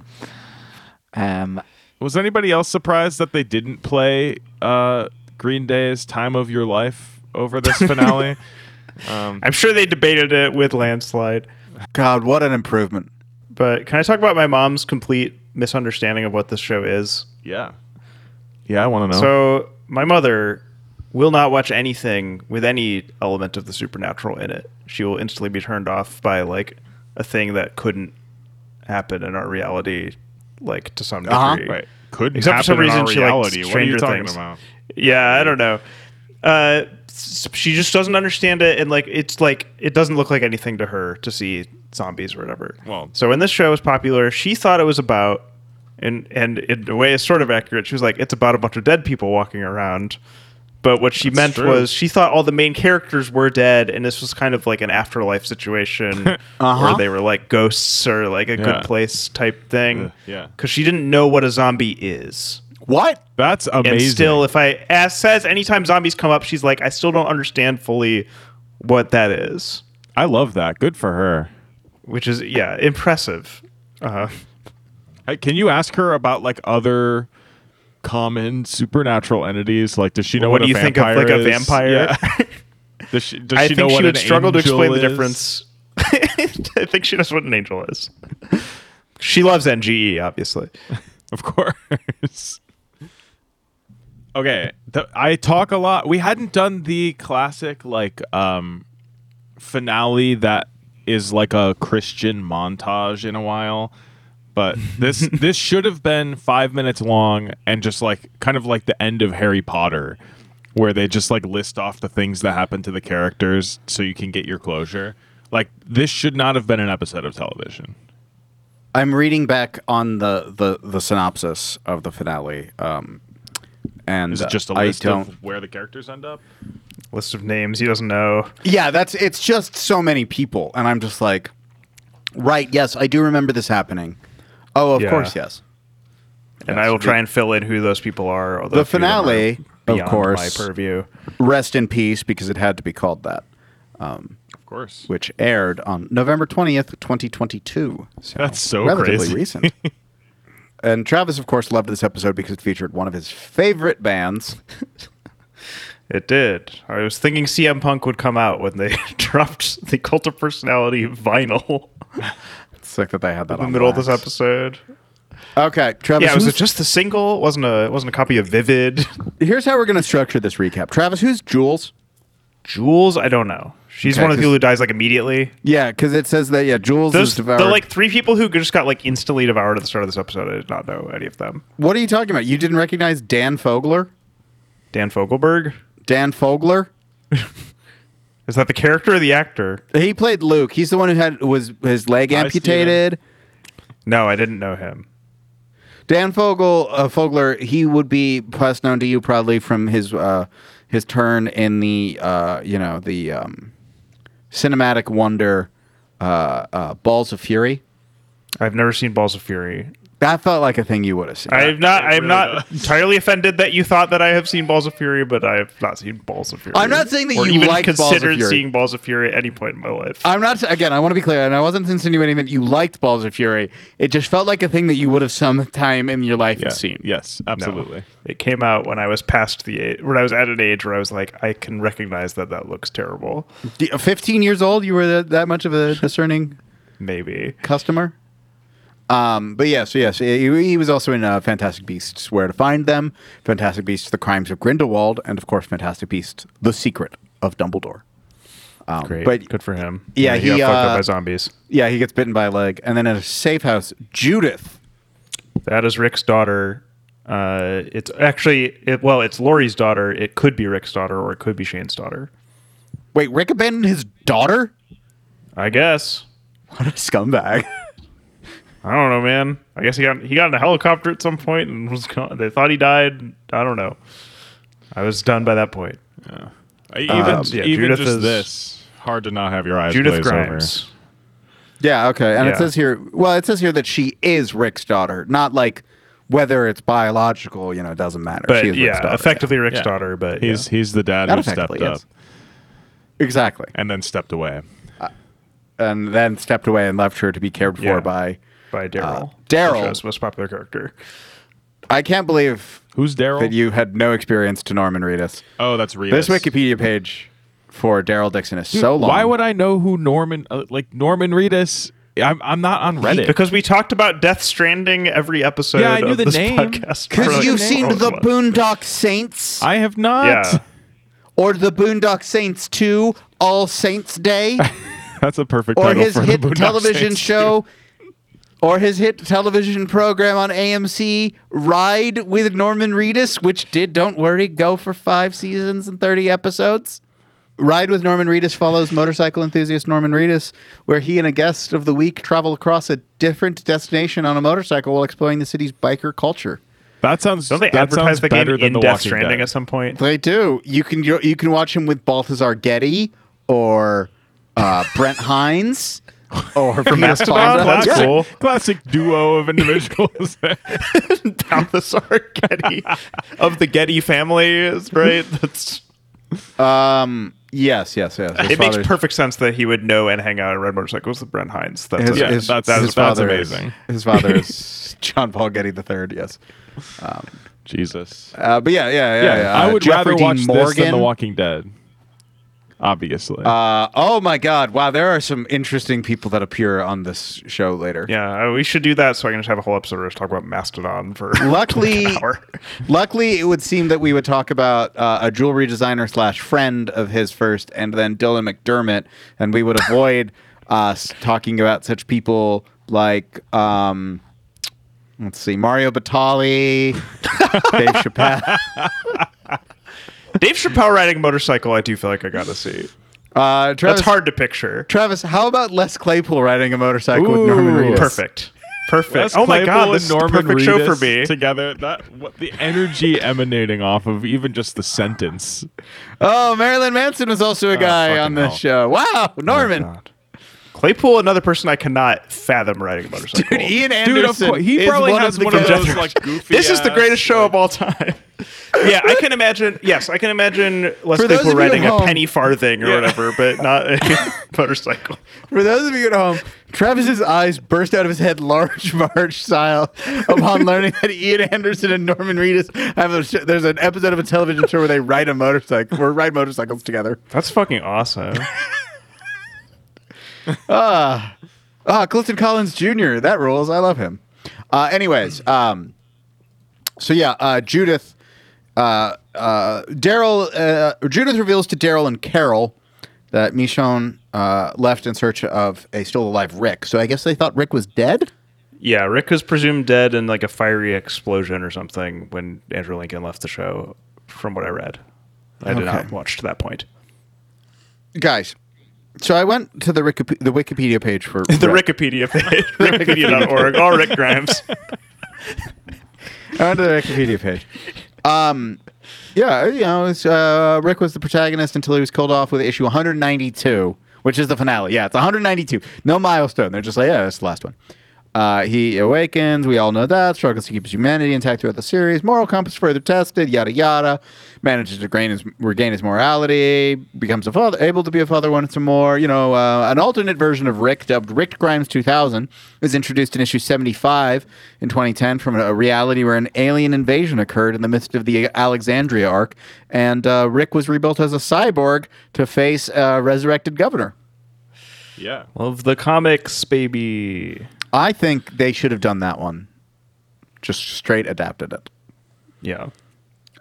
Um,
Was anybody else surprised that they didn't play uh, Green Day's "Time of Your Life" over this finale?
I'm sure they debated it with landslide.
God, what an improvement.
But can I talk about my mom's complete misunderstanding of what this show is?
yeah, yeah, I want to know.
So my mother will not watch anything with any element of the supernatural in it. She will instantly be turned off by like a thing that couldn't happen in our reality, like to some degree.
Uh-huh.
right, could
Except
happen
for some
in our
reason she likes
reality. what are you
Stranger
talking
Things.
about?
Yeah, I don't know. Uh, s- she just doesn't understand it, and like it's like it doesn't look like anything to her to see zombies or whatever.
Well-
so when this show was popular, she thought it was about, and and in a way, it's sort of accurate. She was like, it's about a bunch of dead people walking around. But what she meant
true.
was she thought all the main characters were dead, and this was kind of like an afterlife situation where they were like ghosts or like a
Uh-huh. Yeah.
good place type thing.
yeah.
because she didn't know what a zombie is.
What?
That's amazing.
And still, if I ask, says anytime zombies come up, she's like, I still don't understand fully what that is,
I love that. Good for her.
which is yeah, impressive. Uh,
Hey, Can you ask her about like other common supernatural entities? Like, does she know
What
what,
do
a
you think of,
vampire
like, a
is?
vampire?
Yeah. does she, does
I
she know
think
what
she would
an
struggle to
angel
explain the
is?
difference. I think she knows what an angel is. She loves NGE, obviously.
Of course. okay, th- I talk a lot. We hadn't done the classic like um finale that is like a Christian montage in a while. But this this should have been 5 minutes long and just like kind of like the end of Harry Potter where they just like list off the things that happen to the characters so you can get your closure. Like this should not have been an episode of television.
I'm reading back on the, the, the synopsis of the finale. Um, and
Is it just a
uh, I
list
don't,
of where the characters end up?
List of names he doesn't know.
Yeah, that's it's just so many people, and I'm just like, right? Yes, I do remember this happening. Oh, of
Yeah.
course, yes.
And I will try and fill in who those people are. although
The
a few them are
finale, of
beyond
course.
my purview.
Rest in peace, because it had to be called that,
Of course.
which aired on November twentieth, twenty twenty two.
That's so
relatively
crazy.
recent. and Travis, of course, loved this episode because it featured one of his favorite bands.
It did. I was thinking CM Punk would come out when they dropped the Cult of Personality vinyl
Sick that they had that
in the
on
middle of this
wax.
episode.
Okay, Travis.
Yeah, was it
who's-
just the single? wasn't a wasn't a copy of Vivid.
here's how we're going to structure this recap. Travis, who's Jules?
Jules, I don't know. She's
Okay,
one of the
'cause-
people who dies like immediately.
Yeah, because it says that yeah, Jules is
Those the
devoured.
like three people who just got like instantly devoured at the start of this episode. I did not know any of them.
What are you talking about? You didn't recognize Dan Fogler?
Dan Fogelberg
Dan Fogler?
is that the character or the actor?
He played Luke. He's the one who had was his leg
Steven.
amputated.
No, I didn't know him.
Dan Fogel, uh, Fogler, he would be best known to you probably from his uh, his turn in the uh, you know the um, cinematic wonder uh, uh, Balls of Fury.
I've never seen Balls of Fury.
That felt like a thing you would have seen.
I have not. I am
really
not entirely offended that you thought that I have seen Balls of Fury, but I have not seen Balls of Fury.
I'm not saying that
or
you
even
like Balls of
considered
Fury. Uh,
seeing Balls of Fury at any point in my life.
I'm not again. I want to be clear, and I wasn't insinuating that you liked Balls of Fury. It just felt like a thing that you would have sometime in your life
Yeah.
seen.
Yes,
No.
absolutely.
It came out when I was past the age, when I was at an age where I was like, I can recognize that that looks terrible.
D- 15 years old, you were that, that much of a discerning
Maybe.
customer. Um, but yes, yes, he, he was also in uh, Fantastic Beasts: Where to Find Them, Fantastic Beasts: The Crimes of Grindelwald, and of course, Fantastic Beasts: The Secret of Dumbledore. Um,
Great.
But
Good for him.
Yeah,
got
he,
fucked
uh,
up by zombies.
yeah, he gets bitten by a leg, and then at a safe house, Judith.
That is Rick's daughter. Uh, it's actually it, well, it's Laurie's daughter. It could be Rick's daughter, or it could be Shane's daughter.
Wait, Rick abandoned his daughter?
I guess.
What a scumbag!
I don't know, man. I guess he got he got in a helicopter at some point and was gone. They thought he died. I don't know. I was done by that point.
Even
yeah,
E-, even
Judith
just
is-
this, hard to not have your eyes
Judith
glaze over.
Grimes.
Yeah, okay. And
Yeah.
it says here, well, it says here that she is Rick's daughter, not like whether it's biological, you know, it doesn't matter.
But
she is
yeah,
Rick's daughter.
effectively Rick's
Yeah.
daughter. But
He's he's the dad
Not
who stepped
effectively,
up
yes. Exactly.
and then stepped away.
And then stepped away and left her to be cared for
Yeah.
by.
yeah, by Daryl.
Daryl.
the show's most popular character.
I can't believe
Who's Daryl?
that you had no experience to Norman Reedus.
oh, that's Reedus.
This Wikipedia page for Daryl Dixon is so long.
Why would I know who Norman uh, like Norman Reedus? I'm I'm not on Reddit.
Because we talked about Death Stranding every episode.
Yeah, I knew
of
the
this
name.
podcast for,
Because
like,
you've seen
all
the
at once.
Boondock Saints
I have not.
Yeah,
or the Boondock Saints 2 All Saints Day
That's a perfect
or
title
his
for
hit
the Boondock
television
Saints,
show or his hit television program on AMC Ride with Norman Reedus, which did don't worry go for 5 seasons and 30 episodes. Ride with Norman Reedus follows motorcycle enthusiast Norman Reedus, where he and a guest of the week travel across a different destination on a motorcycle while exploring the city's biker culture.
too. That sounds.
don't they
that sounds
advertise the game
better than
in
the
Death
Walking
Stranding
Dead.
at some point?
They do. You can you, you can watch him with Balthazar Getty or uh, Brent Hines or from
Mastodon? That's
Classic,
cool.
classic duo of individuals.
Balthasar Getty of the Getty family, is right? That's
Um, yes, yes, yes. His
it makes
father's-
perfect sense that he would know and hang out and ride motorcycles with Brent Hines. That's
His,
a-
Yeah,
his,
that's- that's
his father is-
amazing.
his father is John Paul Getty the third. Yes,
Jesus.
uh, but yeah, yeah, yeah.
Yeah,
yeah.
I
Uh,
would
Jeffrey
rather watch this
Dean
than The
Morgan.
Walking Dead. Obviously.
Uh, oh my God! Wow, there are some interesting people that appear on this show later.
yeah, uh, we should do that so I can just have a whole episode where I just talk about Mastodon for
Luckily,
an hour.
luckily, it would seem that we would talk about uh, a jewelry designer slash friend of his first, and then Dylan McDermott, and we would avoid us talking about such people like, um, let's see, Mario Batali, Dave Chappelle.
Dave Chappelle riding a motorcycle, I do feel like I gotta see.
Uh, Travis,
That's hard to picture.
Travis, how about Les Claypool riding a motorcycle
Ooh,
with Norman Reedus?
Perfect. Perfect.
Les
oh my
Claypool
god,
and
this
Norman
is the perfect show
Reedus
for me.
Together, that what, the energy emanating off of even just the sentence.
Oh, Marilyn Manson was also a guy
Ah, fucking
on this
hell. Oh,
show. Wow, Norman.
Claypool, another person I cannot fathom riding a motorcycle.
Dude, Ian Anderson.
Dude, of course, he
is
probably
one
has
of the
one of those
contenders.
like goofy.
this is the
ass-
greatest show of all time. yeah, I can imagine. Yes, I can imagine Les
For
Claypool
those of you at
riding a
home-
penny farthing or whatever, but not a motorcycle.
For those of you at home, Travis's eyes burst out of his head large Marge style upon learning that Ian Anderson and Norman Reedus have a sh- there's an episode of a television show where they ride a motorcycle or ride motorcycles together.
That's fucking awesome.
Ah, Clifton Collins Jr. That rules. I love him. Uh, anyways, um, so yeah, uh, Judith, uh, uh, Daryl, uh, Judith reveals to Daryl and Carol that Michonne uh, left in search of a still alive Rick. So I guess they thought Rick was dead.
yeah, Rick was presumed dead in like a fiery explosion or something when Andrew Lincoln left the show, from what I read. I did not watch to that point.
guys. So I went to the Wikip- the Wikipedia page for
The
Rick.
Wikipedia page, Wikipedia.org, all Rick Grimes.
I went to Uh, the Wikipedia page. Um, yeah, you know, it's, uh, Rick was the protagonist until he was killed off with issue 192, which is the finale. Yeah, it's 192. No milestone. They're just like, yeah, that's the last one. Uh, he awakens. We all know that. Struggles to keep his humanity intact throughout the series. Moral compass further tested. Yada yada. Manages to gain his, regain his morality. Becomes a father, able to be a father once more. You know, uh, an alternate version of Rick, dubbed Rick Grimes 2000, is introduced in issue 75 in 2010 from a reality where an alien invasion occurred in the midst of the Alexandria arc, and uh, Rick was rebuilt as a cyborg to face a resurrected governor.
Yeah.
Love the comics, baby.
I think they should have done that one. Just straight adapted it.
Yeah.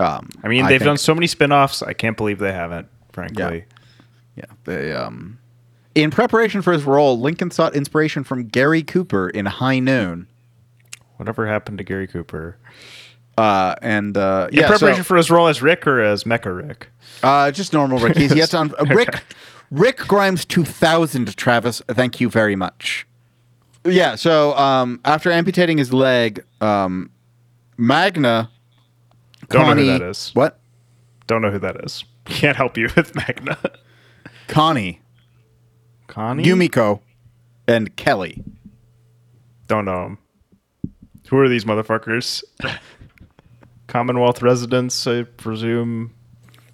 Um,
I mean,
I
they've
think-
done so many spin-offs. I can't believe they haven't, frankly.
Yeah, they. Um, in preparation for his role, Lincoln sought inspiration from Gary Cooper in High Noon.
Whatever happened to Gary Cooper?
Uh, and uh,
In
yeah,
preparation
so,
for his role as Rick or as Mecha Rick?
uh, just normal Rick. He's yet to un- uh, Rick Rick Grimes two thousand. Travis, thank you very much. Yeah. So um, after amputating his leg, um, Magna
Don't know who
Connie-
that is.
What
Don't know who that is. Can't help you with Magna.
Connie
Connie?
Yumiko and Kelly.
Don't know 'em. Who are these motherfuckers? Commonwealth residents, I presume.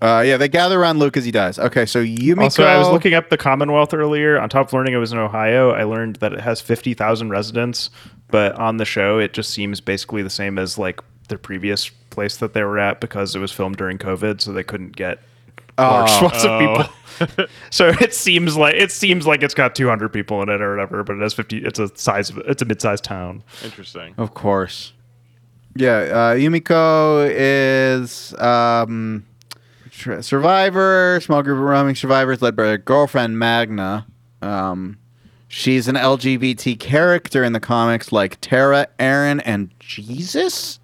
Uh, yeah, they gather around Luke as he dies. Okay, so Yumiko.
Also, I was looking up the Commonwealth earlier. On top of learning it was in Ohio, I learned that it has 50,000 residents, but on the show, it just seems basically the same as like the previous place that they were at because it was filmed during COVID, so they couldn't get large swaths of people. so it seems like it seems like it's got 200 people in it or whatever, but it has 50. It's a size. of It's a mid-sized town.
Interesting.
Of course. Yeah, uh, Yumiko is um, tr- survivor, small group of roaming survivors led by her girlfriend Magna. Um, she's an LGBT character in the comics like Tara, Aaron, and Jesus.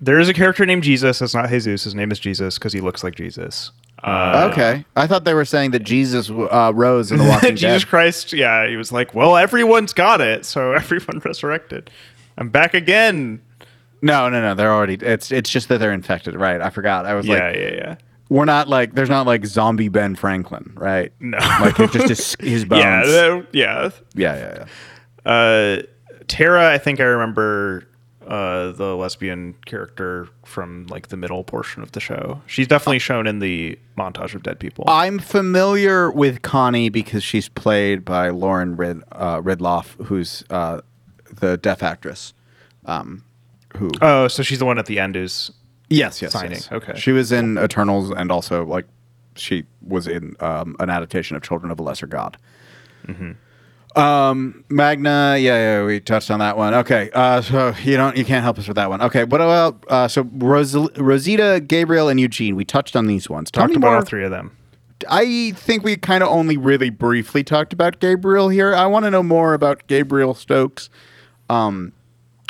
There is a character named Jesus. It's not Jesus. His name is Jesus because he looks like Jesus. Uh,
okay, I thought they were saying that Jesus uh, rose in the Walking
Jesus
Dead.
Christ, yeah, he was like, well, everyone's got it, so everyone resurrected. I'm back again.
No, no, no. They're already. It's it's just that they're infected, right? I forgot. I was
Yeah,
like,
yeah, yeah.
we're not like there's not like zombie Ben Franklin, right?
No.
like it's just his, his bones.
Yeah, that- yeah.
yeah, yeah, yeah.
Uh, Tara, I think I remember uh, the lesbian character from like the middle portion of the show. She's definitely shown in the montage of dead people.
I'm familiar with Connie because she's played by Lauren Rid, uh, Ridloff, who's uh, the deaf actress. Um, who?
oh, so she's the one at the end who's
yes, yes,
signing,
yes.
okay.
She was in Eternals and also like she was in um, an adaptation of Children of a Lesser God.
Mm-hmm.
Um, Magna, yeah, yeah, we touched on that one. Okay, uh, so you don't, you can't help us with that one. Okay, what about uh, so Ros- Rosita, Gabriel, and Eugene? We touched on these ones. Tell
talked
me
about
more-
all three of them.
I think we kind of only really briefly talked about Gabriel here. I want to know more about Gabriel Stokes. Um,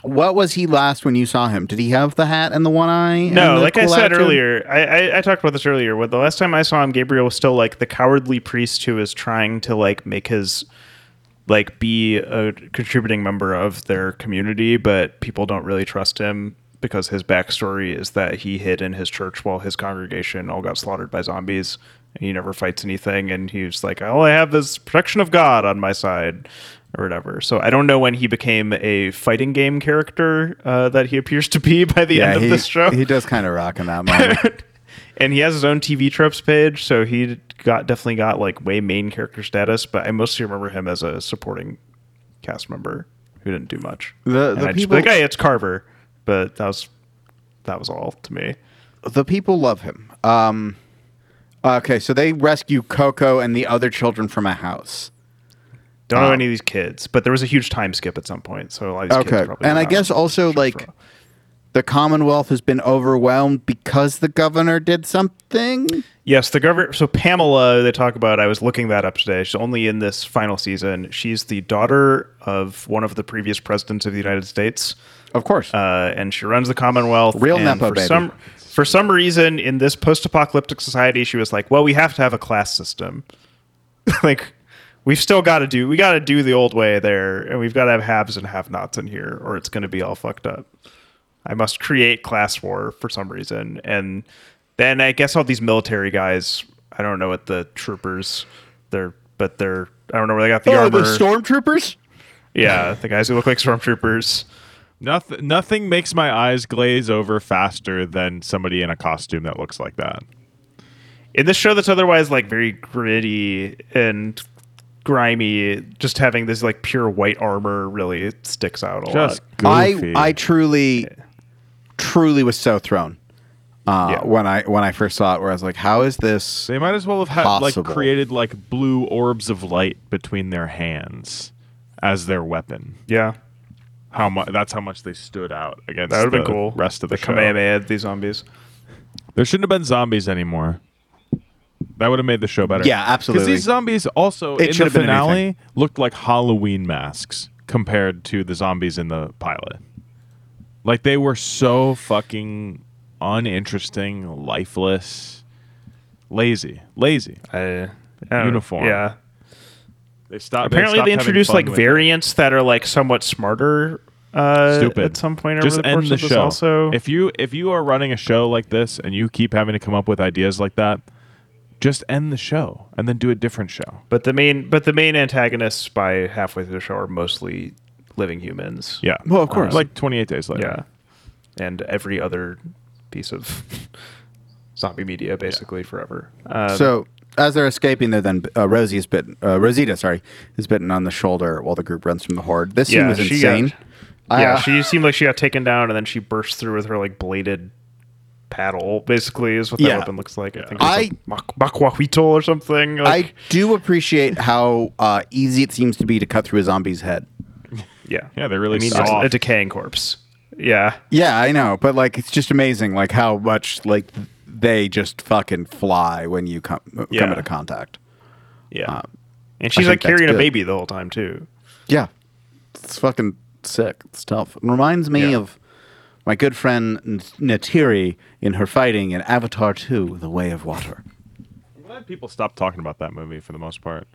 what was he last when you saw him? Did he have the hat and the one eye?
No,
and the
like I
cool
said
attitude?
earlier, I, I, I talked about this earlier. When the last time I saw him, Gabriel was still like the cowardly priest who is trying to like make his like be a contributing member of their community, but people don't really trust him because his backstory is that he hid in his church while his congregation all got slaughtered by zombies. And he never fights anything, and he's like, all I have is protection of God on my side, or whatever. So I don't know when he became a fighting game character uh, that he appears to be by the end
Yeah,
of
he,
this show
he does kind of rock in that moment.
and he has his own TV tropes page, so he got definitely got like way main character status. But I mostly remember him as a supporting cast member who didn't do much.
The-
and
the
I'd just be like,
people-
hey, it's Carver, but that was that was all to me.
the people love him. Um, okay, so they rescue Coco and the other children from a house.
Don't know any of these kids, but there was a huge time skip at some point, so a lot of these
Okay,
kids probably
and
were
I
not
guess also
sure
like
for-
the Commonwealth has been overwhelmed because the governor did something.
Yes, the governor. So Pamela, they talk about. I was looking that up today. She's only in this final season. She's the daughter of one of the previous presidents of the United States.
Of course.
uh, and she runs the Commonwealth.
Real
and
Nepo
for
baby.
Some, for some reason, in this post-apocalyptic society, she was like, "Well, we have to have a class system. like, we've still got to do we got to do the old way there, and we've got to have haves and have-nots in here, or it's going to be all fucked up. I must create class war for some reason." And then I guess all these military guys. I don't know what the troopers. They're but they're. I don't know where they got the
oh,
armor.
the stormtroopers.
yeah, the guys who look like stormtroopers.
Nothing, nothing makes my eyes glaze over faster than somebody in a costume that looks like that.
in this show that's otherwise like very gritty and grimy, just having this like pure white armor really sticks out a
Just
lot.
goofy.
I I truly, truly was so thrown uh,
Yeah.
when I when I first saw it. Where I was like, "How is this?"
they might as well have had like
Possible.
created like blue orbs of light between their hands as their weapon.
Yeah,
How much? That's how much they stood out against.
that would
the
have been cool.
Rest of the,
the
show.
Kamehameha, these zombies.
There shouldn't have been zombies anymore. That would have made the show better.
Yeah, absolutely.
Because these zombies also
It
in
should
the
have been
finale
anything.
looked like Halloween masks compared to the zombies in the pilot. Like they were so fucking uninteresting, lifeless, lazy, lazy.
I,
Uniform.
Yeah.
They stopped.
Apparently,
stopped
they
having
introduced
fun
like
with
variants that are like somewhat smarter. Uh,
Stupid.
At some point, over
Just
the
end
course
the
of this
show.
Also,
If you if you are running a show like this and you keep having to come up with ideas like that, Just end the show and then do a different show.
But the main but the main antagonists by halfway through the show are mostly living humans.
Yeah.
Well, of course.
like 28 days later.
Yeah. And every other piece of zombie media basically forever. Um,
So as they're escaping, they're then uh, Rosie is bitten. Uh, Rosita, sorry, is bitten on the shoulder while the group runs from the horde. This scene
Yeah,
was
she
insane.
got- yeah,
Uh,
she seemed like she got taken down and then she burst through with her like bladed paddle basically is what that
Yeah.
weapon looks like. I think
I-
it's a mak- makwahuitl or something. Like,
I do appreciate how uh, easy it seems to be to cut through a zombie's head.
yeah.
Yeah, they're really
I mean, just
soft.
a decaying corpse. Yeah.
Yeah, I know, but like it's just amazing, like how much like they just fucking fly when you come
Yeah.
come into contact.
Yeah.
Uh,
and she's
I
like
think that's
carrying a
good.
baby the whole time too.
Yeah, it's fucking sick. It's tough. It reminds me
Yeah.
of my good friend N- Natiri in her fighting in Avatar Two: The Way of Water.
I'm glad people stopped talking about that movie for the most part.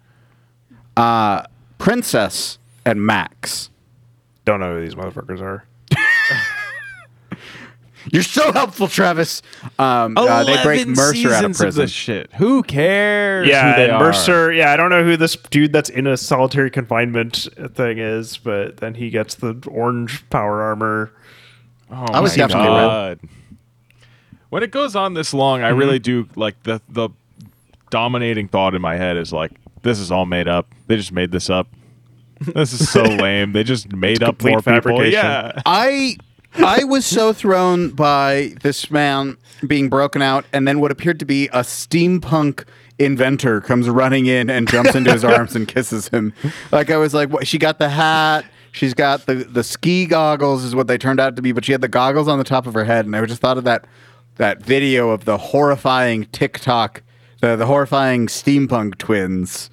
Princess and Max.
Don't know who these motherfuckers are.
You're so helpful, Travis. Um,
Oh,
uh, they break Mercer out of prison.
shit. Who cares?
Yeah,
who they
and
are?
Mercer. Yeah, I don't know who this dude that's in a solitary confinement thing is, but then he gets the orange power armor.
Oh
I was
my
definitely
God. When it goes on this long,
Mm-hmm.
I really do like the the dominating thought in my head is like, this is all made up. They just made this up. This is so lame. They just made up
complete
more people.
fabrication.
Yeah.
I I was so thrown by this man being broken out, and then what appeared to be a steampunk inventor comes running in and jumps into his arms and kisses him. Like I was like, what? she got the hat. She's got the the ski goggles, is what they turned out to be. But she had the goggles on the top of her head, and I just thought of that that video of the horrifying TikTok, the the horrifying steampunk twins.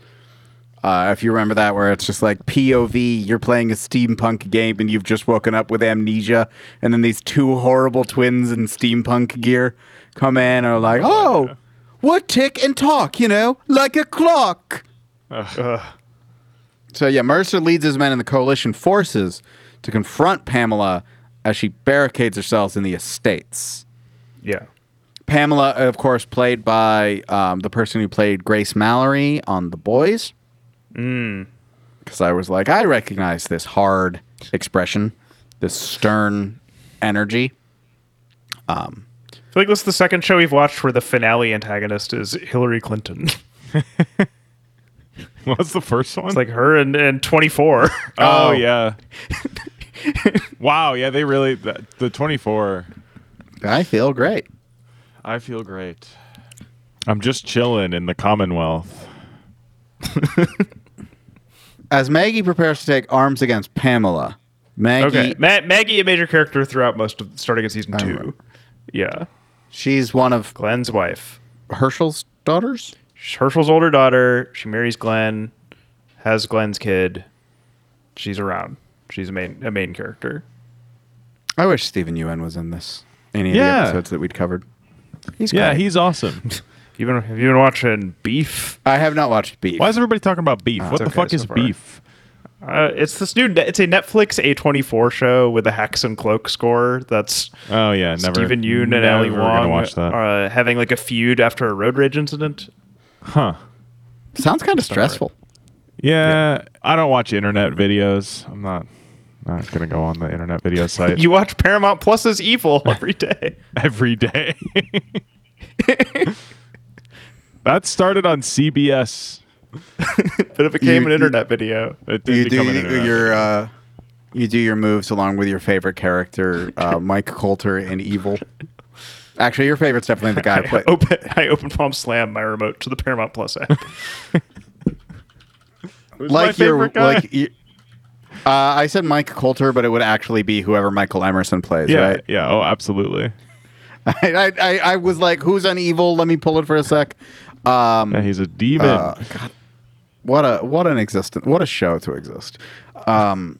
Uh, if you remember that, where it's just like POV, you're playing a steampunk game and you've just woken up with amnesia, and then these two horrible twins in steampunk gear come in and are like, oh, we'll tick and talk, you know, like a clock. So, yeah, Mercer leads his men in the coalition forces to confront Pamela as she barricades herself in the estates.
Yeah,
Pamela, uh, of course, played by um, the person who played Grace Mallory on The Boys.
Mm.
Because I was like, I recognize this hard expression, this stern energy.
I feel like this is the second show we've watched where the finale antagonist is Hillary Clinton.
What's the first one?
It's like her and, and 24.
oh, yeah. wow. Yeah, they really the, the 24.
I feel great.
I feel great. I'm just chilling in the Commonwealth.
As Maggie prepares to take arms against Pamela, Maggie,
okay, Ma- Maggie a major character throughout most of starting in season two.
remember.
Yeah,
she's one of
Glenn's wife,
Herschel's daughters.
Herschel's older daughter. She marries Glenn, has Glenn's kid. She's around. She's a main a main character.
I wish Stephen Ewan was in this. Any of
Yeah.
the episodes that we'd covered. He's
Yeah,
great.
he's awesome.
You've been have you been watching Beef?
I have not watched Beef.
Why is everybody talking about beef? what the
okay
fuck
so
is
far.
beef?
Uh, it's this new. It's a Netflix A24 show with a Hacks and Cloak score. That's
Oh yeah, never.
Stephen Yoon and
never
Ali Wong
Gonna watch that.
Uh, having like a feud after a road rage incident.
huh?
Sounds kind of stressful.
Yeah, I don't watch internet videos. I'm not not gonna go on the internet video site
You watch Paramount Plus's Evil every day.
every day. that started on CBS.
but it became
You-
an internet video.
It did
you
become an
do
internet
your uh, you do your moves along with your favorite character, uh, Mike Coulter in Evil. Actually, your favorite's definitely the guy.
I
But
open, I open palm slam my remote to the Paramount Plus app.
video.
like
my
your
favorite guy?
like, you, uh, I said Mike Coulter, but it would actually be whoever Michael Emerson plays,
yeah,
right?
yeah. Oh, absolutely.
I, I I was like, who's on Evil? Let me pull it for a sec. Um,
Yeah, he's a demon.
Uh, God, what a what an existence! What a show to exist. Um,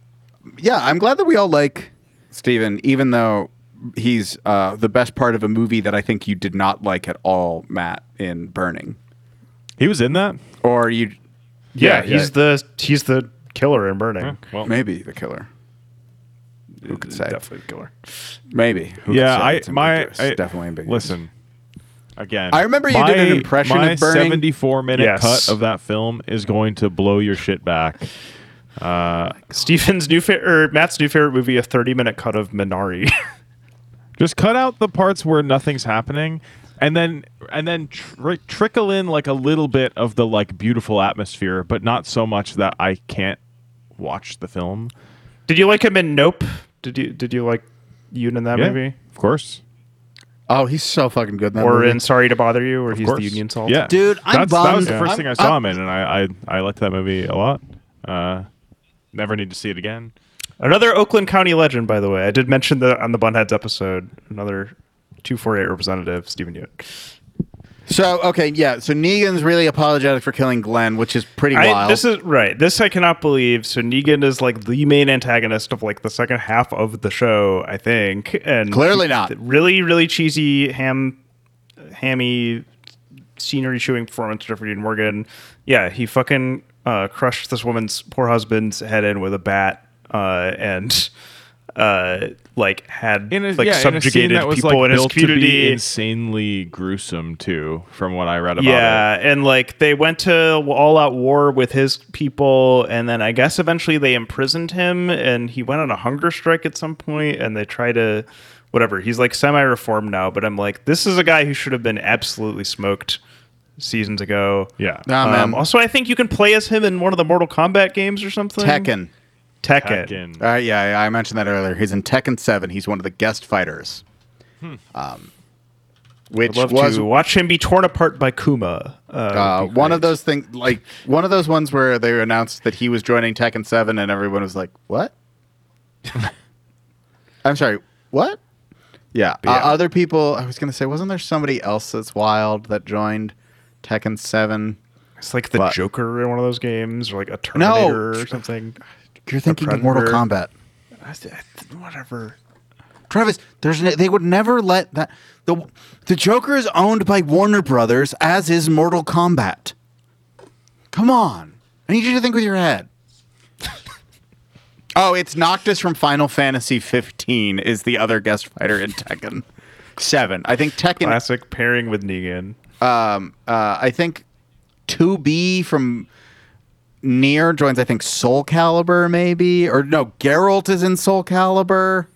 yeah, I'm glad that we all like Steven, even though he's uh, the best part of a movie that I think you did not like at all, Matt, in Burning.
he was in that.
Or you,
yeah,
Yeah,
he's the he's the killer in Burning.
Well,
maybe the killer. Who could say?
Definitely the killer.
Maybe. Who could
yeah.
say?
I
It's
my
ambiguous.
I,
definitely ambiguous.
Listen, Again,
I remember you did an impression
my
of Burning-
74 minute
Yes.
cut of that film is going to blow your shit back.
Stephen's new fa- or Matt's new favorite movie, a 30 minute cut of Minari.
Just cut out the parts where nothing's happening, and then and then tr- trickle in like a little bit of the like beautiful atmosphere, but not so much that I can't watch the film.
did you like him in Nope? Did you did you like Yoon in that movie?
of course.
Oh, he's so fucking good. in That
Or
movie.
in Sorry to Bother You, where he's
course.
the Union Salt?
Yeah,
Dude, I'm
That's, that was the
bummed.
1st
I'm-
thing I saw him in, and I, I I liked that movie a lot. Uh, never need to see it again.
Another Oakland County legend, by the way. I did mention that on the Bunheads episode. Another 248 representative, Stephen Yoon.
So okay, yeah. So Negan's really apologetic for killing Glenn, which is pretty
I-
wild.
this is right. This I cannot believe. So Negan is like the main antagonist of like the second half of the show, I think, and
Clearly not.
Really, really cheesy ham, hammy, scenery chewing performance. Jeffrey Dean Morgan. Yeah, he fucking uh, crushed this woman's poor husband's head in with a bat, uh, and uh, like had
in a,
like
yeah, in a scene
subjugated
that was,
people
like,
in his
built to be
community.
insanely gruesome too, from what I read about it.
Yeah, and like they went to all out war with his people, and then I guess eventually they imprisoned him, and he went on a hunger strike at some point, and they try to whatever. He's like semi reformed now, but I'm like, this is a guy who should have been absolutely smoked seasons ago.
Yeah,
Nah, man.
Um, also, I think you can play as him in one of the Mortal Kombat games or something.
Tekken.
Tekken.
Fucking-
Uh, yeah, yeah, I mentioned that earlier. He's in Tekken Seven. He's one of the guest fighters. Um, which
I'd love
was
to watch him be torn apart by Kuma. Uh,
uh, one of those things, like one of those ones where they announced that he was joining Tekken Seven, and everyone was like, "What?" I'm sorry, what? Yeah, Uh, other people. I was gonna say, wasn't there somebody else that's wild that joined Tekken Seven?
it's like the
But-
Joker in one of those games, or like a Terminator or something.
You're thinking of Mortal Kombat.
Predator. I th- I th- whatever.
Travis, there's ne- they would never let that the the Joker is owned by Warner Brothers as is Mortal Kombat.
Come on. I need you to think with your head. oh, it's Noctis from Final Fantasy 15 is the other guest fighter in Tekken 7. I think Tekken
Classic pairing with Negan.
um uh I think 2B from Near joins I think Soul Calibur maybe or no, Geralt is in Soul Calibur.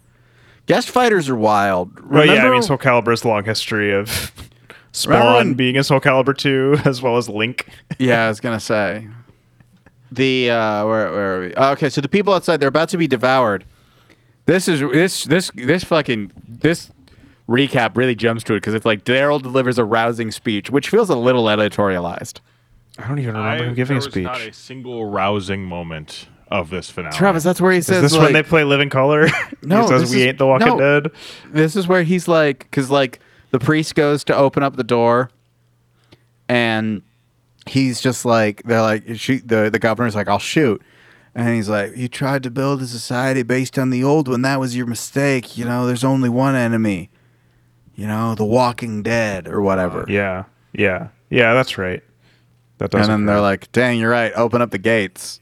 Guest fighters are wild.
Well, Oh, yeah, I
Remember-
mean, Soul Calibur's long history of
Remember
Spawn
when-
being in Soul Calibur 2, as well as Link.
Yeah, I was gonna say. The uh, where where are we? Oh, okay, so the people outside they're about to be devoured. This is this this this fucking this recap really jumps to it because it's like Daryl delivers a rousing speech, which feels a little editorialized.
I don't even
I,
remember him
there
giving a
was
speech.
not a single rousing moment of this finale.
Travis, that's where he says
Is this when
like-
they play Living Color?
No,
he says
this
we
is-
ain't the Walking
no.
Dead.
this is where he's like because like the priest goes to open up the door and he's just like they're like shoot the, the governor's like i'll shoot and he's like you tried to build a society based on the old one that was your mistake you know there's only one enemy you know the walking dead or whatever
Yeah, yeah, yeah. That's right. That does.
and then
occur.
they're like dang you're right open up the gates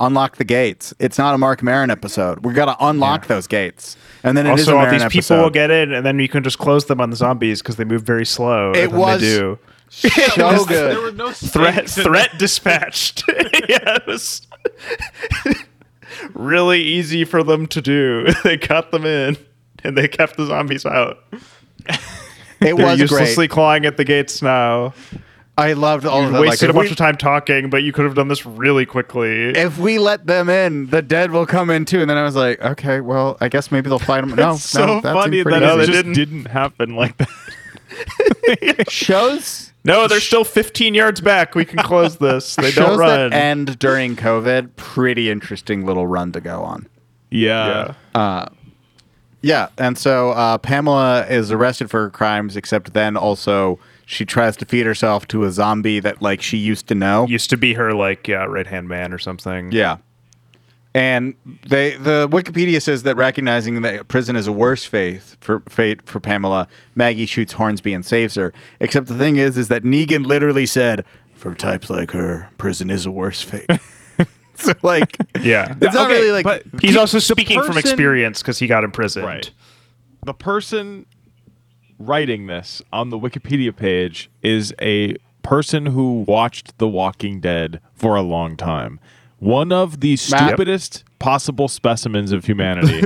unlock the gates it's not a mark marin episode we gotta unlock those gates and then it is
also,
a
all
Marin
these people
episode.
will get in, and then you can just close them on the zombies because they move very slow. and
It
then
was-
They do.
so good
There were no
threat
stakes in
threat dispatched. yeah, it was really easy for them to do. They cut them in and they kept the zombies out.
it
They're
was great
uselessly clawing at the gates now.
I loved all of that.
Wasted
like,
a bunch
if,
of time talking, but you could have done this really quickly.
we, if we let them in, the dead will come in too. And then I was like, okay, well, I guess maybe they'll fight them. oh, No,
It's so
no, that
funny
seemed
that
pretty
No,
it
they
easy.
just
didn't.
didn't. happen like that.
shows
no, they're still 15 yards back. We can close this. They
shows
don't run.
that end during COVID. Pretty interesting little run to go on.
Yeah.
Yeah.
Yeah, and so uh, Pamela is arrested for her crimes, except then also she tries to feed herself to a zombie that like she used to know.
Used to be her like yeah, right hand man or something.
Yeah. And they the Wikipedia says that recognizing that prison is a worse faith for fate for Pamela, Maggie shoots Hornsby and saves her. Except the thing is is that Negan literally said, For types like her, prison is a worse fate. so like
Yeah.
It's not
Okay,
really like
but
He's
the-
also
the
speaking from
person-
experience because he got imprisoned.
Right. The person writing this on the Wikipedia page is a person who watched The Walking Dead for a long time. One of the stupidest possible specimens of humanity.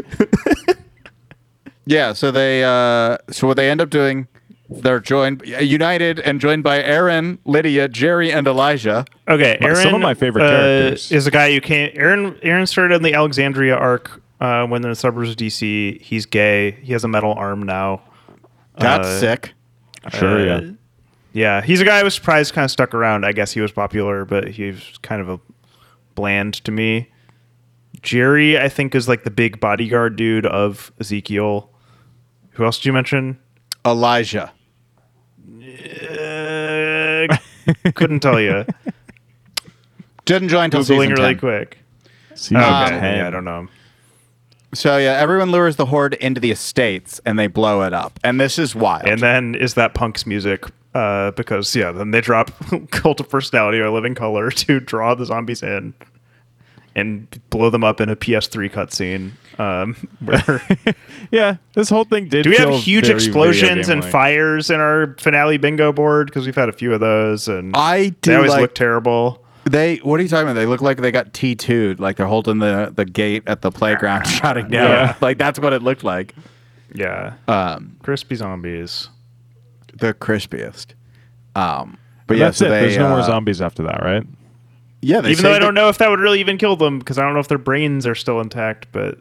Yeah, so they uh so what they end up doing they're joined uh, united and joined by Aaron, Lydia, Jerry and Elijah.
Okay,
My-
Aaron.
some of my favorite
uh,
characters.
is a guy who came. Aaron. Aaron started on the Alexandria arc uh, when the suburbs of DC. He's gay. He has a metal arm now.
That's
Uh,
sick.
sure, yeah.
Yeah, he's a guy I was surprised kind of stuck around. I guess he was popular, but he was kind of a bland to me. Jerry, I think, is like the big bodyguard dude of Ezekiel. Who else did you mention?
Elijah.
Uh, couldn't tell you.
Didn't join until season
Googling
10.
really quick. Oh,
Season
okay,
10.
yeah, I don't know.
So yeah, everyone lures the horde into the estates and they blow it up. And this is wild.
And then is that punk's music? Uh, because yeah, then they drop Cult of Personality or Living Color to draw the zombies in and blow them up in a PS3 cutscene. Um, where
Yeah, this whole thing did.
do we have
feel
huge
very video
explosions and
game-like.
fires in our finale bingo board? Because we've had a few of those, and
I
they
do
always
like-
look terrible.
They what are you talking about? They look like they got T two'd, like they're holding the, the gate at the playground shouting down.
Yeah.
Like that's what it looked like.
Yeah,
Um
crispy zombies.
the crispiest. Um but
But
yeah,
that's
so
it.
they
There's no more
uh,
zombies after that, right?
Yeah, they
Even though I
saved
don't
it.
know if that would really even kill them, because I don't know if their brains are still intact. But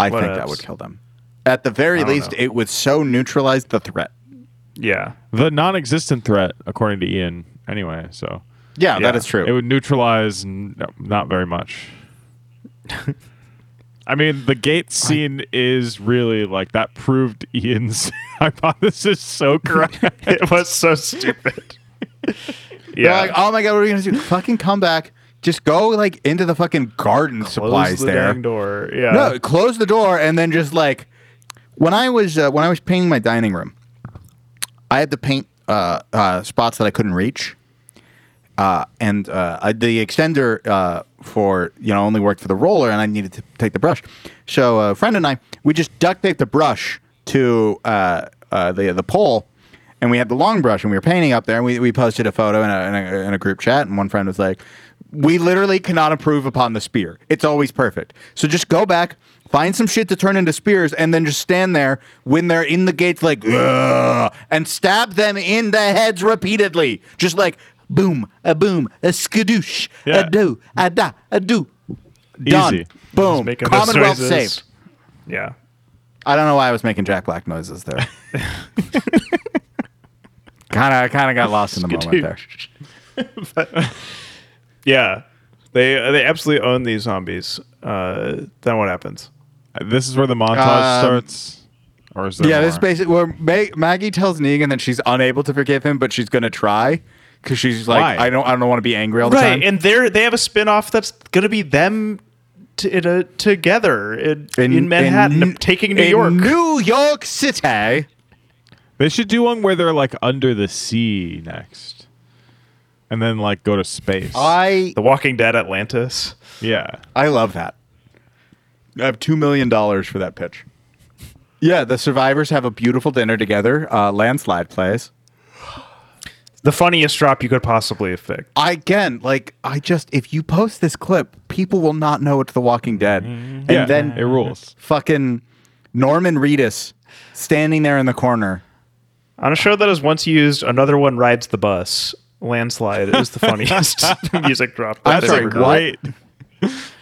I
What
think
else?
that would kill them. At the very
don't
least,
know.
it would so neutralize the threat.
yeah,
The non-existent threat, according to Ian. Anyway, so
Yeah, that
Yeah.
is true.
it would neutralize n- no, not very much. I mean, the gate scene is really like that proved Ian's hypothesis so correct.
it was so stupid.
They're
yeah,
like, oh my god, what are we gonna do? fucking come back. Just go like into the fucking garden supplies
the
there.
dang door. Yeah.
No, close the door and then just like when I was uh, when I was painting my dining room, I had to paint uh, uh, spots that I couldn't reach, uh, and uh, I, the extender uh, for you know only worked for the roller, and I needed to take the brush. So uh, a friend and I we just duct taped the brush to uh, uh, the the pole. And we had the long brush, and we were painting up there, and we, we posted a photo in a, in, a, in a group chat, and one friend was like, we literally cannot improve upon the spear. It's always perfect. So just go back, find some shit to turn into spears, and then just stand there when they're in the gates, like, "Ugh," and stab them in the heads repeatedly. Just like, boom, a boom, a skadoosh,
Yeah.
a do, a da, a do. Done.
Easy.
Boom.
Making those
Commonwealth
noises.
saved.
Yeah.
I don't know why I was making Jack Black noises there. kind of, kind of got lost in the moment there.
Yeah. They they absolutely own these zombies. Uh, then what happens?
this is where the montage
Um,
starts, or is there
Yeah, this is
more?
basically where Ma- Maggie tells Negan that she's unable to forgive him, but she's gonna try because she's like,
Why?
I don't, I don't want to be angry all the
Right,
time.
and they're they have a spin-off that's gonna be them t- in a, together in, in, Manhattan,
in-
taking New
in
York.
New York City.
They should do one where they're like under the sea next, and then like go to space.
I
the Walking Dead Atlantis.
yeah.
I love that. I have two million dollars for that pitch. Yeah, the survivors have a beautiful dinner together. Uh, landslide plays.
The funniest drop you could possibly have picked.
I again, like, I just if you post this clip, people will not know it's The Walking Dead, and
yeah,
then
it rules.
fucking Norman Reedus standing there in the corner.
On a show that is once used, another one rides the bus. Landslide is the funniest music drop. that
I'm
I've
sorry,
ever
what?
Great.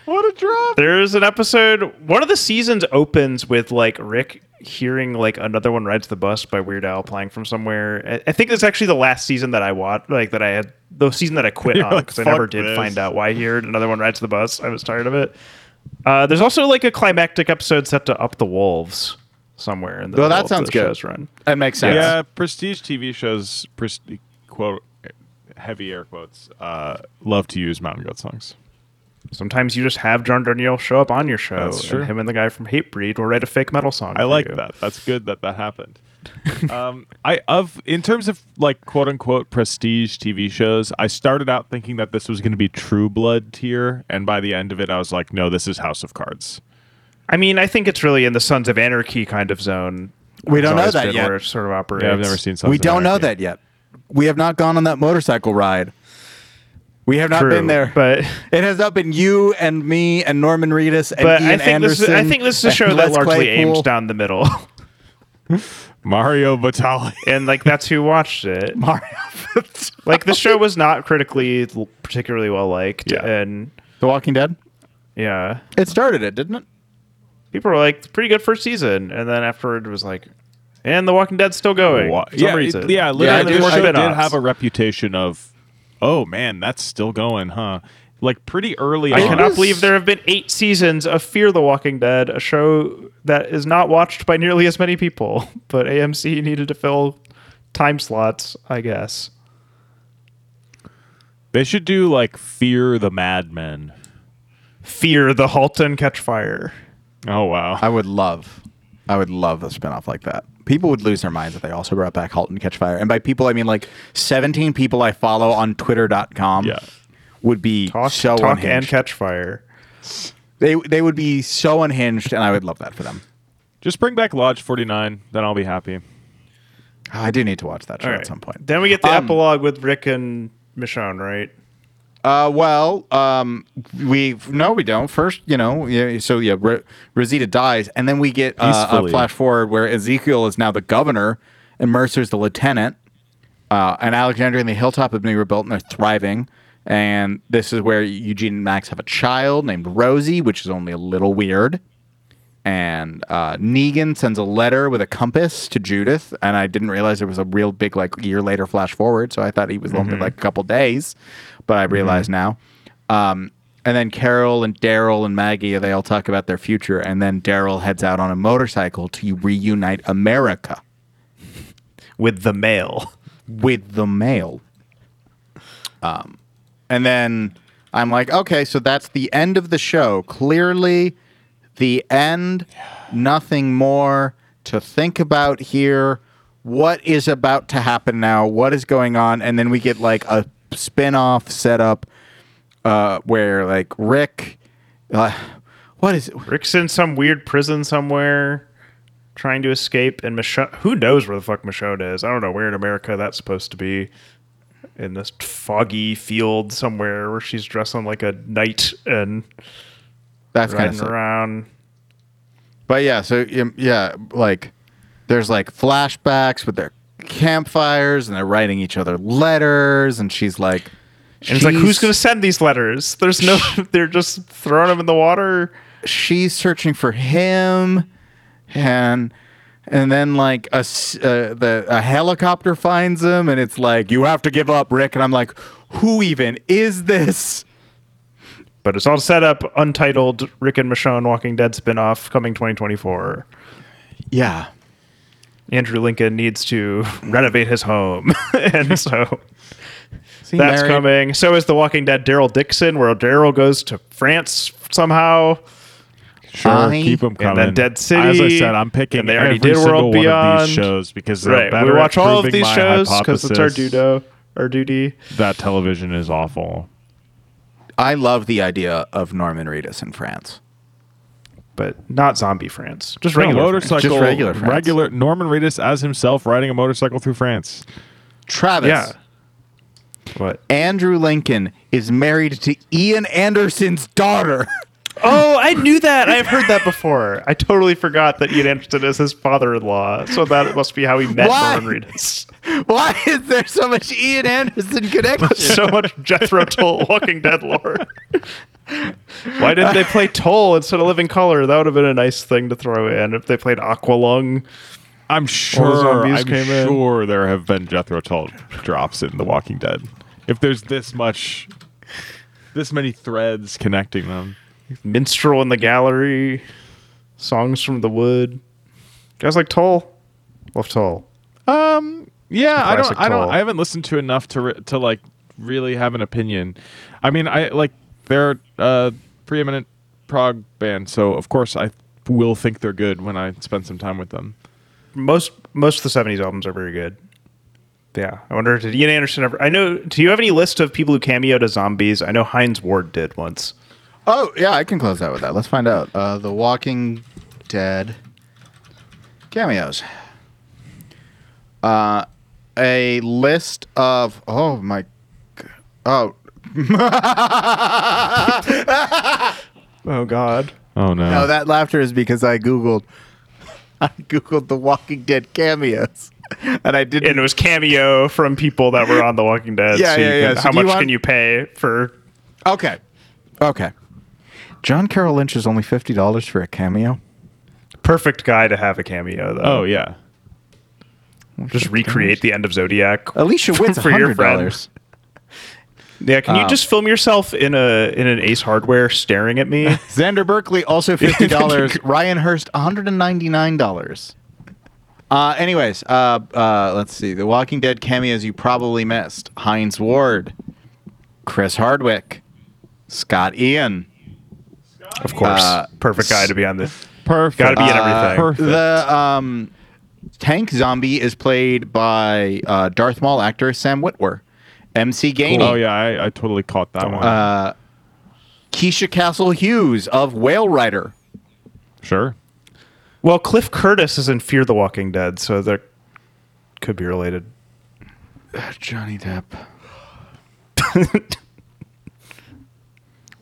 what a drop.
There's an episode. One of the seasons opens with like Rick hearing like another one rides the bus by Weird Al playing from somewhere. I- I think that's actually the last season that I watched. Like that I had the season that I quit on
like,
because I never
"Fuck
did
this."
find out why he heard another one rides the bus. I was tired of it. Uh, there's also like a climactic episode set to Up the Wolves somewhere in the
Well,
middle
that
of
sounds
the
good.
show's run.
That makes sense.
Yeah, prestige TV shows, presti- quote, heavy air quotes, uh, love to use Mountain Goat songs.
Sometimes you just have John Darnielle show up on your show,
That's true.
and him and the guy from Hatebreed will write a fake metal song.
I
for
like
you.
that. That's good that that happened. um, I of in terms of like quote unquote prestige TV shows, I started out thinking that this was going to be True Blood tier, and by the end of it, I was like, no, this is House of Cards.
I mean, I think it's really in the Sons of Anarchy kind of zone.
We don't
It's
know
always
that
been
yet.
Where it sort of operates.
Yeah, I've never seen something.
We don't know
like
that yet. We have not gone on that motorcycle ride. We have not
True,
been there,
but-
it has not been you and me and Norman Reedus and
But
Ian
I think
Anderson.
this is, I think this is a
and
show that
Les
largely
Claypool.
aims down the middle,
Mario Batali.
and like that's who watched it.
Mario.
Like the show was not critically l- particularly well liked,
Yeah.
and
the Walking Dead.
yeah,
It started it, didn't it?
people were like pretty good first season, and then afterward it was like, and The Walking Dead's still going.
Wa-
For some
yeah,
reason.
It, yeah,
And
literally,
there's
the show did
spin-offs.
have a reputation of, oh man, that's still going, huh? Like pretty early
I
on.
cannot believe there have been eight seasons of Fear the Walking Dead, a show that is not watched by nearly as many people, but AMC needed to fill time slots, I guess.
They should do like Fear the Madmen.
Fear the Halt and Catch Fire.
Oh wow.
I would love, I would love a spinoff like that. People would lose their minds if they also brought back *Halt and Catch Fire*. And by people, I mean like 17 people I follow on Twitter.com
Yeah.
would be
Talk,
so
talk
unhinged.
and catch fire.
they they would be so unhinged, and I would love that for them.
Just bring back Lodge 49, then I'll be happy.
Oh, I do need to watch that show
All
at
right.
some point.
Then we get the
Um,
epilogue with Rick and Michonne, right?
Uh, well, um, we no, we don't. First, you know, yeah, so yeah, Re- Rosita dies, and then we get uh, a
Peacefully.
flash forward where Ezekiel is now the governor, and Mercer's the lieutenant, uh, and Alexandria and the Hilltop have been rebuilt and they're thriving. And this is where Eugene and Max have a child named Rosie, which is only a little weird. And uh, Negan sends a letter with a compass to Judith, and I didn't realize there was a real big like year later flash forward, so I thought he was only like a couple days, but I realize now. Um, and then Carol and Daryl and Maggie, they all talk about their future, and then Daryl heads out on a motorcycle to reunite America
With the male.
with the mail. Um, and then I'm like, okay, so that's the end of the show. Clearly, the end. Nothing more to think about here. What is about to happen now? What is going on? And then we get like a spin off setup uh, where like Rick. Uh, what is
Rick's in some weird prison somewhere trying to escape, and Michonne, who knows where the fuck Michonne is? I don't know where in America that's supposed to be. In this foggy field somewhere where she's dressing like a knight and
that's kind
riding
of
around.
But yeah, so um, yeah, like there's like flashbacks with their campfires and they're writing each other letters and she's like
And it's like, who's going to
she's-
send these letters? There's no, they're just throwing them in the water.
she's searching for him and and then like a s- uh, the a helicopter finds him and it's like you have to give up Rick and I'm like who even is this?
But it's all set up, untitled Rick and Michonne Walking Dead spinoff coming 2024.
Yeah.
Andrew Lincoln needs to renovate his home. and so
See,
that's
Mary-
coming. So is The Walking Dead Daryl Dixon, where Daryl goes to France somehow.
Sure,
I-
keep them
then
coming.
Dead City,
As I said, I'm picking
and they already
every
did
single
World
one of
Beyond.
these shows because they're
Right.
better
We
at
watch all of
proving
these
my
shows because it's our
hypothesis.
dudo, our duty.
That television is awful.
I love the idea of Norman Reedus in France.
But not zombie France. Just
No,
regular France.
motorcycle,
Just regular France.
regular Norman Reedus as himself riding a motorcycle through France.
Travis.
Yeah. What?
Andrew Lincoln is married to Ian Anderson's daughter.
Oh, I knew that. I've heard that before. I totally forgot that Ian Anderson is his father-in-law. So that must be how he met
Why?
Norman Reedus.
Why is there so much Ian Anderson connection?
so much Jethro Tull Walking Dead lore. Why didn't they play Toll instead of Living Color? That would have been a nice thing to throw in if they played Aqualung.
I'm sure.
zombies
I'm
came in.
sure there have been Jethro Tull drops in The Walking Dead. If there's this much, this many threads connecting them.
Minstrel in the Gallery, Songs from the Wood. Guys like Toll? Love Toll.
Um, Yeah, I don't.
Classic
I don't.
Toll.
I haven't listened to enough to re- to like really have an opinion. I mean, I like they're a preeminent prog band, so of course I will think they're good when I spend some time with them.
Most most of the seventies albums are very good. Yeah. I wonder did Ian Anderson ever I know do you have any list of people who cameoed as zombies? I know Heinz Ward did once.
oh, yeah, I can close out with that. Let's find out. Uh, the Walking Dead cameos. uh, a list of oh my, g- oh
Oh God. Oh no.
no, that laughter is because I googled, I googled the Walking Dead cameos, and I didn't.
and it was cameo from people that were on The Walking Dead.
Yeah,
so you
yeah, yeah.
can-
So
how
do you
much
want-
can you pay for?
Okay. Okay. John Carroll Lynch is only fifty dollars for a cameo.
Perfect guy to have a cameo though.
oh yeah.
just recreate the end of Zodiac.
Alicia Witt's
for your
hundred
friend.
dollars. Uh,
Yeah, can you just film yourself in a in an Ace Hardware staring at me?
Xander Berkeley also fifty dollars. Ryan Hurst one hundred and ninety nine dollars. Uh, anyways, uh, uh, let's see. The Walking Dead cameos you probably missed: Heinz Ward, Chris Hardwick, Scott Ian.
Of course,
Uh,
perfect guy to be on this.
Perfect.
Gotta be in everything.
Perfect.
The um, tank zombie is played by uh, Darth Maul actor Sam Witwer, MC Gainey,
Oh yeah, I, I totally caught that one.
Keisha Castle Hughes of Whale Rider.
sure.
Well, Cliff Curtis is in Fear the Walking Dead, so that could be related.
Johnny Depp.
this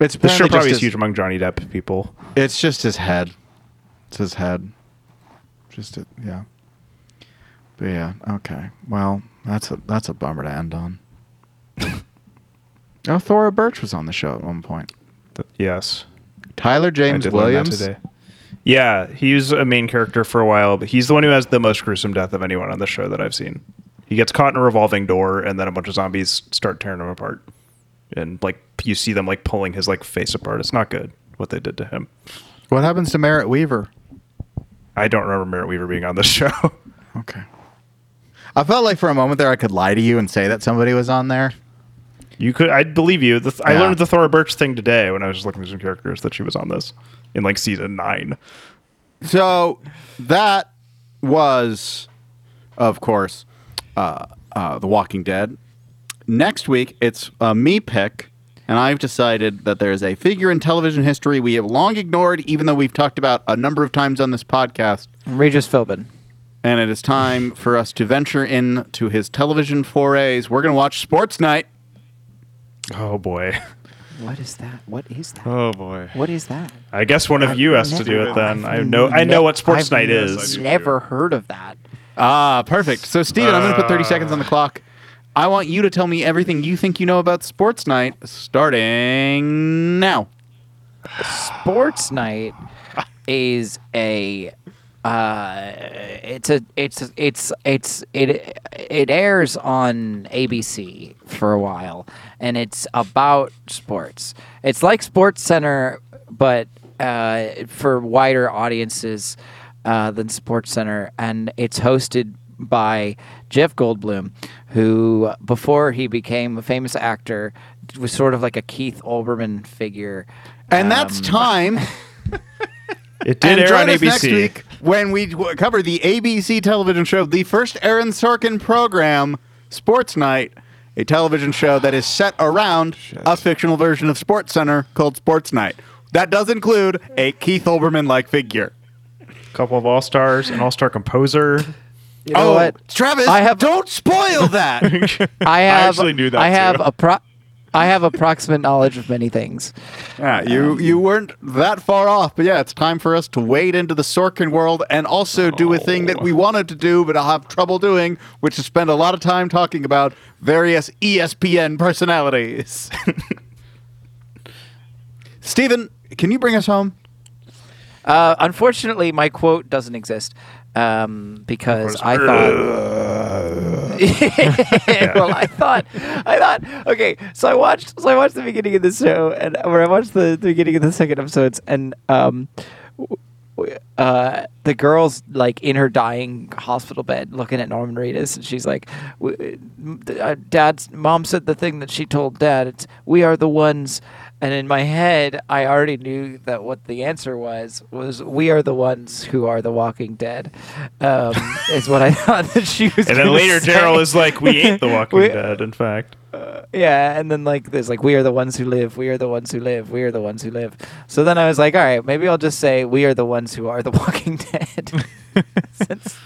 It's
show
apparently
probably
just
is
his,
huge among Johnny Depp people.
It's just his head. It's his head. Just it. Yeah. But yeah. Okay. Well, that's a that's a bummer to end on. oh, Thora Birch was on the show at one point.
Th- Yes,
Tyler
I
James
did learn that
Williams.
Yeah, he was a main character for a while, but he's the one who has the most gruesome death of anyone on the show that I've seen. He gets caught in a revolving door, and then a bunch of zombies start tearing him apart, and like you see them like pulling his like face apart. It's not good what they did to him.
What happens to Merritt Weaver?
I don't remember Merritt Weaver being on the show.
Okay. I felt like for a moment there I could lie to you and say that somebody was on there.
you could, I'd believe you. The th- I
Yeah.
learned the Thora Birch thing today when I was just looking through some characters that she was on this in like season nine.
So that was, of course, uh, uh, The Walking Dead. Next week, it's a me pick, and I've decided that there is a figure in television history we have long ignored, even though we've talked about a number of times on this podcast.
Regis Philbin.
And it is time for us to venture into his television forays. We're going to watch Sports Night.
Oh boy,
What is that? What is that?
Oh boy.
What is that?
I guess one of you has to do it then. I know, I know what Sports Night is.
Never heard of that.
Ah, perfect. So, Steven, I'm going to put 30 seconds on the clock. I want you to tell me everything you think you know about Sports Night starting now.
Sports Night is a uh, it's a it's it's it's it it airs on ABC for a while, and it's about sports. It's like Sports Center, but uh, for wider audiences uh, than Sports Center, and it's hosted by Jeff Goldblum, who before he became a famous actor was sort of like a Keith Olbermann figure.
And that's time.
It did
and
air
join
on
us
ABC.
next week when we w- cover the ABC television show, the first Aaron Sorkin program, Sports Night, a television show that is set around a fictional version of Sports Center called Sports Night. That does include a Keith Olbermann like figure.
couple of all stars, an all star composer.
You know
oh,
what?
Travis,
I have-
don't spoil that.
I have.
actually knew that,
I have
too.
a pro. I have approximate knowledge of many things.
Yeah, you you weren't that far off, but yeah, it's time for us to wade into the Sorkin world and also do a thing that we wanted to do, but I'll have trouble doing, which is spend a lot of time talking about various E ESPN personalities. Steven, can you bring us home?
Uh, unfortunately, my quote doesn't exist um, because I thought. well, I thought, I thought. Okay, so I watched. So I watched the beginning of the show, and where I watched the, the beginning of the second episodes, and um, w- w- uh, the girl's like in her dying hospital bed, looking at Norman Reedus, and she's like, w- uh, "Dad's mom said the thing that she told Dad. It's we are the ones." And in my head, I already knew that what the answer was was we are the ones who are the Walking Dead, um, is what I thought that she was.
And then
gonna
later,
say.
Daryl is like, "We ate the Walking
We-
Dead." In fact,
yeah, and then like there's like we are the ones who live, we are the ones who live, we are the ones who live. So then I was like, all right, maybe I'll just say we are the ones who are the Walking Dead. Since